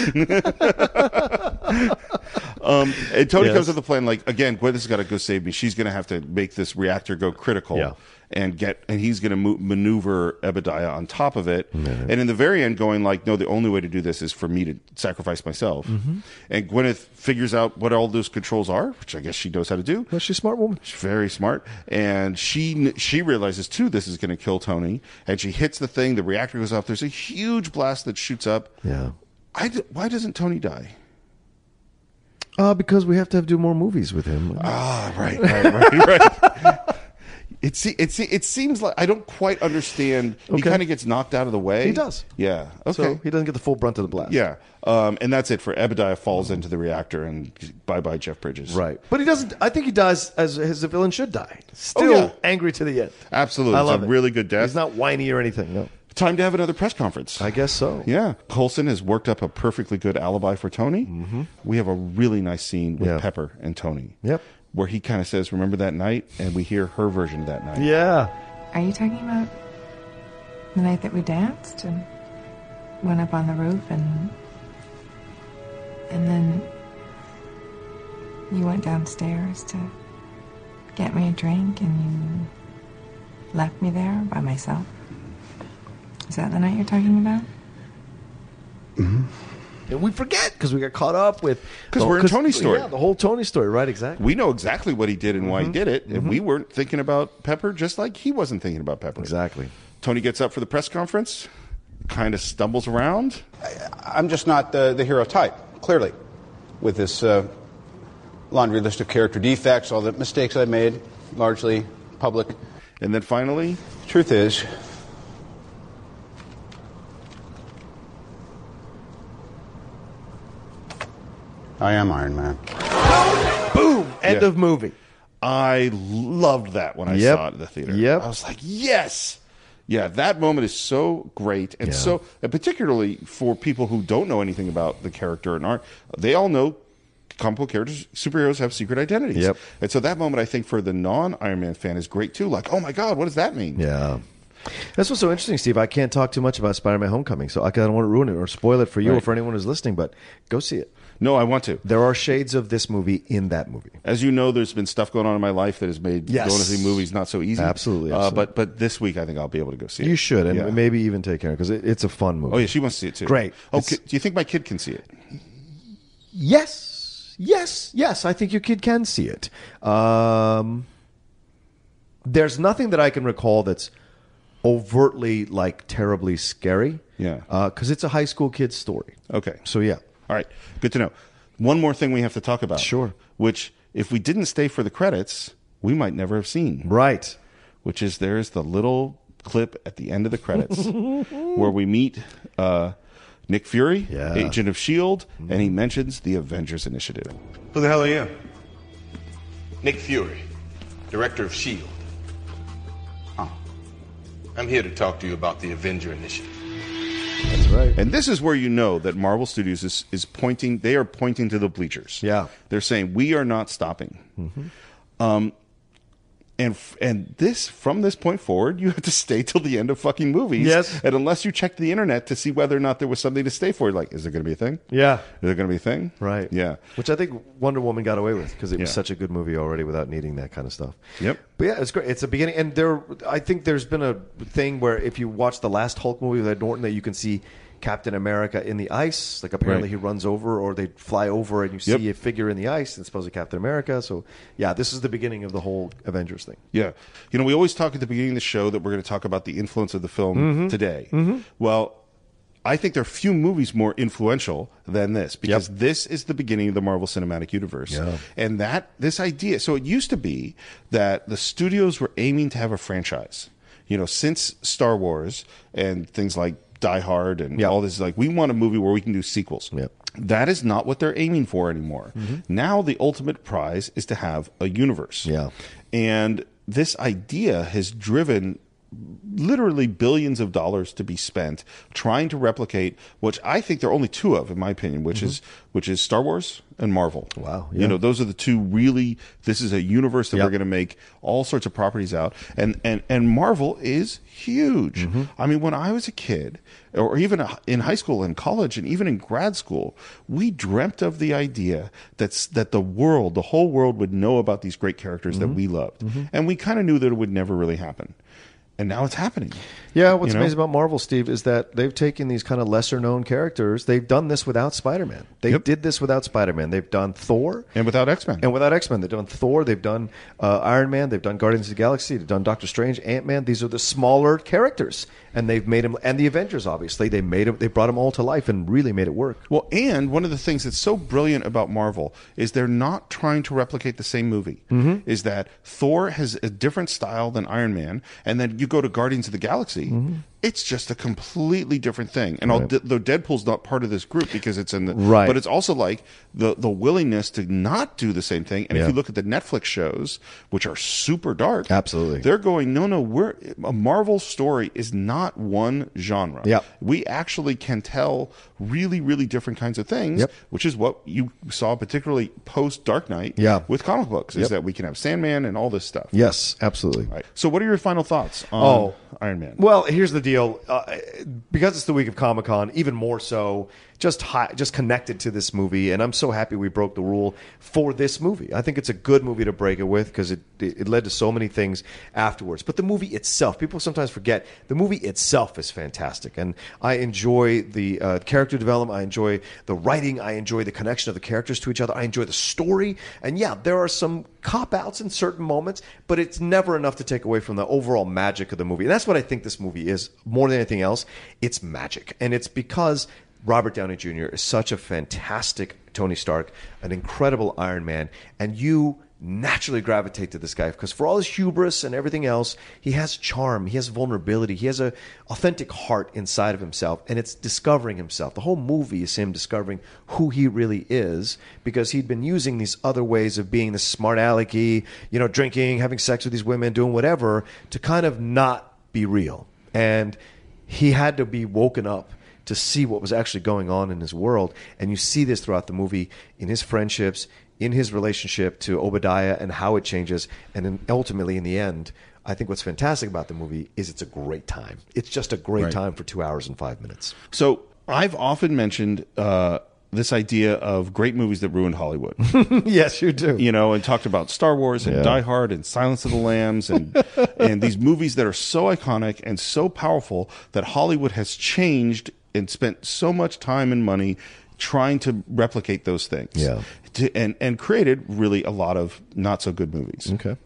Speaker 1: um, and Tony
Speaker 3: Yes.
Speaker 1: comes up with a plan like again, Gwyneth's got to go save me. She's going to have to make this reactor go critical
Speaker 3: Yeah.
Speaker 1: and get, and he's going to mo- maneuver Ebediah on top of it. And in the very end, going like, no, the only way to do this is for me to sacrifice myself. And Gwyneth figures out what all those controls are, which I guess she knows how to do.
Speaker 3: Well, she's a smart woman.
Speaker 1: She's very smart, and she she realizes too this is going to kill Tony, and she hits the thing. The reactor goes off. There's a huge blast that shoots up.
Speaker 3: Yeah,
Speaker 1: I d- why doesn't Tony die?
Speaker 3: uh, because we have to have, do more movies with him.
Speaker 1: Ah, right, right, right, right. It, se- it, se- it seems like I don't quite understand. He
Speaker 3: Okay.
Speaker 1: kind of gets knocked out of the way.
Speaker 3: He does.
Speaker 1: Yeah. Okay.
Speaker 3: So he doesn't get the full brunt of the blast.
Speaker 1: yeah. Um, and that's it for Ebediah falls into the reactor and bye bye Jeff Bridges.
Speaker 3: Right. But he doesn't. I think he dies as, as a villain should die. Still
Speaker 1: Oh, yeah.
Speaker 3: angry to the end.
Speaker 1: Absolutely.
Speaker 3: I
Speaker 1: It's
Speaker 3: love
Speaker 1: a
Speaker 3: it.
Speaker 1: really good death.
Speaker 3: He's not whiny or anything. No.
Speaker 1: Time to have another press conference.
Speaker 3: I guess so.
Speaker 1: Yeah, Colson has worked up a perfectly good alibi for Tony. We have a really nice scene with
Speaker 3: Mm-hmm. Yeah.
Speaker 1: Pepper and Tony.
Speaker 3: Yep.
Speaker 1: Where he kind of says, "Remember that night," and we hear her version of that night.
Speaker 3: Yeah.
Speaker 8: Are you talking about the night that we danced and went up on the roof and and then you went downstairs to get me a drink and you left me there by myself? Is that the night you're talking about?
Speaker 3: And we forget because we got caught up with
Speaker 1: 'Cause we're in Tony's story.
Speaker 3: Yeah, the whole Tony story. Right. Exactly.
Speaker 1: We know exactly what he did and
Speaker 3: Mm-hmm.
Speaker 1: why he did it, and we weren't thinking about Pepper just like he wasn't thinking about Pepper.
Speaker 3: Exactly.
Speaker 1: Tony gets up for the press conference, kind of stumbles around.
Speaker 11: I'm just not the, the hero type, clearly, with this uh, laundry list of character defects, all the mistakes I made, largely public.
Speaker 1: And then finally,
Speaker 11: Truth is, I am Iron Man.
Speaker 3: Boom! End
Speaker 1: Yeah.
Speaker 3: of movie.
Speaker 1: I loved that when I
Speaker 3: Yep.
Speaker 1: saw it at the theater.
Speaker 3: Yep.
Speaker 1: I was like, yes. Yeah, that moment is so great. And
Speaker 3: Yeah.
Speaker 1: so, and particularly for people who don't know anything about the character and art, they all know comic book characters, superheroes have secret identities.
Speaker 3: Yep.
Speaker 1: And so that moment, I think, for the non Iron Man fan is great too. Like, oh my God, what does that mean?
Speaker 3: Yeah. That's what's so interesting, Steve. I can't talk too much about Spider-Man: Homecoming, so I don't want to ruin it or spoil it for you or
Speaker 1: Right.
Speaker 3: for anyone who's listening. But go see it.
Speaker 1: No, I want to.
Speaker 3: There are shades of this movie in that movie.
Speaker 1: As you know, there's been stuff going on in my life that has made
Speaker 3: Yes.
Speaker 1: going to see movies not so easy.
Speaker 3: Absolutely,
Speaker 1: Uh,
Speaker 3: absolutely.
Speaker 1: but but this week, I think I'll be able to go see it.
Speaker 3: You should, and
Speaker 1: Yeah.
Speaker 3: maybe even take Karen because it, it's a fun movie.
Speaker 1: Oh yeah, she wants to see it too.
Speaker 3: Great.
Speaker 1: Oh,
Speaker 3: It's-
Speaker 1: ki- do you think my kid can see it?
Speaker 3: Yes, yes, yes. I think your kid can see it. Um, there's nothing that I can recall that's overtly like terribly scary.
Speaker 1: Yeah.
Speaker 3: because it's a high school kid's story.
Speaker 1: Okay.
Speaker 3: So yeah,
Speaker 1: All right. Good to know. One more thing we have to talk about.
Speaker 3: Sure.
Speaker 1: Which, if we didn't stay for the credits, we might never have seen.
Speaker 3: right.
Speaker 1: Which is there is the little clip at the end of the credits where we meet uh, Nick Fury,
Speaker 3: Yeah.
Speaker 1: Agent of S.H.I.E.L.D., E and he mentions the Avengers Initiative.
Speaker 12: Who the hell are you?
Speaker 13: Nick Fury, director of S.H.I.E.L.D. E I'm here to talk to you about the Avenger Initiative.
Speaker 3: That's right.
Speaker 1: And this is where you know that Marvel Studios is, is pointing, they are pointing to the bleachers.
Speaker 3: Yeah. Mm-hmm.
Speaker 1: They're saying, we are not stopping. Um, and f- and this from this point forward, you have to stay till the end of fucking movies.
Speaker 3: Yes.
Speaker 1: And unless you check the internet to see whether or not there was something to stay for, like, is there going to be a thing?
Speaker 3: Yeah.
Speaker 1: Is there going to be a thing?
Speaker 3: Right.
Speaker 1: Yeah.
Speaker 3: Which I think Wonder Woman got away with because it was
Speaker 1: Yeah.
Speaker 3: such a good movie already without needing that kind of stuff.
Speaker 1: Yep.
Speaker 3: But yeah, it's great. It's a beginning, and there. I think there's been a thing where if you watch the last Hulk movie with Ed Norton, that you can see Captain America in the ice. Like apparently
Speaker 1: Right.
Speaker 3: he runs over, or they fly over, and you see
Speaker 1: Yep.
Speaker 3: a figure in the ice. It's supposedly Captain America. So yeah, this is the beginning of the whole Avengers thing.
Speaker 1: Yeah. You know, we always talk at the beginning of the show that we're going to talk about the influence of the film today. Well, I think there are few movies more influential than this because this is the beginning of the Marvel Cinematic Universe.
Speaker 3: Yeah.
Speaker 1: And that this idea, so it used to be that the studios were aiming to have a franchise. You know, since Star Wars and things like Die Hard and all this like we want a movie where we can do sequels. That is not what they're aiming for anymore. Now the ultimate prize is to have a universe.
Speaker 3: Yeah.
Speaker 1: And this idea has driven literally billions of dollars to be spent trying to replicate which I think there are only two of in my opinion which is which is Star Wars and Marvel.
Speaker 3: Mm-hmm. Wow,
Speaker 1: You
Speaker 3: yeah.
Speaker 1: know those are the two really this is a universe that
Speaker 3: Yep.
Speaker 1: we're going to make all sorts of properties out and and and Marvel is huge.
Speaker 3: Mm-hmm.
Speaker 1: I mean when I was a kid or even in high school and college and even in grad school we dreamt of the idea that's that the world the whole world would know about these great characters
Speaker 3: Mm-hmm.
Speaker 1: that we loved. And we kind of knew that it would never really happen. And now it's happening.
Speaker 3: Yeah, what's
Speaker 1: You know?
Speaker 3: amazing about Marvel, Steve, is that they've taken these kind of lesser known characters. They've done this without Spider Man. They did this without Spider Man. They've done Thor.
Speaker 1: And without X-Men.
Speaker 3: And without X Men. They've done Thor. They've done uh, Iron Man. They've done Guardians of the Galaxy. They've done Doctor Strange, Ant Man. These are the smaller characters. And they've made them, and the Avengers, obviously. They made them, they brought them all to life and really made it work.
Speaker 1: Well, and one of the things that's so brilliant about Marvel is they're not trying to replicate the same movie.
Speaker 3: Mm-hmm.
Speaker 1: Is that Thor has a different style than Iron Man, and then you go to Guardians of the Galaxy,
Speaker 3: Mm-hmm.
Speaker 1: it's just a completely different thing. And although though Deadpool's not part of this group because it's in the
Speaker 3: Right.
Speaker 1: but it's also like the the willingness to not do the same thing. And
Speaker 3: Yeah.
Speaker 1: if you look at the Netflix shows, which are super dark,
Speaker 3: Absolutely.
Speaker 1: they're going no no we're a Marvel story is not one genre.
Speaker 3: Yeah.
Speaker 1: we actually can tell really, really different kinds of things,
Speaker 3: Yep.
Speaker 1: which is what you saw particularly post Dark Knight
Speaker 3: Yeah.
Speaker 1: with comic books, is
Speaker 3: Yep.
Speaker 1: that we can have Sandman and all this stuff.
Speaker 3: Yes, absolutely.
Speaker 1: Right. So, what are your final thoughts on Iron Man?
Speaker 3: Oh. Well, here's the deal. Uh, because it's the week of Comic Con, even more so, just high, just connected to this movie, and I'm so happy we broke the rule for this movie. I think it's a good movie to break it with because it, it it led to so many things afterwards. But the movie itself, people sometimes forget, the movie itself is fantastic, and I enjoy the uh, character development. I enjoy the writing. I enjoy the connection of the characters to each other. I enjoy the story, and yeah, there are some cop outs in certain moments, but it's never enough to take away from the overall magic of the movie. And that's what I think this movie is more than anything else. It's magic. And it's because Robert Downey Jr. is such a fantastic Tony Stark, an incredible Iron Man, and you naturally gravitate to this guy because for all his hubris and everything else, he has charm, he has vulnerability, he has a authentic heart inside of himself, and it's discovering himself. The whole movie is him discovering who he really is because he'd been using these other ways of being the smart alecky, you know, drinking, having sex with these women, doing whatever to kind of not be real. And he had to be woken up to see what was actually going on in his world. And you see this throughout the movie in his friendships, in his relationship to Obadiah, and how it changes. And then ultimately, in the end, I think what's fantastic about the movie is it's a great time. It's just a great
Speaker 1: Right.
Speaker 3: time for two hours and five minutes.
Speaker 1: So I've often mentioned uh, this idea of great movies that ruined Hollywood.
Speaker 3: yes, you do.
Speaker 1: You know, and talked about Star Wars and
Speaker 3: Yeah.
Speaker 1: Die Hard and Silence of the Lambs and and these movies that are so iconic and so powerful that Hollywood has changed and spent so much time and money trying to replicate those things.
Speaker 3: Yeah.
Speaker 1: To, and and created really a lot of not so good movies.
Speaker 3: Okay.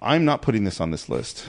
Speaker 1: I'm not putting this on this list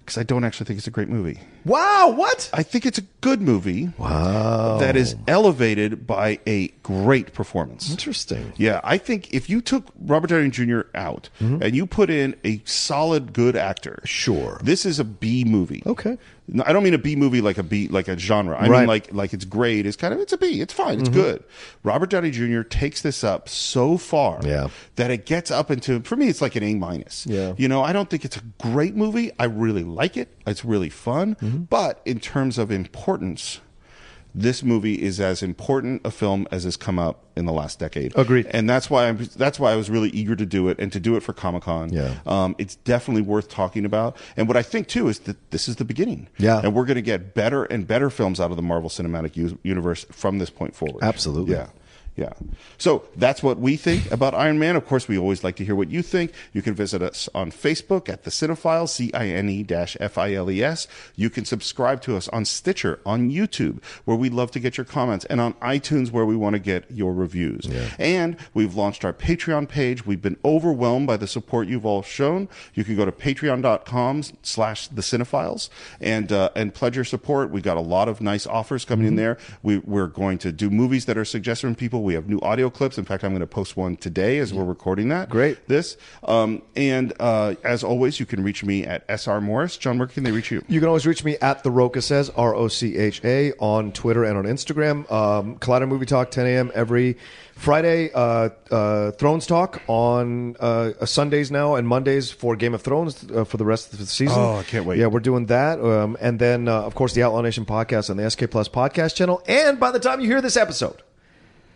Speaker 1: because I don't actually think it's a great movie.
Speaker 3: Wow, what?
Speaker 1: I think it's a good movie.
Speaker 3: Wow.
Speaker 1: That is elevated by a great performance.
Speaker 3: Interesting. Mm-hmm.
Speaker 1: Yeah, I think if you took Robert Downey Jr. out and you put in a solid good actor,
Speaker 3: Sure.
Speaker 1: this is a B movie.
Speaker 3: Okay.
Speaker 1: No, I don't mean a B movie like a B like a genre. I
Speaker 3: Right. Mm-hmm.
Speaker 1: mean like like its grade is kind of it's a B. It's fine. It's good. Robert Downey Jr. takes this up so far
Speaker 3: Yeah.
Speaker 1: that it gets up into for me it's like an A minus.
Speaker 3: Yeah.
Speaker 1: You know, I don't think it's a great movie. I really like it. It's really fun.
Speaker 3: Mm-hmm.
Speaker 1: But in terms of importance, this movie is as important a film as has come up in the last decade.
Speaker 3: Agreed.
Speaker 1: And that's why I'm, that's why I was really eager to do it and to do it for Comic Con.
Speaker 3: Yeah.
Speaker 1: Um, it's definitely worth talking about. And what I think too is that this is the beginning.
Speaker 3: Yeah.
Speaker 1: And we're going to get better and better films out of the Marvel Cinematic U- Universe from this point forward.
Speaker 3: Absolutely.
Speaker 1: Yeah. Yeah. So that's what we think about Iron Man. Of course, we always like to hear what you think. You can visit us on Facebook at The Cinephile, C I N E F I L E S. You can subscribe to us on Stitcher, on YouTube, where we love to get your comments, and on iTunes, where we want to get your reviews. And we've launched our Patreon page. We've been overwhelmed by the support you've all shown. You can go to patreon.com slash The Cinephiles and, uh, and pledge your support. We've got a lot of nice offers coming in there. We, we're going to do movies that are suggested from people. We have new audio clips. In fact, I'm going to post one today as we're recording that.
Speaker 3: Great.
Speaker 1: This. Um, and uh, as always, you can reach me at SR Morris. John, where can they reach you?
Speaker 3: You can always reach me at the Roca says R O C H A on Twitter and on Instagram. Um, Collider Movie Talk 10 a.m. every Friday. Uh, uh, Thrones Talk on uh, Sundays now and Mondays for Game of Thrones uh, for the rest of the season.
Speaker 1: Oh, I can't wait.
Speaker 3: Yeah, we're doing that, um, and then uh, of course the Outlaw Nation podcast on the SK Plus podcast channel. And by the time you hear this episode.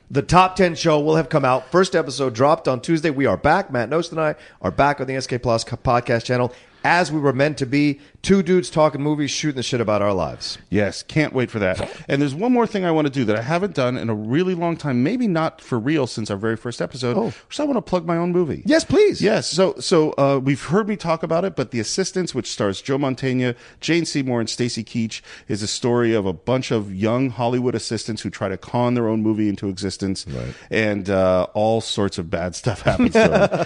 Speaker 3: The top 10 show will have come out. First episode dropped on Tuesday. We are back. Matt Nost and I are back on the SK Plus co- podcast channel as we were meant to be. Two dudes talking movies, shooting the shit about our lives.
Speaker 1: Yes, can't wait for that. And there's one more thing I want to do that I haven't done in a really long time, maybe not for real since our very first episode.
Speaker 3: Oh.
Speaker 1: So I want to plug my own movie.
Speaker 3: Yes, please.
Speaker 1: Yes. So, so uh, we've heard me talk about it, but The Assistants, which stars Joe Montaigne, Jane Seymour, and Stacy Keach, is a story of a bunch of young Hollywood assistants who try to con their own movie into existence, and uh, all sorts of bad stuff happens to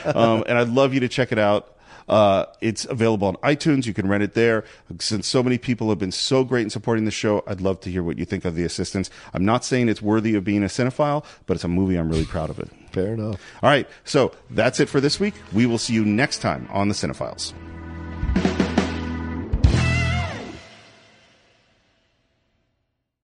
Speaker 1: them. um, and I'd love you to check it out. Uh, it's available on iTunes. You can rent it there. Since so many people have been so great in supporting the show, I'd love to hear what you think of The Assistants. I'm not saying it's worthy of being a cinephile, but it's a movie I'm really proud of it.
Speaker 3: Fair enough.
Speaker 1: All right, so that's it for this week. We will see you next time on The Cinephiles.